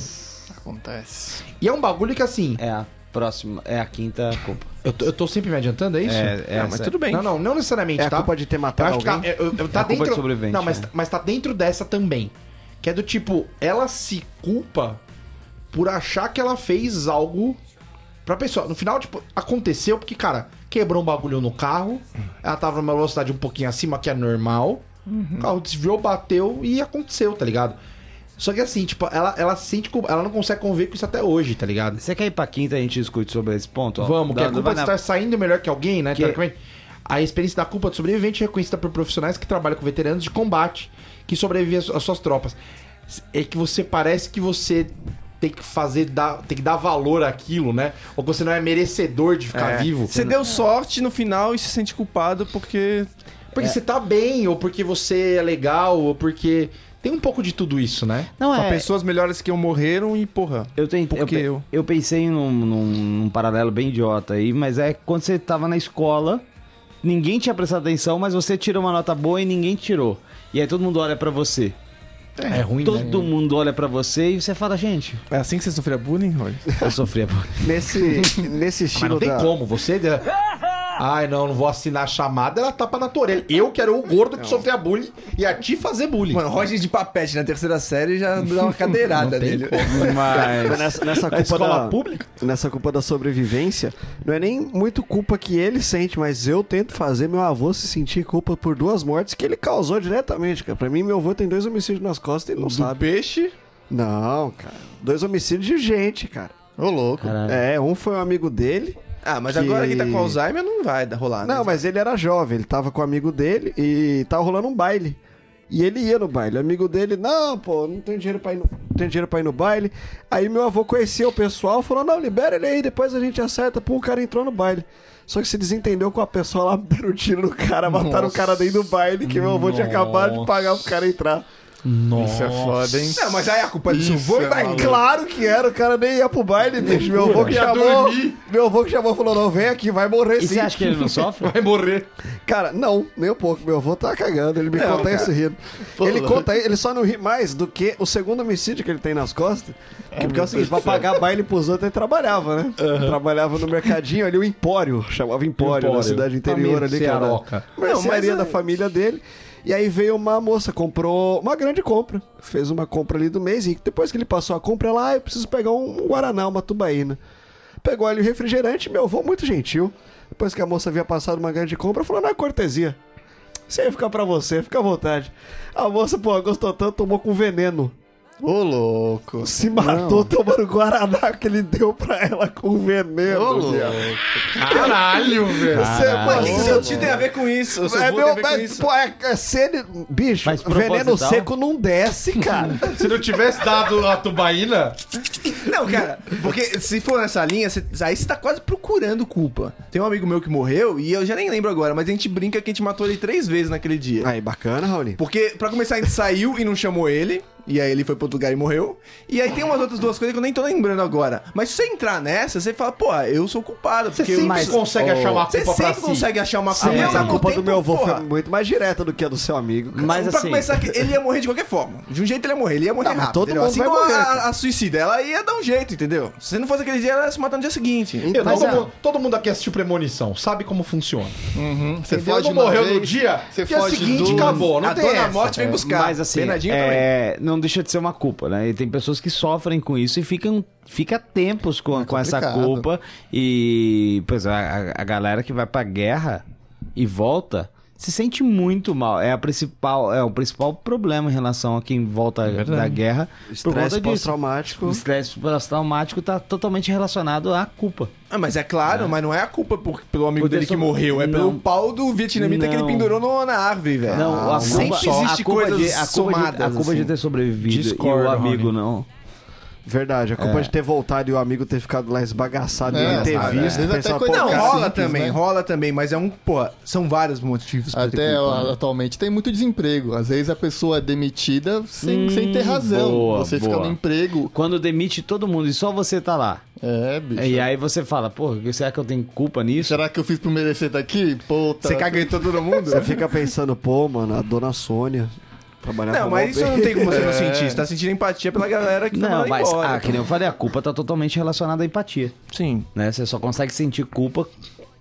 Speaker 5: Acontece.
Speaker 1: E é um bagulho que assim.
Speaker 4: É. próxima, é a quinta Copa.
Speaker 3: Eu tô, eu tô sempre me adiantando, é isso?
Speaker 4: É, é
Speaker 3: não, mas
Speaker 4: essa.
Speaker 3: tudo bem.
Speaker 1: Não, não, não necessariamente,
Speaker 2: É a
Speaker 1: tá?
Speaker 2: culpa de ter
Speaker 1: Eu
Speaker 2: matado
Speaker 1: acho que tá,
Speaker 2: alguém.
Speaker 1: eu- eu- tá
Speaker 4: a culpa é de
Speaker 1: dentro.
Speaker 4: sobrevivente,
Speaker 1: não, mas,
Speaker 4: né?
Speaker 1: mas tá dentro dessa também. Que é do tipo, ela se culpa por achar que ela fez algo pra pessoa. No final, tipo, aconteceu porque, cara, quebrou um bagulho no carro, ela tava numa velocidade um pouquinho acima, que é normal. O carro desviou, bateu e aconteceu, tá ligado? Só que assim, tipo, ela, ela se sente culpa, ela não consegue conviver com isso até hoje, tá ligado?
Speaker 4: Você quer ir pra quinta e a gente discute sobre esse ponto? Ó,
Speaker 1: Vamos, que
Speaker 4: Dá-
Speaker 1: a culpa
Speaker 4: vai
Speaker 1: de
Speaker 4: na-
Speaker 1: estar saindo melhor que alguém, né?
Speaker 4: Que-
Speaker 1: teoricamente. A experiência da culpa do sobrevivente é reconhecida por profissionais que trabalham com veteranos de combate que sobrevivem às às suas tropas. É que você parece que você tem que fazer, dar, tem que dar valor àquilo, né? Ou que você não é merecedor de ficar Tá vivo.
Speaker 6: É. Você deu sorte no final e se sente culpado porque.
Speaker 1: Porque você tá bem, ou porque você é legal, ou porque. Tem um pouco de tudo isso, né?
Speaker 4: Não,
Speaker 6: Só
Speaker 4: é...
Speaker 6: pessoas melhores que eu morreram e porra.
Speaker 4: Eu, tenho, eu,
Speaker 6: Porque
Speaker 4: pe-
Speaker 6: eu-
Speaker 4: eu pensei num, num- num paralelo bem idiota aí, mas é quando você tava na escola, ninguém tinha prestado atenção, mas você tirou uma nota boa e ninguém tirou. E aí todo mundo olha pra você.
Speaker 3: É, ruim, né?
Speaker 4: Todo mundo olha pra você e você fala, gente,
Speaker 6: É assim que você sofria bullying, Roy?
Speaker 4: eu sofria.
Speaker 2: Nesse, nesse
Speaker 1: Mas
Speaker 2: estilo
Speaker 1: não tem
Speaker 2: da...
Speaker 1: como, você. Ai, não, não vou assinar a chamada, ela tapa na tua orelha. Eu quero o gordo que sofreu bullying e a ti fazer bullying.
Speaker 6: Mano, Roger de papete na terceira série já dá uma cadeirada dele.
Speaker 2: Mas nessa, nessa culpa
Speaker 1: escola
Speaker 2: da,
Speaker 1: pública?
Speaker 2: Nessa culpa da sobrevivência, não é nem muito culpa que ele sente, mas eu tento fazer meu avô se sentir culpa por duas mortes que ele causou diretamente, cara. Pra mim, meu avô tem dois homicídios nas costas e ele não
Speaker 6: Do
Speaker 2: sabe.
Speaker 6: peixe.
Speaker 2: Não, cara. Dois homicídios de gente, cara.
Speaker 5: Ô, louco.
Speaker 2: É, um foi um amigo dele.
Speaker 6: Ah, mas
Speaker 2: Que-
Speaker 6: agora que tá com Alzheimer não vai dar- rolar, né?
Speaker 2: Não, mas ele era jovem, ele tava com um amigo dele e tava rolando um baile. E ele ia no baile. O amigo dele, não, pô, não tenho dinheiro pra ir no, não tenho dinheiro pra ir no baile. Aí meu avô conhecia o pessoal, falou: não, libera ele aí, depois a gente acerta. Pô, o cara entrou no baile. Só que se desentendeu com a pessoa lá, deram um tiro no cara, mataram o cara dentro do baile, que meu avô tinha acabado de pagar pro cara entrar.
Speaker 3: Nossa.
Speaker 5: Isso é foda, hein?
Speaker 6: Não, mas aí a culpa disso
Speaker 5: Isso
Speaker 6: foi
Speaker 5: é
Speaker 6: da
Speaker 5: maluco.
Speaker 2: Claro que era, o cara nem ia pro baile, bicho. Meu avô que chamou. Meu avô que chamou falou: não, vem aqui, vai morrer
Speaker 4: E
Speaker 2: sim.
Speaker 4: você acha que ele não sofre?
Speaker 1: Vai morrer.
Speaker 2: Cara, não, nem um pouco. Meu avô tá cagando, ele me conta isso rindo. Ele conta, ele só não ri mais do que o segundo homicídio que ele tem nas costas. Que porque é o seguinte, pra pagar baile pros outros, ele trabalhava, né? Trabalhava no mercadinho ali, o Empório, chamava Empório, né? na cidade interior ali, cara.
Speaker 3: Cearoca.
Speaker 2: Mercearia
Speaker 5: é
Speaker 2: da família dele. E aí veio uma moça, comprou uma grande compra. Fez uma compra ali do mês e depois que ele passou a compra, ela, ah, eu preciso pegar um Guaraná, uma tubaína. Pegou ali o refrigerante, meu avô muito gentil. Depois que a moça havia passado uma grande compra, falou, não é cortesia. Isso aí fica pra você, fica à vontade. A moça, pô, gostou tanto, tomou com veneno.
Speaker 5: Ô, louco.
Speaker 2: Se matou tomando Guaraná que ele deu pra ela com veneno.
Speaker 5: Ô, louco.
Speaker 2: viado.
Speaker 7: Caralho, velho.
Speaker 1: Ah.
Speaker 2: Você, mano,
Speaker 6: O que que
Speaker 2: você-
Speaker 6: seu tio tem a ver com isso? O seu
Speaker 2: é
Speaker 6: avô tem a
Speaker 2: meu,
Speaker 6: ver com
Speaker 2: mas,
Speaker 6: isso?
Speaker 2: pô, é, é sene- bicho,
Speaker 4: Mas
Speaker 2: veneno
Speaker 4: proposital?
Speaker 2: seco não desce, cara.
Speaker 7: Se não tivesse dado a tubaína,
Speaker 6: Não, cara, porque se for nessa linha, você- aí você tá quase procurando culpa. Tem um amigo meu que morreu, e eu já nem lembro agora, mas a gente brinca que a gente matou ele três vezes naquele dia.
Speaker 2: Aí, bacana, Raoni.
Speaker 6: Porque, pra começar, a gente saiu e não chamou ele. E aí ele foi pro outro lugar e morreu. E aí tem umas outras duas coisas que eu nem tô lembrando agora. Mas se você entrar nessa, você fala, pô, eu sou culpado. Porque
Speaker 1: Você sempre
Speaker 6: mas-
Speaker 1: consegue achar uma
Speaker 6: Você
Speaker 1: culpa pra
Speaker 6: sempre
Speaker 1: si.
Speaker 6: consegue achar uma
Speaker 2: Ah,
Speaker 6: culpa.
Speaker 2: mas
Speaker 6: Eu,
Speaker 2: a
Speaker 6: ao
Speaker 2: culpa
Speaker 6: tempo,
Speaker 2: do meu avô
Speaker 6: porra,
Speaker 2: foi muito mais direta do que a do seu amigo. cara.
Speaker 4: Mas
Speaker 6: pra
Speaker 4: assim,
Speaker 6: começar, que ele ia morrer de qualquer forma. De um jeito ele ia morrer, ele ia morrer
Speaker 2: Não, mas
Speaker 6: rápido.
Speaker 2: todo
Speaker 6: entendeu?
Speaker 2: mundo
Speaker 6: assim
Speaker 2: vai
Speaker 6: como
Speaker 2: morrer,
Speaker 6: a,
Speaker 2: cara.
Speaker 6: a suicida, ela ia dar um jeito, entendeu? Se não fosse aquele dia, ela ia se matar no dia seguinte.
Speaker 1: Eu,
Speaker 2: Mas
Speaker 1: Então, todo,
Speaker 2: é.
Speaker 1: mundo, todo mundo aqui assistiu Premonição, sabe como funciona.
Speaker 5: Você
Speaker 1: Entendeu?
Speaker 5: foge
Speaker 1: não
Speaker 5: uma
Speaker 1: morreu
Speaker 5: vez,
Speaker 1: no dia,
Speaker 5: você
Speaker 1: dia
Speaker 5: foge
Speaker 1: seguinte
Speaker 5: duas.
Speaker 1: acabou. Não
Speaker 6: a
Speaker 1: tem
Speaker 6: dona
Speaker 1: essa.
Speaker 6: morte vem buscar.
Speaker 4: Mas assim,
Speaker 6: Penadinho também.
Speaker 4: é, não deixa de ser uma culpa, né? E tem pessoas que sofrem com isso e ficam fica tempos com, com essa
Speaker 5: complicado.
Speaker 4: culpa. E pois é, a, a galera que vai pra guerra e volta se sente muito mal. É a principal é o principal problema em relação a quem volta da guerra por
Speaker 2: Estresse
Speaker 4: conta disso.
Speaker 2: pós-traumático.
Speaker 4: O estresse pós-traumático tá totalmente relacionado à culpa.
Speaker 6: Ah, mas é claro, mas não é a culpa por- pelo amigo
Speaker 4: Por
Speaker 6: dele
Speaker 4: ter
Speaker 6: que
Speaker 4: sobre-
Speaker 6: morreu, é pelo
Speaker 4: Não.
Speaker 6: pau do vietnamita que ele
Speaker 4: Não.
Speaker 6: pendurou no- na árvore, velho. Ah,
Speaker 4: Não, a culpa,
Speaker 6: É. sempre existe
Speaker 4: a culpa
Speaker 6: coisas
Speaker 4: de, a culpa de-
Speaker 6: somadas,
Speaker 4: a culpa
Speaker 6: assim.
Speaker 4: de ter sobrevivido e
Speaker 3: Discordo,
Speaker 4: o amigo
Speaker 3: Rony.
Speaker 4: não.
Speaker 2: Verdade, a culpa de ter voltado e o amigo ter ficado lá esbagaçado e
Speaker 5: É,
Speaker 2: ele ter
Speaker 5: sabe, é. Às
Speaker 2: visto.
Speaker 5: vezes até
Speaker 2: pensar, pô,
Speaker 5: coisa
Speaker 6: Não,
Speaker 5: Cara,
Speaker 2: cara,
Speaker 6: rola
Speaker 5: simples,
Speaker 6: também,
Speaker 5: né?
Speaker 6: rola também, mas é um, pô, são vários motivos pra
Speaker 5: Até
Speaker 6: ter culpa.
Speaker 5: ó, atualmente tem muito desemprego. Às vezes a pessoa é demitida sem, sem
Speaker 1: Hum,
Speaker 5: ter razão.
Speaker 4: boa,
Speaker 5: Você fica
Speaker 4: boa.
Speaker 5: no emprego.
Speaker 4: Quando demite todo mundo e só você tá lá.
Speaker 5: É, bicho.
Speaker 4: E aí você fala, pô, será que eu tenho culpa nisso?
Speaker 5: Será que eu fiz pro merecer tá aqui? Puta.
Speaker 6: Você caguetou todo mundo?
Speaker 2: Você fica pensando, pô, mano, a dona Sônia. Trabalhar
Speaker 6: Não,
Speaker 2: home
Speaker 6: mas isso
Speaker 2: office.
Speaker 6: não tem como você não sentir. Você tá sentindo empatia pela galera que tá
Speaker 4: Não,
Speaker 6: mandando
Speaker 4: mas,
Speaker 6: embora.
Speaker 4: ah, que nem eu falei, a culpa tá totalmente relacionada à empatia.
Speaker 6: Sim.
Speaker 4: né? Você só consegue sentir culpa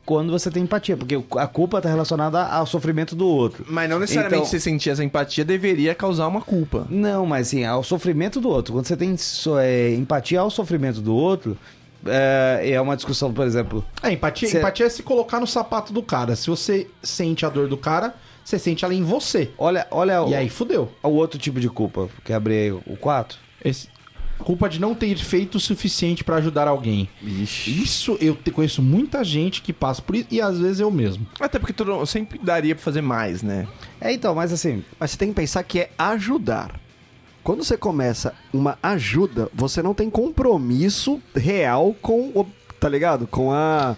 Speaker 4: quando você tem empatia, porque o- a culpa tá relacionada ao sofrimento do outro.
Speaker 6: Mas não necessariamente
Speaker 4: Então-
Speaker 6: você sentir essa empatia deveria causar uma culpa.
Speaker 4: Não, mas assim, ao sofrimento do outro. Quando você tem so- é, empatia ao sofrimento do outro, é, é uma discussão, por exemplo.
Speaker 1: É, empatia,
Speaker 4: Cê-
Speaker 1: empatia é se colocar no sapato do cara. Se você sente a dor do cara, você sente ela em você.
Speaker 4: Olha, olha o,
Speaker 1: E aí fudeu.
Speaker 4: o outro tipo de culpa. Quer abrir aí o 4?
Speaker 1: Esse- Culpa de não ter feito o suficiente pra ajudar alguém. Isso eu te- conheço muita gente que passa por isso e às vezes eu mesmo.
Speaker 6: Até porque todo- sempre daria pra fazer mais, né?
Speaker 4: É, então, mas assim,
Speaker 2: Mas você tem que pensar que é ajudar. Quando você começa uma ajuda, você não tem compromisso real com o, tá ligado? Com a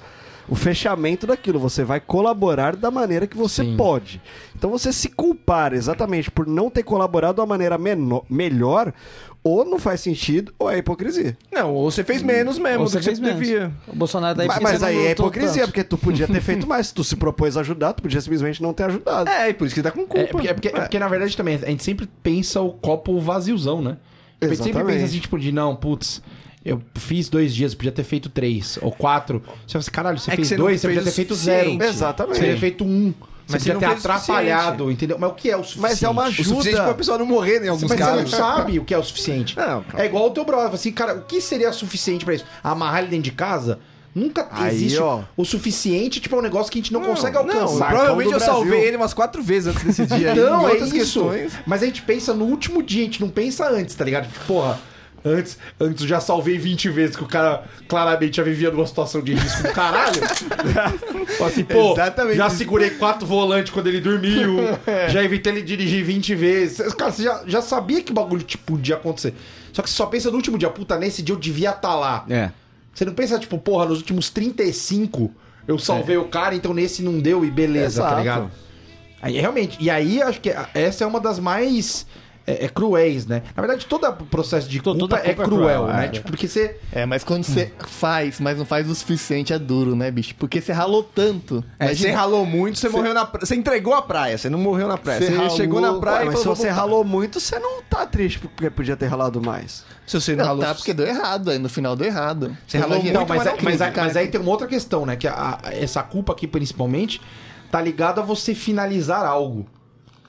Speaker 2: o fechamento daquilo, você vai colaborar da maneira que você pode. Então você se culpar exatamente por não ter colaborado da maneira meno- melhor, ou não faz sentido, ou é hipocrisia.
Speaker 6: Não, ou você fez menos mesmo
Speaker 4: ou
Speaker 6: do É, que você
Speaker 4: menos.
Speaker 6: devia.
Speaker 4: O Bolsonaro tá aí
Speaker 2: Mas,
Speaker 4: porque
Speaker 2: mas
Speaker 4: você não
Speaker 2: aí é
Speaker 4: lutou
Speaker 2: hipocrisia,
Speaker 4: tanto.
Speaker 2: porque tu podia ter feito mais. Se tu se propôs a ajudar, tu podia simplesmente não ter ajudado.
Speaker 6: É, e por isso que tá com culpa.
Speaker 1: É porque, é porque- é porque, na verdade também a gente sempre pensa o copo vaziozão, né? A gente sempre
Speaker 2: Exatamente.
Speaker 1: pensa assim, tipo, de não, putz, eu fiz dois dias, podia ter feito três ou quatro. Você fala assim, caralho, você
Speaker 6: É que
Speaker 1: fez
Speaker 6: você não
Speaker 1: dois, você
Speaker 6: fez
Speaker 1: podia ter
Speaker 6: o
Speaker 1: feito
Speaker 6: suficiente.
Speaker 1: zero.
Speaker 2: Exatamente.
Speaker 1: Você teria feito um. Você
Speaker 6: Mas
Speaker 1: podia
Speaker 6: você não
Speaker 1: ter
Speaker 6: fez o suficiente.
Speaker 1: atrapalhado, entendeu? Mas o que é o suficiente?
Speaker 2: Mas é uma
Speaker 6: O suficiente pra
Speaker 2: ajuda.
Speaker 6: pessoa não morrer, né? em Alguns
Speaker 1: Mas você não
Speaker 6: casos.
Speaker 1: sabe o que é o suficiente.
Speaker 6: Não,
Speaker 1: É igual o teu brother. fala Assim, cara, o que seria suficiente pra isso? Amarrar ele dentro de casa? Nunca
Speaker 2: Aí,
Speaker 1: existe
Speaker 2: ó.
Speaker 1: o suficiente, tipo, é um negócio que a gente não, consegue
Speaker 6: Não,
Speaker 1: alcançar.
Speaker 6: provavelmente é
Speaker 2: do
Speaker 6: eu salvei
Speaker 2: Brasil.
Speaker 6: ele umas quatro vezes antes desse dia.
Speaker 1: Não,
Speaker 6: em
Speaker 1: é
Speaker 6: outras
Speaker 1: isso.
Speaker 6: questões.
Speaker 1: Mas a gente pensa no último dia, a gente não pensa antes, tá ligado? Tipo, porra, antes, antes eu já salvei 20 vezes que o cara claramente já vivia numa situação de risco do caralho. Fala assim, pô,
Speaker 6: Exatamente
Speaker 1: já
Speaker 6: isso. É.
Speaker 1: segurei quatro volantes quando ele dormiu, já evitei ele dirigir 20 vezes. Cara, você já, já sabia que o bagulho tipo, podia acontecer. Só que você só pensa no último dia, puta, nesse dia eu devia estar lá.
Speaker 4: É.
Speaker 1: Você não pensa, tipo, porra, nos últimos 35 eu salvei o cara, então nesse não deu e beleza, tá
Speaker 2: Exato.
Speaker 1: ligado? Aí, realmente, e aí acho que a- essa é uma das mais é, é, cruéis, né? Na verdade, todo o processo de culpa,
Speaker 3: toda
Speaker 1: é
Speaker 3: culpa é
Speaker 1: cruel,
Speaker 3: cruel,
Speaker 1: né?
Speaker 3: é.
Speaker 1: Tipo, porque você.
Speaker 5: É, mas quando você faz, mas não faz o suficiente, é duro, né, bicho? Porque você ralou tanto.
Speaker 6: É,
Speaker 5: Imagina-
Speaker 6: você ralou muito, você morreu na praia. Você entregou a praia, você não morreu na praia.
Speaker 5: Você
Speaker 6: Você,
Speaker 5: ralou-
Speaker 6: chegou na praia
Speaker 2: Ué,
Speaker 6: e
Speaker 2: mas
Speaker 6: falou,
Speaker 2: se
Speaker 6: "Vou
Speaker 2: você
Speaker 6: voltar."
Speaker 2: ralou muito, você não tá triste porque podia ter ralado mais.
Speaker 6: Se você não
Speaker 5: Não,
Speaker 6: ralou.
Speaker 5: tá, porque deu errado, aí no final deu errado.
Speaker 6: Você ralou
Speaker 5: Imagina-
Speaker 1: Não, mas,
Speaker 6: mas
Speaker 1: é-
Speaker 6: não
Speaker 1: mas
Speaker 6: tudo,
Speaker 1: aí- mas aí tem uma outra questão, né? Que a- a- essa culpa aqui, principalmente, tá ligada a você finalizar algo.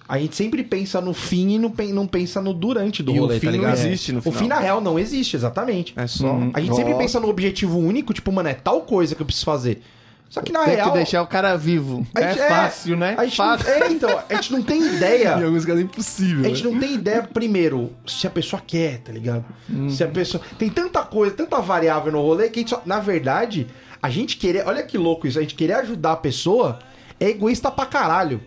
Speaker 1: A gente sempre pensa no fim e não, pen- não pensa no durante do
Speaker 6: E o
Speaker 1: rolê,
Speaker 6: fim
Speaker 1: tá
Speaker 6: não
Speaker 1: ligado?
Speaker 6: existe no
Speaker 1: o fim, na
Speaker 6: final.
Speaker 1: real, não existe, exatamente.
Speaker 6: É só.
Speaker 5: Hum.
Speaker 1: A gente sempre pensa no objetivo único, tipo, mano, é tal coisa que eu preciso fazer. Só que na
Speaker 5: Tem
Speaker 1: real.
Speaker 5: que deixar o cara vivo.
Speaker 1: É, a
Speaker 5: É
Speaker 1: gente-
Speaker 5: fácil, né?
Speaker 1: a gente não-
Speaker 5: Fácil.
Speaker 1: é, então, a gente não tem ideia.
Speaker 6: Em alguns casos é
Speaker 1: A
Speaker 6: impossível.
Speaker 5: né?
Speaker 1: gente não tem ideia, primeiro, se a pessoa quer, tá ligado?
Speaker 5: Hum.
Speaker 1: Se a pessoa. Tem tanta coisa, tanta variável no rolê que a gente só. Na verdade, a gente querer. Olha que louco isso. A gente querer ajudar a pessoa é egoísta pra caralho.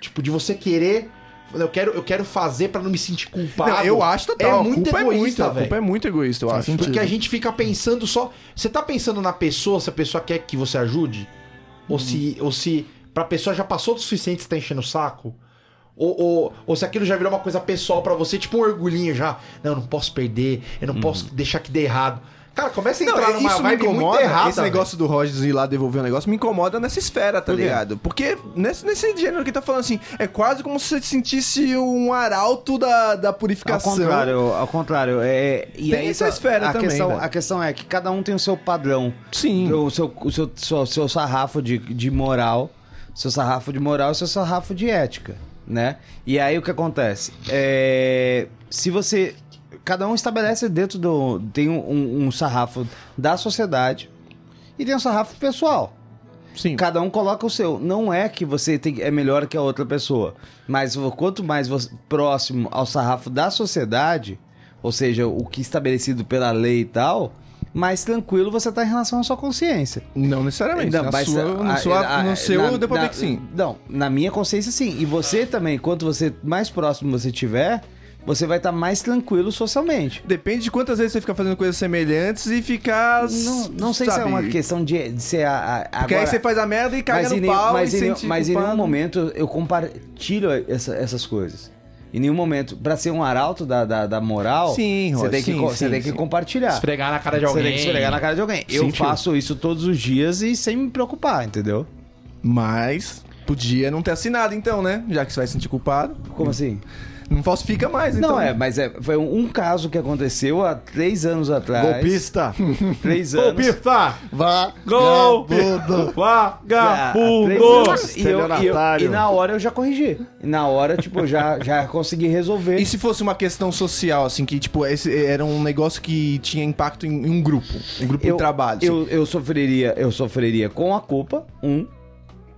Speaker 1: Tipo, de você querer. Eu quero, eu quero fazer pra não me sentir culpado.
Speaker 6: Não, eu acho total.
Speaker 1: É
Speaker 6: a
Speaker 1: muito
Speaker 6: culpa
Speaker 1: egoísta,
Speaker 6: é muito, A culpa
Speaker 1: velho.
Speaker 6: é muito egoísta, eu acho.
Speaker 1: Porque a gente fica pensando só. Você tá pensando na pessoa, se a pessoa quer que você ajude? Ou se.
Speaker 6: Uhum.
Speaker 1: Ou se pra pessoa já passou do suficiente, você tá enchendo o saco? Ou, ou, ou se aquilo já virou uma coisa pessoal pra você, tipo um orgulhinho já. Não, eu não posso perder, eu não posso deixar que dê errado. Cara, começa a
Speaker 6: Uhum. Não, é,
Speaker 1: entrar numa
Speaker 6: isso me
Speaker 1: vibe
Speaker 6: incomoda.
Speaker 1: muito errada.
Speaker 6: esse negócio do Rogers ir lá devolver o negócio me incomoda nessa esfera, tá ligado? Porque nesse, nesse gênero que tá falando assim, é quase como se você sentisse um arauto da, da
Speaker 4: Ao
Speaker 6: purificação.
Speaker 4: contrário, assim, ao contrário. É, e
Speaker 6: Tem
Speaker 4: aí
Speaker 6: essa
Speaker 4: tá-
Speaker 6: esfera
Speaker 4: a
Speaker 6: também,
Speaker 4: Questão,
Speaker 6: velho.
Speaker 4: a questão é que cada um tem o seu padrão.
Speaker 6: Sim.
Speaker 4: O seu, o seu, seu, seu sarrafo de, de moral, seu sarrafo de moral e seu sarrafo de ética, né? E aí o que acontece? É, se você. Cada um estabelece dentro do. Tem um- um, um sarrafo da sociedade e tem um sarrafo pessoal.
Speaker 6: Sim.
Speaker 4: Cada um coloca o seu. Não é que você tem- é melhor que a outra pessoa. Mas vo- quanto mais você- próximo ao sarrafo da sociedade, ou seja, o que é estabelecido pela lei e tal, mais tranquilo você está em relação à sua consciência.
Speaker 6: Não necessariamente.
Speaker 4: Não,
Speaker 6: na
Speaker 4: mas
Speaker 6: sua,
Speaker 4: a-
Speaker 6: no, sua-
Speaker 4: a-
Speaker 6: no seu,
Speaker 4: na-
Speaker 6: deu pra ver
Speaker 4: na-
Speaker 6: que sim.
Speaker 4: Não, na minha consciência sim. E você também, quanto você mais próximo você tiver, você vai estar mais tranquilo socialmente.
Speaker 6: Depende de quantas vezes você fica fazendo coisas semelhantes e ficar.
Speaker 4: Não, não sei se é
Speaker 6: sabe,
Speaker 4: uma questão de, de ser a, a
Speaker 6: Porque aí
Speaker 4: agora-
Speaker 6: você faz a merda e caga
Speaker 4: mas em
Speaker 6: no
Speaker 4: nenhum-
Speaker 6: pau
Speaker 4: mas
Speaker 6: e
Speaker 4: em nenhum-
Speaker 6: sente
Speaker 4: mas em nenhum
Speaker 6: culpado.
Speaker 4: momento eu compartilho essa- essas coisas. Em nenhum momento. Pra ser um arauto da, da, da moral,
Speaker 6: Sim,
Speaker 4: você
Speaker 6: Rod,
Speaker 4: tem que,
Speaker 6: sim,
Speaker 4: co- você
Speaker 6: sim,
Speaker 4: tem que
Speaker 6: sim.
Speaker 4: compartilhar.
Speaker 3: Esfregar na cara de
Speaker 4: Você
Speaker 3: alguém.
Speaker 4: tem que esfregar na cara de alguém. eu
Speaker 6: Sim, tio.
Speaker 4: faço isso todos os dias e sem me preocupar, entendeu?
Speaker 6: Mas. Podia não ter assinado, então, né? Já que você vai se sentir culpado.
Speaker 4: Como assim?
Speaker 6: Não falsifica mais, então.
Speaker 4: Não, é, mas é, foi um, um caso que aconteceu há três anos atrás.
Speaker 2: Golpista.
Speaker 4: Três anos.
Speaker 6: tá,
Speaker 14: Pifá!
Speaker 5: Vá.
Speaker 14: Golpe!
Speaker 5: Vagabundo.
Speaker 14: Vagabundo!
Speaker 4: Ah, três anos. E, eu- e eu- e na hora eu já corrigi. E na hora, tipo, já, já consegui resolver.
Speaker 6: E se fosse uma questão social, assim, que, tipo, esse era um negócio que tinha impacto em, em um grupo, um grupo de trabalho. assim.
Speaker 4: Eu, eu sofreria, eu sofreria com a culpa, um.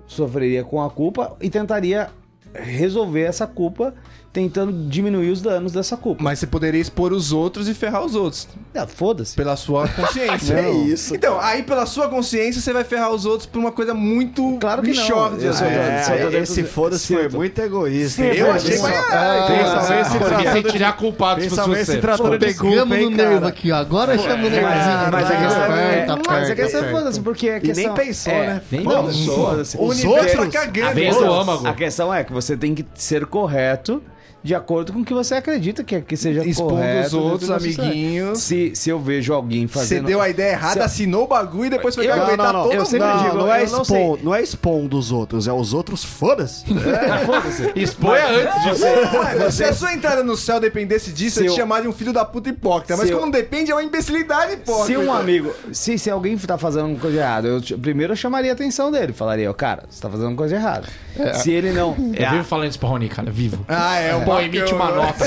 Speaker 4: Sofreria com a culpa e tentaria resolver essa culpa tentando diminuir os danos dessa culpa.
Speaker 6: Mas você poderia expor os outros e ferrar os outros,
Speaker 4: Ah, Foda-se.
Speaker 6: pela sua consciência.
Speaker 4: É isso.
Speaker 6: Então, aí pela sua consciência, você vai ferrar os outros por uma coisa muito
Speaker 4: Claro que não.
Speaker 6: bichórdia,
Speaker 4: Eu sou-
Speaker 6: né?
Speaker 4: eu sou-
Speaker 2: É, esse foda-se foi muito egoísta. É, hein?
Speaker 6: Eu achei que
Speaker 2: Pensa-
Speaker 6: né?
Speaker 5: Ah,
Speaker 2: se
Speaker 14: Porque
Speaker 2: tratando
Speaker 14: sem
Speaker 2: de-
Speaker 14: tirar culpado se
Speaker 2: pensa bem se
Speaker 14: você.
Speaker 2: tratando de culpa,
Speaker 5: Pegamos no
Speaker 2: hein,
Speaker 5: nervo
Speaker 2: cara?
Speaker 5: aqui, ó. Agora chamamos o Tá nervozinho.
Speaker 2: mas é que você-
Speaker 5: aperta,
Speaker 4: Mas é que
Speaker 5: aperta,
Speaker 4: essa
Speaker 5: aperta.
Speaker 4: foda-se, porque a
Speaker 2: E
Speaker 4: questão...
Speaker 2: nem pensou,
Speaker 4: é, Ah,
Speaker 2: né?
Speaker 4: Nem
Speaker 2: Foda-se.
Speaker 4: pensou. foda-se.
Speaker 6: O
Speaker 2: Os
Speaker 6: universo
Speaker 2: outros-
Speaker 6: tá
Speaker 4: A
Speaker 6: cagando.
Speaker 1: vez do
Speaker 6: Foda-se.
Speaker 1: âmago.
Speaker 4: A questão é que você tem que ser correto de acordo com o que você acredita que, que seja
Speaker 6: Expondo
Speaker 4: correto.
Speaker 6: os outros,
Speaker 4: dentro da sociedade.
Speaker 6: amiguinhos.
Speaker 4: Se, se eu vejo alguém
Speaker 6: Você
Speaker 4: fazendo...
Speaker 6: deu a ideia errada,
Speaker 4: Se-
Speaker 6: assinou o bagulho e depois foi
Speaker 4: Eu-
Speaker 6: eu,
Speaker 2: Não,
Speaker 6: aguentar
Speaker 2: não, não.
Speaker 6: todo
Speaker 4: Eu
Speaker 6: mundo.
Speaker 4: sempre
Speaker 2: não,
Speaker 4: digo,
Speaker 2: não, é
Speaker 4: eu não
Speaker 2: expon, não é expondo os outros, é os outros foda-se.
Speaker 14: Exponha antes de você.
Speaker 6: Ué, Se a sua entrada no céu dependesse disso,
Speaker 4: Se
Speaker 6: eu te
Speaker 4: eu-
Speaker 6: chamaria de um filho da puta hipócrita. Mas
Speaker 4: Se eu-
Speaker 6: como depende, é uma imbecilidade hipócrita.
Speaker 4: Se um amigo, se, se alguém tá fazendo alguma coisa errada, eu te- primeiro eu chamaria a atenção dele, falaria, ó, cara, você tá fazendo alguma coisa errada.
Speaker 2: É.
Speaker 4: Se ele não.
Speaker 1: Eu vivo falando isso pra Rony, cara, vivo.
Speaker 6: Ah, é um
Speaker 1: Pô, emite uma nota.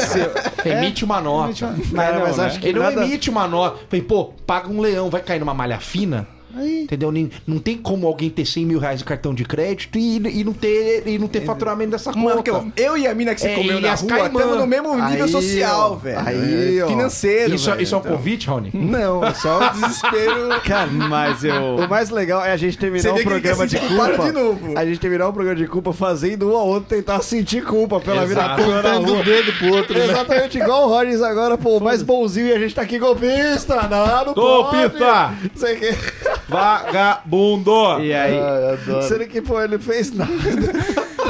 Speaker 1: Emite uma nota.
Speaker 4: Mas
Speaker 2: Cara,
Speaker 4: não,
Speaker 2: mas
Speaker 4: né?
Speaker 2: acho que
Speaker 1: Ele não
Speaker 2: nada-
Speaker 1: emite uma nota. Falei, pô, paga um leão, vai cair numa malha fina. Entendeu? Nem- Não tem como alguém ter 100 mil reais de cartão de crédito e, e não, ter, e não ter faturamento dessa
Speaker 6: Mano,
Speaker 1: conta.
Speaker 6: porque eu e a mina é que você
Speaker 1: É,
Speaker 6: comeu
Speaker 1: e
Speaker 6: na
Speaker 1: as
Speaker 6: rua
Speaker 1: caimã.
Speaker 6: estamos no mesmo nível
Speaker 2: Aí,
Speaker 6: social,
Speaker 2: ó.
Speaker 6: velho.
Speaker 2: Aí,
Speaker 6: É,
Speaker 2: ó.
Speaker 6: Financeiro.
Speaker 1: Isso,
Speaker 6: velho.
Speaker 1: isso é um convite, Rony?
Speaker 6: Não, é só um desespero.
Speaker 2: Cara, mas eu. O mais legal é a gente
Speaker 6: Você
Speaker 2: terminar
Speaker 6: vê
Speaker 2: o
Speaker 6: que ele
Speaker 2: programa
Speaker 6: quer
Speaker 2: de
Speaker 6: sentir culpado
Speaker 2: culpa.
Speaker 6: de novo.
Speaker 2: A gente terminar o programa de culpa fazendo um ao outro tentar sentir culpa pela
Speaker 14: Exato.
Speaker 2: vida toda. na
Speaker 5: Apontando o
Speaker 2: rua.
Speaker 5: dedo pro outro. né?
Speaker 2: Exatamente igual o Rogers agora, pô, o mais bonzinho e a gente tá aqui golpista. Não, não
Speaker 14: Golpista!
Speaker 2: pode. Sei que-
Speaker 14: Vagabundo!
Speaker 4: E aí,
Speaker 2: É. Sendo que, pô, ele fez nada.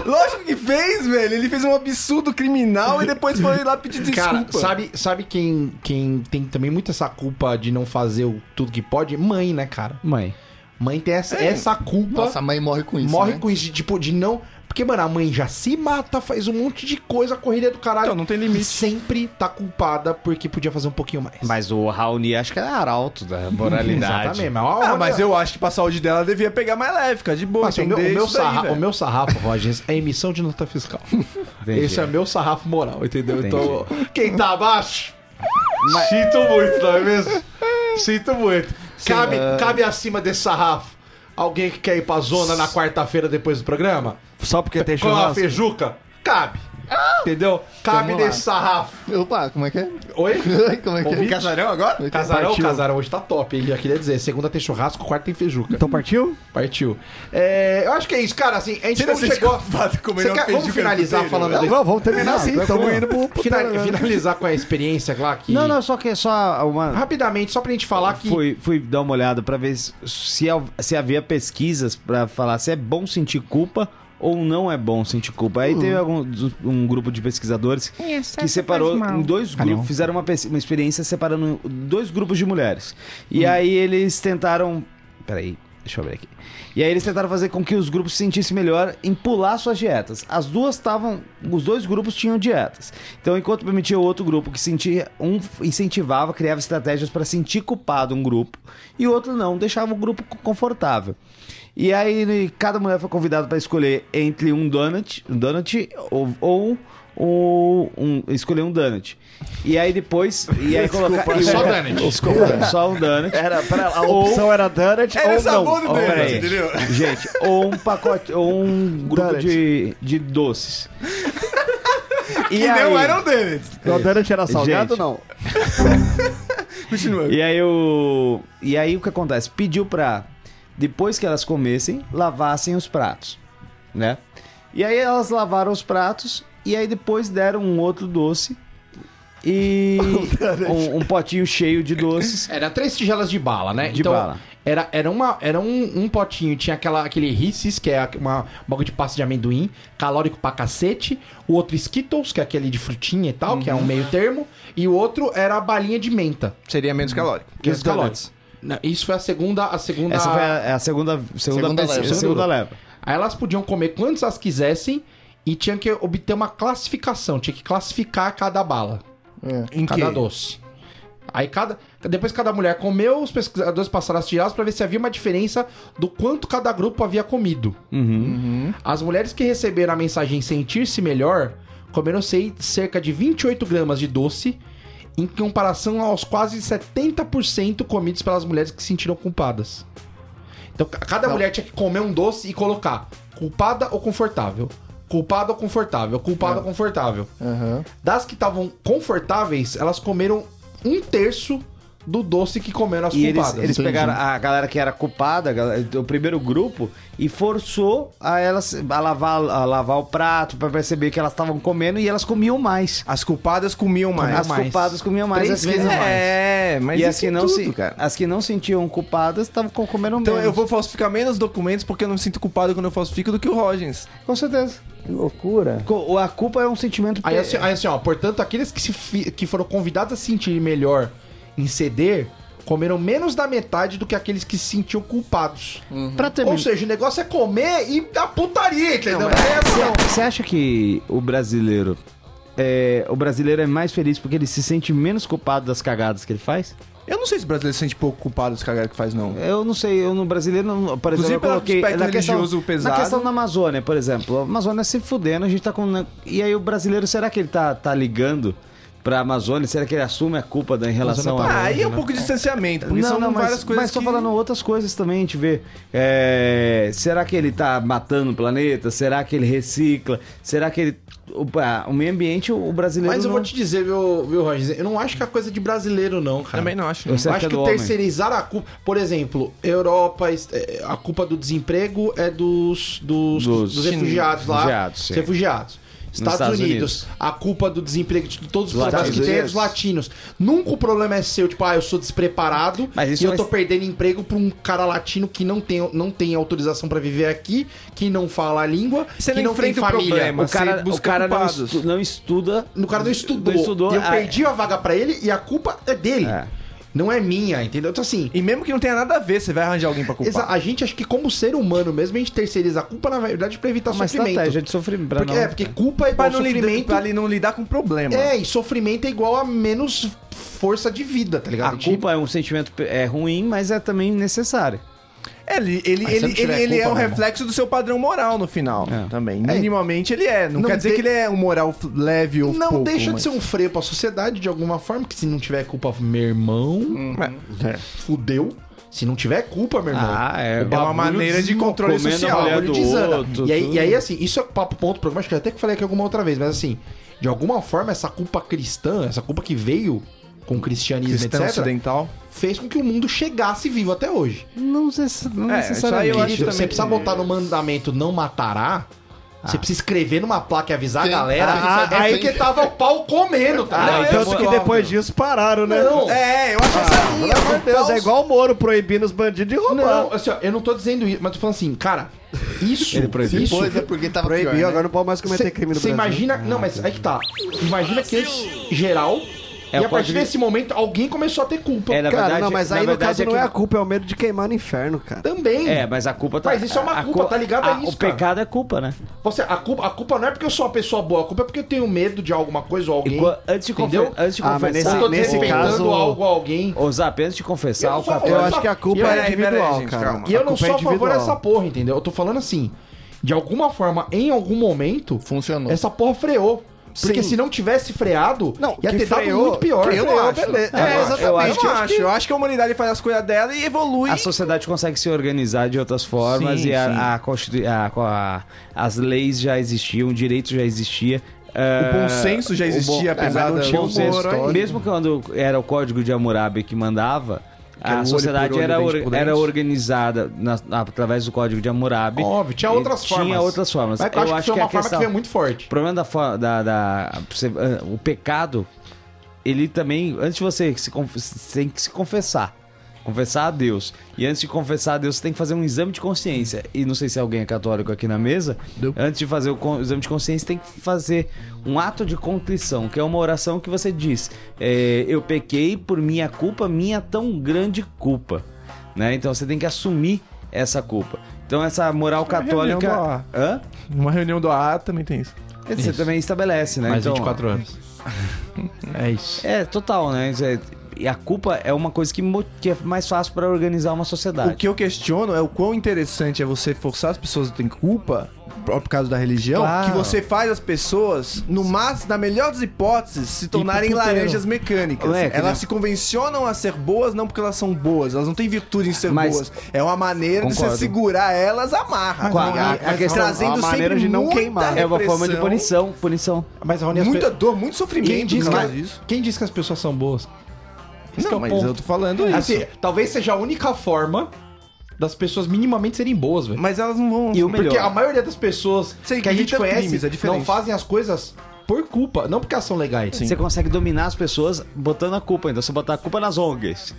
Speaker 6: Lógico que fez, velho. Ele fez um absurdo criminal e depois foi lá pedir desculpa.
Speaker 1: Cara, sabe, sabe quem, quem tem também muito essa culpa de não fazer o- tudo que pode? Mãe, né, cara?
Speaker 4: mãe.
Speaker 1: Mãe tem essa, essa culpa.
Speaker 5: Nossa, a mãe morre com isso.
Speaker 1: morre
Speaker 5: né?
Speaker 1: com isso, de, tipo, de não. Porque, mano, a mãe já se mata, faz um monte de coisa, correria do caralho.
Speaker 6: Então, não tem
Speaker 1: E
Speaker 6: limite.
Speaker 1: sempre tá culpada porque podia fazer um pouquinho mais.
Speaker 4: Mas o Raoni acho que era arauto da moralidade.
Speaker 1: Exatamente, mas, ó,
Speaker 6: Ah,
Speaker 1: olha-
Speaker 6: mas eu acho que pra saúde dela devia pegar mais leve, ficar de boa.
Speaker 1: Mas o meu, o
Speaker 6: entender
Speaker 1: meu
Speaker 6: isso daí,
Speaker 1: sarra-
Speaker 6: velho.
Speaker 1: o meu sarrafo, Rogers, é emissão de nota fiscal. Esse é meu sarrafo moral, entendeu? Então, quem tá abaixo, sinto muito, não é mesmo? Sinto muito. Cabe,
Speaker 6: é.
Speaker 1: cabe acima desse sarrafo alguém que quer ir pra zona na quarta-feira depois do programa?
Speaker 2: Só porque tem
Speaker 1: Com a
Speaker 2: churrasco.
Speaker 1: fejuca? Cabe. Entendeu? Cabe nesse sarrafo.
Speaker 5: Opa, como é que é?
Speaker 1: Oi?
Speaker 5: Como é que
Speaker 1: Ouvinte?
Speaker 5: é?
Speaker 6: Casarão agora?
Speaker 1: Casarão, casarão hoje tá top, hein? Eu queria dizer, segunda tem churrasco, quarta tem fejuca.
Speaker 2: Então partiu?
Speaker 1: Partiu. É, eu acho que é isso, cara. Assim, a gente não chegou. Você quer- vamos finalizar
Speaker 4: né?
Speaker 1: falando.
Speaker 2: Não, vamos, vamos terminar assim. Estamos indo pro. pro-
Speaker 1: Final- finalizar com a experiência lá que.
Speaker 4: Não, não, só que é só uma.
Speaker 1: Rapidamente, só pra gente falar que.
Speaker 4: Fui, fui dar uma olhada pra ver se, se há- se havia pesquisas pra falar se é bom sentir culpa ou não é bom sentir culpa.
Speaker 2: Hum.
Speaker 4: Aí teve algum, um grupo de pesquisadores que separou em dois grupos, fizeram uma, pesqui- uma experiência separando dois grupos de mulheres. E aí eles tentaram. Peraí, deixa eu abrir aqui. E aí eles tentaram fazer com que os grupos se sentissem melhor em pular suas dietas. As duas estavam. Os dois grupos tinham dietas. Então, enquanto permitia o outro grupo que sentia. Um incentivava, criava estratégias para sentir culpado um grupo. E o outro não, deixava o grupo co- confortável. E aí, né, cada mulher foi convidada para escolher entre um donut, um donut ou, ou um, um- escolher um donut. E aí depois, e aí colocar e
Speaker 1: Só
Speaker 4: o-
Speaker 1: Danit.
Speaker 4: só um donut.
Speaker 2: Era, pra, a opção era Donut
Speaker 6: Era
Speaker 2: ou não.
Speaker 6: sabor do
Speaker 4: Ou,
Speaker 6: dedo,
Speaker 4: peraí.
Speaker 6: entendeu?
Speaker 4: Gente, ou um pacote, ou um grupo
Speaker 2: Donut.
Speaker 4: de, de doces. E
Speaker 6: E
Speaker 4: aí,
Speaker 6: não um eram deles.
Speaker 2: Não, Donut era salgado
Speaker 4: Gente.
Speaker 2: ou não?
Speaker 6: Continua.
Speaker 4: E aí o e aí o que acontece? Pediu pra depois que elas comessem, lavassem os pratos, né? E aí elas lavaram os pratos e aí depois deram um outro doce e um, um potinho cheio de doces.
Speaker 1: Era três tigelas de bala, né?
Speaker 4: De bala.
Speaker 1: Era, era, uma, era um, um potinho, tinha aquela, aquele Reese's, que é a- uma um bagulho de pasta de amendoim, calórico pra cacete. O outro Skittles, que é aquele de frutinha e tal, que é um meio termo. E o outro era a balinha de menta,
Speaker 6: Seria menos calórico.
Speaker 1: que é os calóricos. Não, Isso foi a segunda... A segunda...
Speaker 4: Essa foi a, é a segunda segunda
Speaker 5: Segunda
Speaker 4: pesquisa-
Speaker 5: leva.
Speaker 4: segunda leva.
Speaker 1: Aí elas podiam comer quantas elas quisessem e tinham que obter uma classificação. Tinha que classificar cada bala,
Speaker 6: Em
Speaker 1: cada
Speaker 6: quê?
Speaker 1: doce. Aí cada. Depois que cada mulher comeu, os pesquisadores passaram a tirá-las para ver se havia uma diferença do quanto cada grupo havia comido.
Speaker 6: Uhum.
Speaker 1: As mulheres que receberam a mensagem sentir-se melhor comeram sei- cerca de 28 gramas de doce, em comparação aos quase 70% comidos pelas mulheres que se sentiram culpadas. Então, ca- cada mulher tinha que comer um doce e colocar culpada ou confortável. Culpada ou confortável, culpada
Speaker 4: É.
Speaker 1: ou confortável. Das que estavam confortáveis, elas comeram um terço do doce que comeram as
Speaker 4: E eles,
Speaker 1: culpadas.
Speaker 4: eles
Speaker 5: Entendi.
Speaker 4: pegaram a galera que era culpada, a galera- o primeiro grupo, e forçou a elas a lavar, a lavar o prato pra perceber que elas estavam comendo e elas comiam mais.
Speaker 6: As culpadas comiam mais.
Speaker 4: as culpadas comiam mais,
Speaker 6: Três
Speaker 4: as que não.
Speaker 6: vezes É, mas
Speaker 4: E as
Speaker 6: isso
Speaker 4: que, não
Speaker 6: tudo,
Speaker 4: se,
Speaker 6: cara.
Speaker 4: as que não sentiam culpadas estavam com- comendo
Speaker 6: Então
Speaker 4: menos.
Speaker 6: eu vou falsificar menos documentos porque eu não me sinto culpado quando eu falsifico do que o Rogens.
Speaker 4: Com certeza.
Speaker 15: Que loucura.
Speaker 4: Co- A culpa é um sentimento.
Speaker 1: Aí
Speaker 4: pe-
Speaker 1: assim, aí, assim, ó, portanto, aqueles que, se fi- que foram convidados a se sentir melhor em ceder comeram menos da metade do que aqueles que se sentiam culpados.
Speaker 2: Pra
Speaker 1: Ou
Speaker 2: terminar.
Speaker 1: seja, o negócio é comer e a putaria, entendeu? É, não.
Speaker 4: Você acha que o brasileiro. é, o brasileiro é mais feliz porque ele se sente menos culpado das cagadas que ele faz?
Speaker 6: Eu não sei se o brasileiro se sente pouco culpado dos cagados que faz, não.
Speaker 4: Eu não sei, eu no brasileiro, não- por exemplo,
Speaker 6: Inclusive,
Speaker 4: eu
Speaker 6: pelo
Speaker 4: coloquei
Speaker 6: aspecto
Speaker 4: na questão,
Speaker 6: religioso pesado.
Speaker 4: na questão da Amazônia, por exemplo. A Amazônia se fudendo, a gente tá com. E aí o brasileiro, será que ele tá, tá ligando pra Amazônia? Será que ele assume a culpa da, em relação a.
Speaker 6: Ah, aí é um pouco de distanciamento, porque são
Speaker 4: né? mas,
Speaker 6: várias coisas
Speaker 4: mas tô
Speaker 6: que...
Speaker 4: falando outras coisas também, a gente vê. É, será que ele tá matando o planeta? Será que ele recicla? Será que ele. O, ah, o meio ambiente, o o brasileiro.
Speaker 1: Mas eu
Speaker 4: não-
Speaker 1: vou te dizer, viu, viu Roger? Eu não acho que é coisa de brasileiro, não, cara.
Speaker 6: Também não acho.
Speaker 4: Eu
Speaker 6: não.
Speaker 4: sei.
Speaker 1: Eu
Speaker 4: Certo
Speaker 1: acho
Speaker 4: é
Speaker 1: que
Speaker 4: do homem.
Speaker 1: terceirizar a culpa. Por exemplo, Europa, est- eh, a culpa do desemprego é dos, dos,
Speaker 4: Dos
Speaker 1: dos, refugiados lá.
Speaker 4: refugiados,
Speaker 1: Refugiados.
Speaker 4: sim.
Speaker 1: refugiados. Estados,
Speaker 4: Estados
Speaker 1: Unidos, a culpa do desemprego de todos os
Speaker 4: Latinos.
Speaker 1: problemas que tem é dos latinos. Nunca o problema é seu, tipo, ah, eu sou despreparado
Speaker 4: Mas isso
Speaker 1: e eu
Speaker 4: vai
Speaker 1: tô
Speaker 4: ser-
Speaker 1: perdendo emprego pra um cara latino que não tem, não tem autorização pra viver aqui, que não fala a língua,
Speaker 6: Você
Speaker 1: que
Speaker 6: não
Speaker 1: não tem
Speaker 6: enfrenta o
Speaker 1: família.
Speaker 4: O
Speaker 6: problema. Mas
Speaker 4: cara,
Speaker 6: você busca
Speaker 4: o cara não,
Speaker 6: culpados.
Speaker 4: estu- não estuda.
Speaker 1: O cara não estudou.
Speaker 4: Não estudou,
Speaker 1: e eu
Speaker 4: ah,
Speaker 1: perdi a vaga pra ele e a culpa é dele.
Speaker 4: É.
Speaker 1: Não é minha, entendeu? Então assim,
Speaker 6: E mesmo que não tenha nada a ver, você vai arranjar alguém pra culpar.
Speaker 1: Exa- a gente acha que como ser humano mesmo, a gente terceiriza a culpa, na verdade, pra evitar
Speaker 4: é Uma
Speaker 1: sofrimento.
Speaker 4: estratégia de sofrimento. pra
Speaker 1: porque,
Speaker 4: não-
Speaker 1: é, porque culpa é
Speaker 6: Pra
Speaker 1: igual
Speaker 6: não, lidar,
Speaker 1: sofrimento.
Speaker 6: pra ele não lidar com o
Speaker 4: né,
Speaker 6: problema.
Speaker 1: É, e sofrimento é igual a menos força de vida, tá ligado?
Speaker 4: A culpa é um sentimento pe- é ruim, mas é também necessário.
Speaker 6: É, Ele, ele,
Speaker 1: Mas se não
Speaker 6: ele,
Speaker 1: tiver
Speaker 6: ele, ele é
Speaker 1: culpa,
Speaker 6: um
Speaker 1: meu irmão.
Speaker 6: reflexo do seu padrão moral no final
Speaker 4: É.
Speaker 6: também. Minimamente ele é. Não,
Speaker 1: Não
Speaker 6: quer dizer
Speaker 1: de-
Speaker 6: que ele é um moral f- leve
Speaker 4: é
Speaker 6: ou
Speaker 1: Não
Speaker 6: pouco,
Speaker 1: deixa
Speaker 6: mas- é.
Speaker 1: de ser um freio pra sociedade de alguma forma, que se não tiver culpa, meu irmão,
Speaker 4: Hum.
Speaker 1: fudeu. Se não tiver culpa, meu irmão.
Speaker 4: é,
Speaker 6: É uma maneira de controle
Speaker 4: comendo a
Speaker 6: social.
Speaker 4: mulher
Speaker 1: bagulho
Speaker 4: do
Speaker 1: desanda.
Speaker 4: outro,
Speaker 1: e, aí,
Speaker 4: tudo.
Speaker 1: e aí, assim, isso é papo ponto programa, acho que eu até que falei aqui alguma outra vez, mas assim, de alguma forma, essa culpa cristã, essa culpa que veio com o cristianismo,
Speaker 6: Cristão
Speaker 1: etc.,
Speaker 6: ocidental.
Speaker 1: fez com que o mundo chegasse vivo até hoje.
Speaker 4: Não, necess- não
Speaker 6: É,
Speaker 4: necessariamente.
Speaker 6: isso aí eu acho
Speaker 1: você
Speaker 6: também
Speaker 1: precisa
Speaker 6: que-
Speaker 1: botar no mandamento não matará. Você precisa escrever numa placa e avisar
Speaker 5: Sim.
Speaker 1: a galera.
Speaker 5: Ah, ah,
Speaker 1: aí
Speaker 5: sim.
Speaker 1: que tava o pau comendo, tá?
Speaker 6: Ah,
Speaker 1: ligado?
Speaker 6: então-
Speaker 2: Tanto que depois disso pararam, né?
Speaker 1: Não,
Speaker 6: É, eu acho essa linha.
Speaker 2: Meu Deus, é igual o Moro proibindo os bandidos de roubar.
Speaker 1: não, assim, ó, eu não tô dizendo isso, mas tô falando assim, cara, isso,
Speaker 4: Ele proibiu.
Speaker 1: isso
Speaker 5: Pois é, porque tava
Speaker 2: Proibiu,
Speaker 5: pior, né?
Speaker 2: agora não pode mais cometer crime no
Speaker 1: Você
Speaker 2: Brasil.
Speaker 1: imagina. Não, mas aí que tá. Imagina que esse geral. e
Speaker 4: É,
Speaker 1: a
Speaker 4: pode
Speaker 1: partir
Speaker 4: vir-
Speaker 1: desse momento, alguém começou a ter culpa.
Speaker 4: É, na
Speaker 2: Cara,
Speaker 4: verdade,
Speaker 2: não, mas
Speaker 4: na
Speaker 2: aí no
Speaker 4: verdade
Speaker 2: caso
Speaker 4: é
Speaker 2: não
Speaker 4: que-
Speaker 2: é a culpa, é o medo de queimar no inferno, cara.
Speaker 1: Também.
Speaker 4: É, mas a culpa tá.
Speaker 1: Mas isso é uma
Speaker 4: a
Speaker 1: culpa, tá ligado? É
Speaker 4: a-
Speaker 1: isso,
Speaker 4: O
Speaker 1: cara.
Speaker 4: pecado é culpa, né?
Speaker 1: Você, a, culpa, a culpa não é porque eu sou uma pessoa boa, a culpa é porque eu tenho medo de alguma coisa ou
Speaker 4: E
Speaker 1: alguém.
Speaker 4: qua- antes de, confe-
Speaker 1: Entendeu?
Speaker 4: antes de
Speaker 2: Ah, mas
Speaker 4: confessar.
Speaker 1: Eu tô
Speaker 2: nesse- nesse
Speaker 1: desrespeitando
Speaker 2: caso-
Speaker 1: algo a alguém.
Speaker 4: Ô, Zap, antes de confessar,
Speaker 1: Eu
Speaker 4: o
Speaker 1: só
Speaker 4: papel.
Speaker 2: Eu
Speaker 1: Olha
Speaker 2: acho
Speaker 1: só,
Speaker 2: que a culpa
Speaker 1: e
Speaker 2: é
Speaker 1: olha aí,
Speaker 6: pera aí,
Speaker 2: individual,
Speaker 6: gente,
Speaker 2: cara.
Speaker 6: calma.
Speaker 2: A
Speaker 1: E eu não
Speaker 2: culpa é
Speaker 1: sou a favor
Speaker 2: individual.
Speaker 1: dessa porra, entendeu? Eu tô falando assim. De alguma forma, em algum momento,
Speaker 5: Funcionou.
Speaker 1: essa porra freou. Porque
Speaker 2: Sim.
Speaker 1: se não tivesse freado,
Speaker 2: Não,
Speaker 1: ia
Speaker 2: que
Speaker 1: ter dado
Speaker 2: freou-
Speaker 1: muito pior.
Speaker 2: que
Speaker 6: Eu
Speaker 2: freou,
Speaker 6: não acho.
Speaker 2: beleza.
Speaker 6: Eu
Speaker 2: É,
Speaker 6: acho. Eu
Speaker 2: exatamente.
Speaker 6: não acho. Eu acho que a humanidade faz as coisas dela e evolui.
Speaker 4: A sociedade consegue se organizar de outras formas
Speaker 6: Sim,
Speaker 4: e a,
Speaker 6: sim.
Speaker 4: a constitu- a- a- as leis já existiam, o direito já existia. Ah,
Speaker 6: O bom senso já
Speaker 1: é,
Speaker 6: existia, apesar
Speaker 4: do
Speaker 6: da-
Speaker 4: bom é,
Speaker 6: do né?
Speaker 4: senso.
Speaker 6: Moro ainda.
Speaker 4: Mesmo quando era o Código de Hammurabi que mandava,
Speaker 6: era o
Speaker 1: um
Speaker 4: a
Speaker 6: olho
Speaker 4: sociedade
Speaker 6: por olho,
Speaker 4: era,
Speaker 6: dente
Speaker 4: or-
Speaker 6: por dente.
Speaker 4: era organizada na- na- através do Código de Hammurabi.
Speaker 1: Óbvio, tinha
Speaker 4: E
Speaker 1: outras
Speaker 4: Tinha
Speaker 1: formas.
Speaker 4: outras formas.
Speaker 1: Mas eu acho que foi
Speaker 4: a
Speaker 1: uma forma que
Speaker 4: é questão-
Speaker 1: veio muito forte.
Speaker 4: o problema da, fo- da, da- você- ah, o pecado, ele também antes de você se conf- você tem que se confessar, confessar a Deus. E antes de confessar a Deus, você tem que fazer um exame de consciência. E não sei se alguém é católico aqui na mesa. Antes de fazer o con- exame de consciência, tem que fazer um ato de contrição, que é uma oração que você diz: é, eu pequei por minha culpa, minha tão grande culpa né? Então você tem que assumir essa culpa. Então, Então essa moral católica.
Speaker 6: reunião
Speaker 4: Hã?
Speaker 6: Uma reunião do AA também tem isso.
Speaker 4: Você também estabelece, né?
Speaker 1: Mais
Speaker 4: Então,
Speaker 1: 24 anos. É isso.
Speaker 4: É, total, né? Isso é- E a culpa é uma coisa que, mo- que é mais fácil pra organizar uma
Speaker 6: O
Speaker 4: sociedade.
Speaker 6: que eu questiono é o quão interessante é você forçar as pessoas que têm culpa, por por causa da religião,
Speaker 4: Claro.
Speaker 6: que você faz as pessoas, no máximo, na melhor das hipóteses, se tornarem
Speaker 4: puteiro.
Speaker 6: laranjas mecânicas.
Speaker 4: Ué, que
Speaker 6: elas
Speaker 4: nem-
Speaker 6: se convencionam a ser boas, não porque elas são boas, elas não têm virtude em ser
Speaker 4: Mas-
Speaker 6: boas. É uma maneira de
Speaker 4: Concordo.
Speaker 6: você segurar elas à marra. tá
Speaker 4: a,
Speaker 6: ligado?
Speaker 4: a questão
Speaker 6: trazendo
Speaker 4: a maneira
Speaker 6: sempre
Speaker 4: de não
Speaker 6: muita
Speaker 4: queimar. É uma forma de
Speaker 6: repressão,
Speaker 4: punição, punição.
Speaker 1: Mas, Rony, as
Speaker 6: Muita
Speaker 1: pe-
Speaker 6: dor, muito
Speaker 1: quem,
Speaker 6: sofrimento
Speaker 1: diz
Speaker 6: por
Speaker 1: que, é-
Speaker 6: causa disso.
Speaker 1: quem diz que as pessoas são boas? Esse que é
Speaker 6: Não,
Speaker 1: o
Speaker 6: mas
Speaker 1: ponto.
Speaker 6: eu tô falando isso.
Speaker 1: Assim, talvez seja a única forma das pessoas minimamente serem boas, velho.
Speaker 6: mas elas não vão.
Speaker 4: E o
Speaker 1: Porque a
Speaker 4: melhor.
Speaker 1: maioria das pessoas
Speaker 6: Você
Speaker 1: que a gente
Speaker 6: evita
Speaker 1: conhece
Speaker 6: crimes, é diferente.
Speaker 1: não fazem as coisas por culpa, não porque elas são legais.
Speaker 4: Você consegue dominar as pessoas botando a culpa. Então você botar a culpa nas ONGs.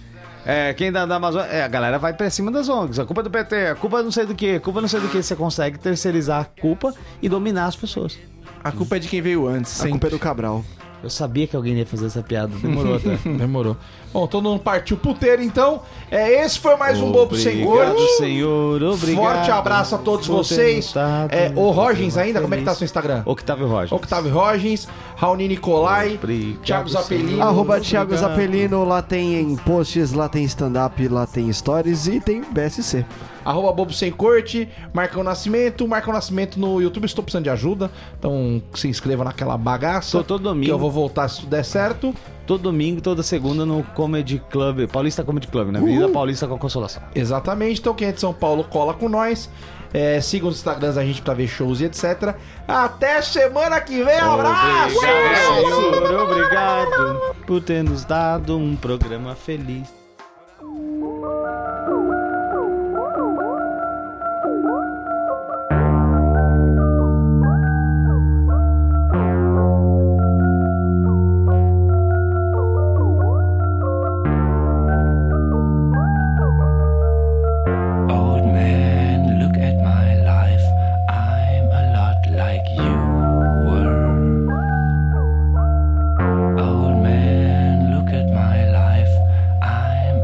Speaker 4: É, quem da, da Amazônia. É, a galera vai pra cima das ONGs. A culpa é do PT, a culpa é não sei do que, a culpa é não sei do que. Você consegue terceirizar a culpa e dominar as pessoas.
Speaker 6: A culpa é de quem veio antes.
Speaker 2: A
Speaker 6: Sempre.
Speaker 2: culpa é do Cabral.
Speaker 4: Eu sabia que alguém ia fazer essa piada. Demorou até.
Speaker 1: Demorou. Bom, todo mundo partiu puteiro, então. É, esse foi mais um Bobo Sem Gordo.
Speaker 4: Obrigado, senhor. Obrigado.
Speaker 1: Forte abraço a todos
Speaker 4: Por ter
Speaker 1: vocês.
Speaker 4: notado,
Speaker 1: É, o
Speaker 4: eu
Speaker 1: Rogens
Speaker 4: fico
Speaker 1: ainda, como é que tá
Speaker 4: feliz.
Speaker 1: seu Instagram?
Speaker 4: Octavio Rojas.
Speaker 1: Octavio Rogens, Raoni Nicolai,
Speaker 4: Obrigado,
Speaker 1: Thiago Zapelino.
Speaker 2: Arroba Thiago Zapelino, lá tem posts, lá tem stand-up, lá tem stories e tem BSC.
Speaker 1: Arroba Bobo Sem Corte, Marcão Nascimento. Marcão Nascimento no YouTube, estou precisando de ajuda. Então se inscreva naquela bagaça.
Speaker 4: Tô todo
Speaker 1: que
Speaker 4: domingo.
Speaker 1: eu vou voltar se tudo der certo.
Speaker 4: Todo domingo, toda segunda no Comedy Club. Paulista Comedy Club, na Avenida Paulista com a Consolação.
Speaker 1: Exatamente. Então quem é de São Paulo, cola com nós. É, sigam os Instagrams da gente pra ver shows e etc. Até semana que vem. Um Abraço!
Speaker 4: Senhor, obrigado por ter nos dado um programa feliz.
Speaker 16: Old man, look at my life. I'm a lot like you were. Old man, look at my life. I'm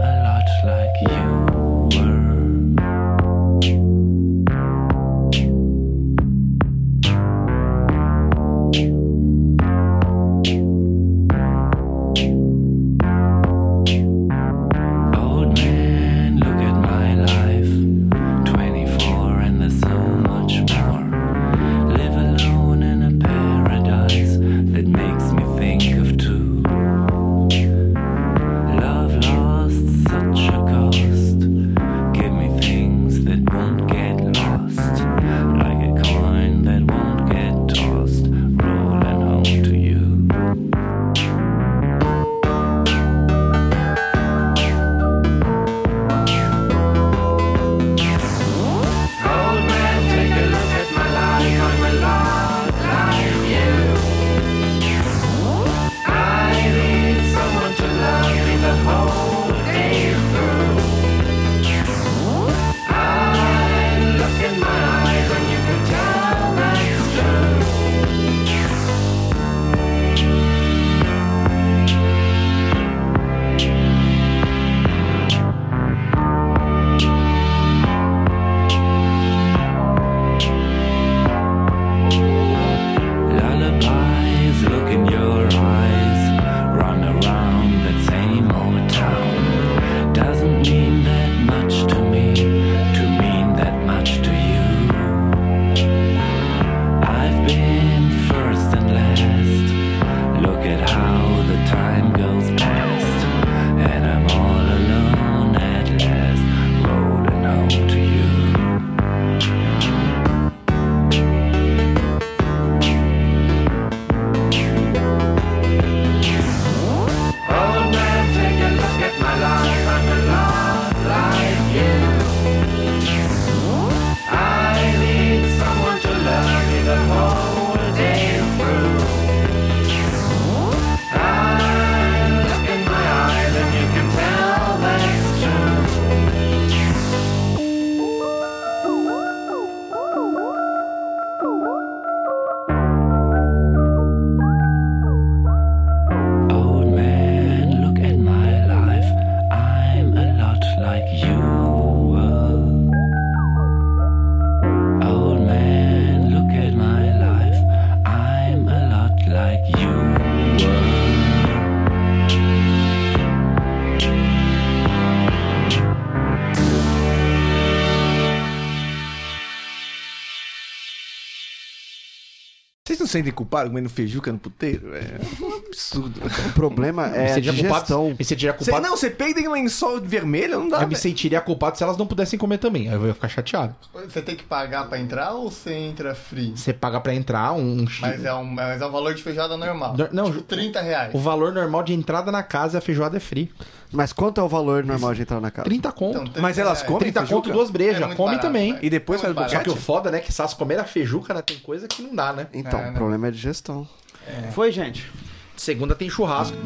Speaker 6: sentem culpado comendo feijuca no puteiro? É um absurdo.
Speaker 2: O problema é a
Speaker 1: sentiria
Speaker 2: digestão.
Speaker 1: culpado, me sentiria
Speaker 6: Cê-
Speaker 1: culpado.
Speaker 6: não, você peida em lençol vermelho, não dá.
Speaker 1: eu me
Speaker 6: velho.
Speaker 1: sentiria culpado se elas não pudessem comer também. Aí eu ia ficar chateado.
Speaker 5: Você tem que pagar pra entrar ou você entra free?
Speaker 1: Você paga pra entrar um, um chi-
Speaker 5: Mas é um, mas é um valor de feijada normal.
Speaker 1: Não, não,
Speaker 5: tipo, 30 reais.
Speaker 1: O valor normal de entrada na casa, a feijoada é free.
Speaker 2: Mas quanto é o valor normal de entrar na casa?
Speaker 1: 30 conto.
Speaker 5: Então,
Speaker 6: Mas elas
Speaker 5: 30
Speaker 6: comem
Speaker 1: 30
Speaker 6: feijuca?
Speaker 1: conto, duas
Speaker 5: É
Speaker 1: brejas.
Speaker 5: muito
Speaker 1: Come
Speaker 5: barato,
Speaker 1: também.
Speaker 5: velho.
Speaker 6: E depois faz
Speaker 5: Muito
Speaker 6: o
Speaker 1: Só
Speaker 5: barato.
Speaker 6: boquete?
Speaker 1: que o foda, né, que Sasso comer a feijuca, né, tem coisa que não dá, né?
Speaker 2: Então, o problema é a digestão.
Speaker 1: É.
Speaker 4: Foi, gente.
Speaker 1: Segunda tem churrasco.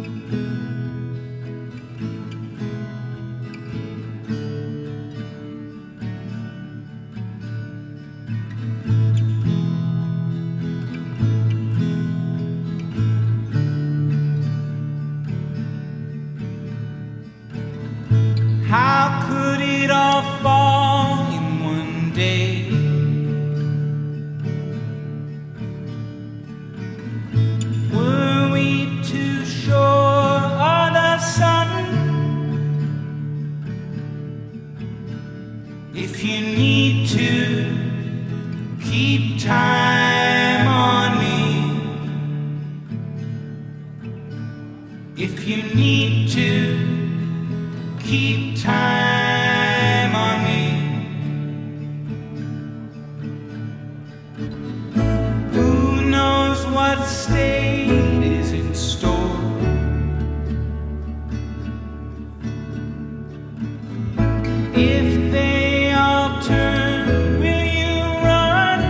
Speaker 17: How could it all fall in one day? Were we too sure on a sudden? If you need to keep time on me, if you need to keep time on me. Who knows what state is in store? If they all turn, will you run?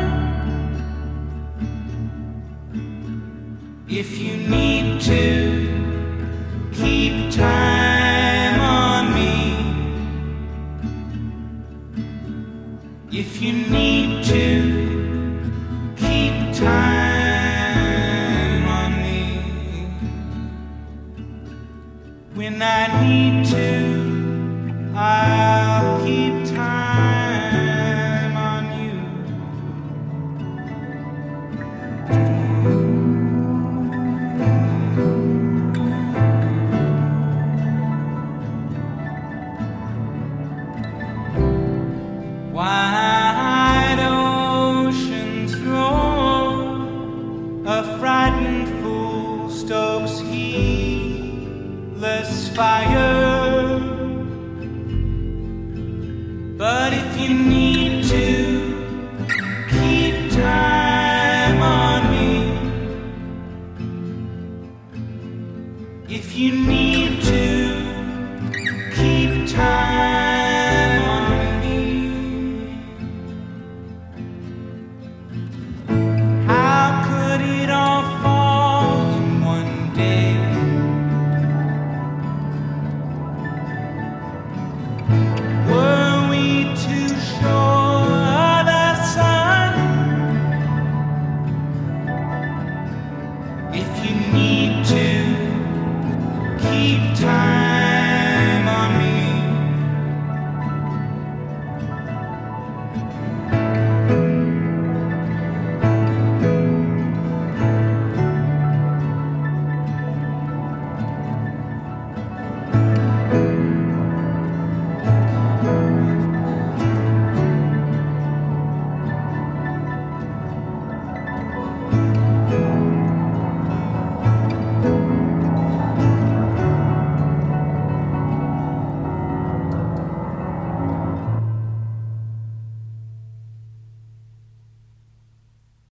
Speaker 17: If you need to keep time on me. If you need to, keep time on me. When I need to, I'll keep time on you. Wide oceans roar, a frightened fool stokes heedless fire. But if you need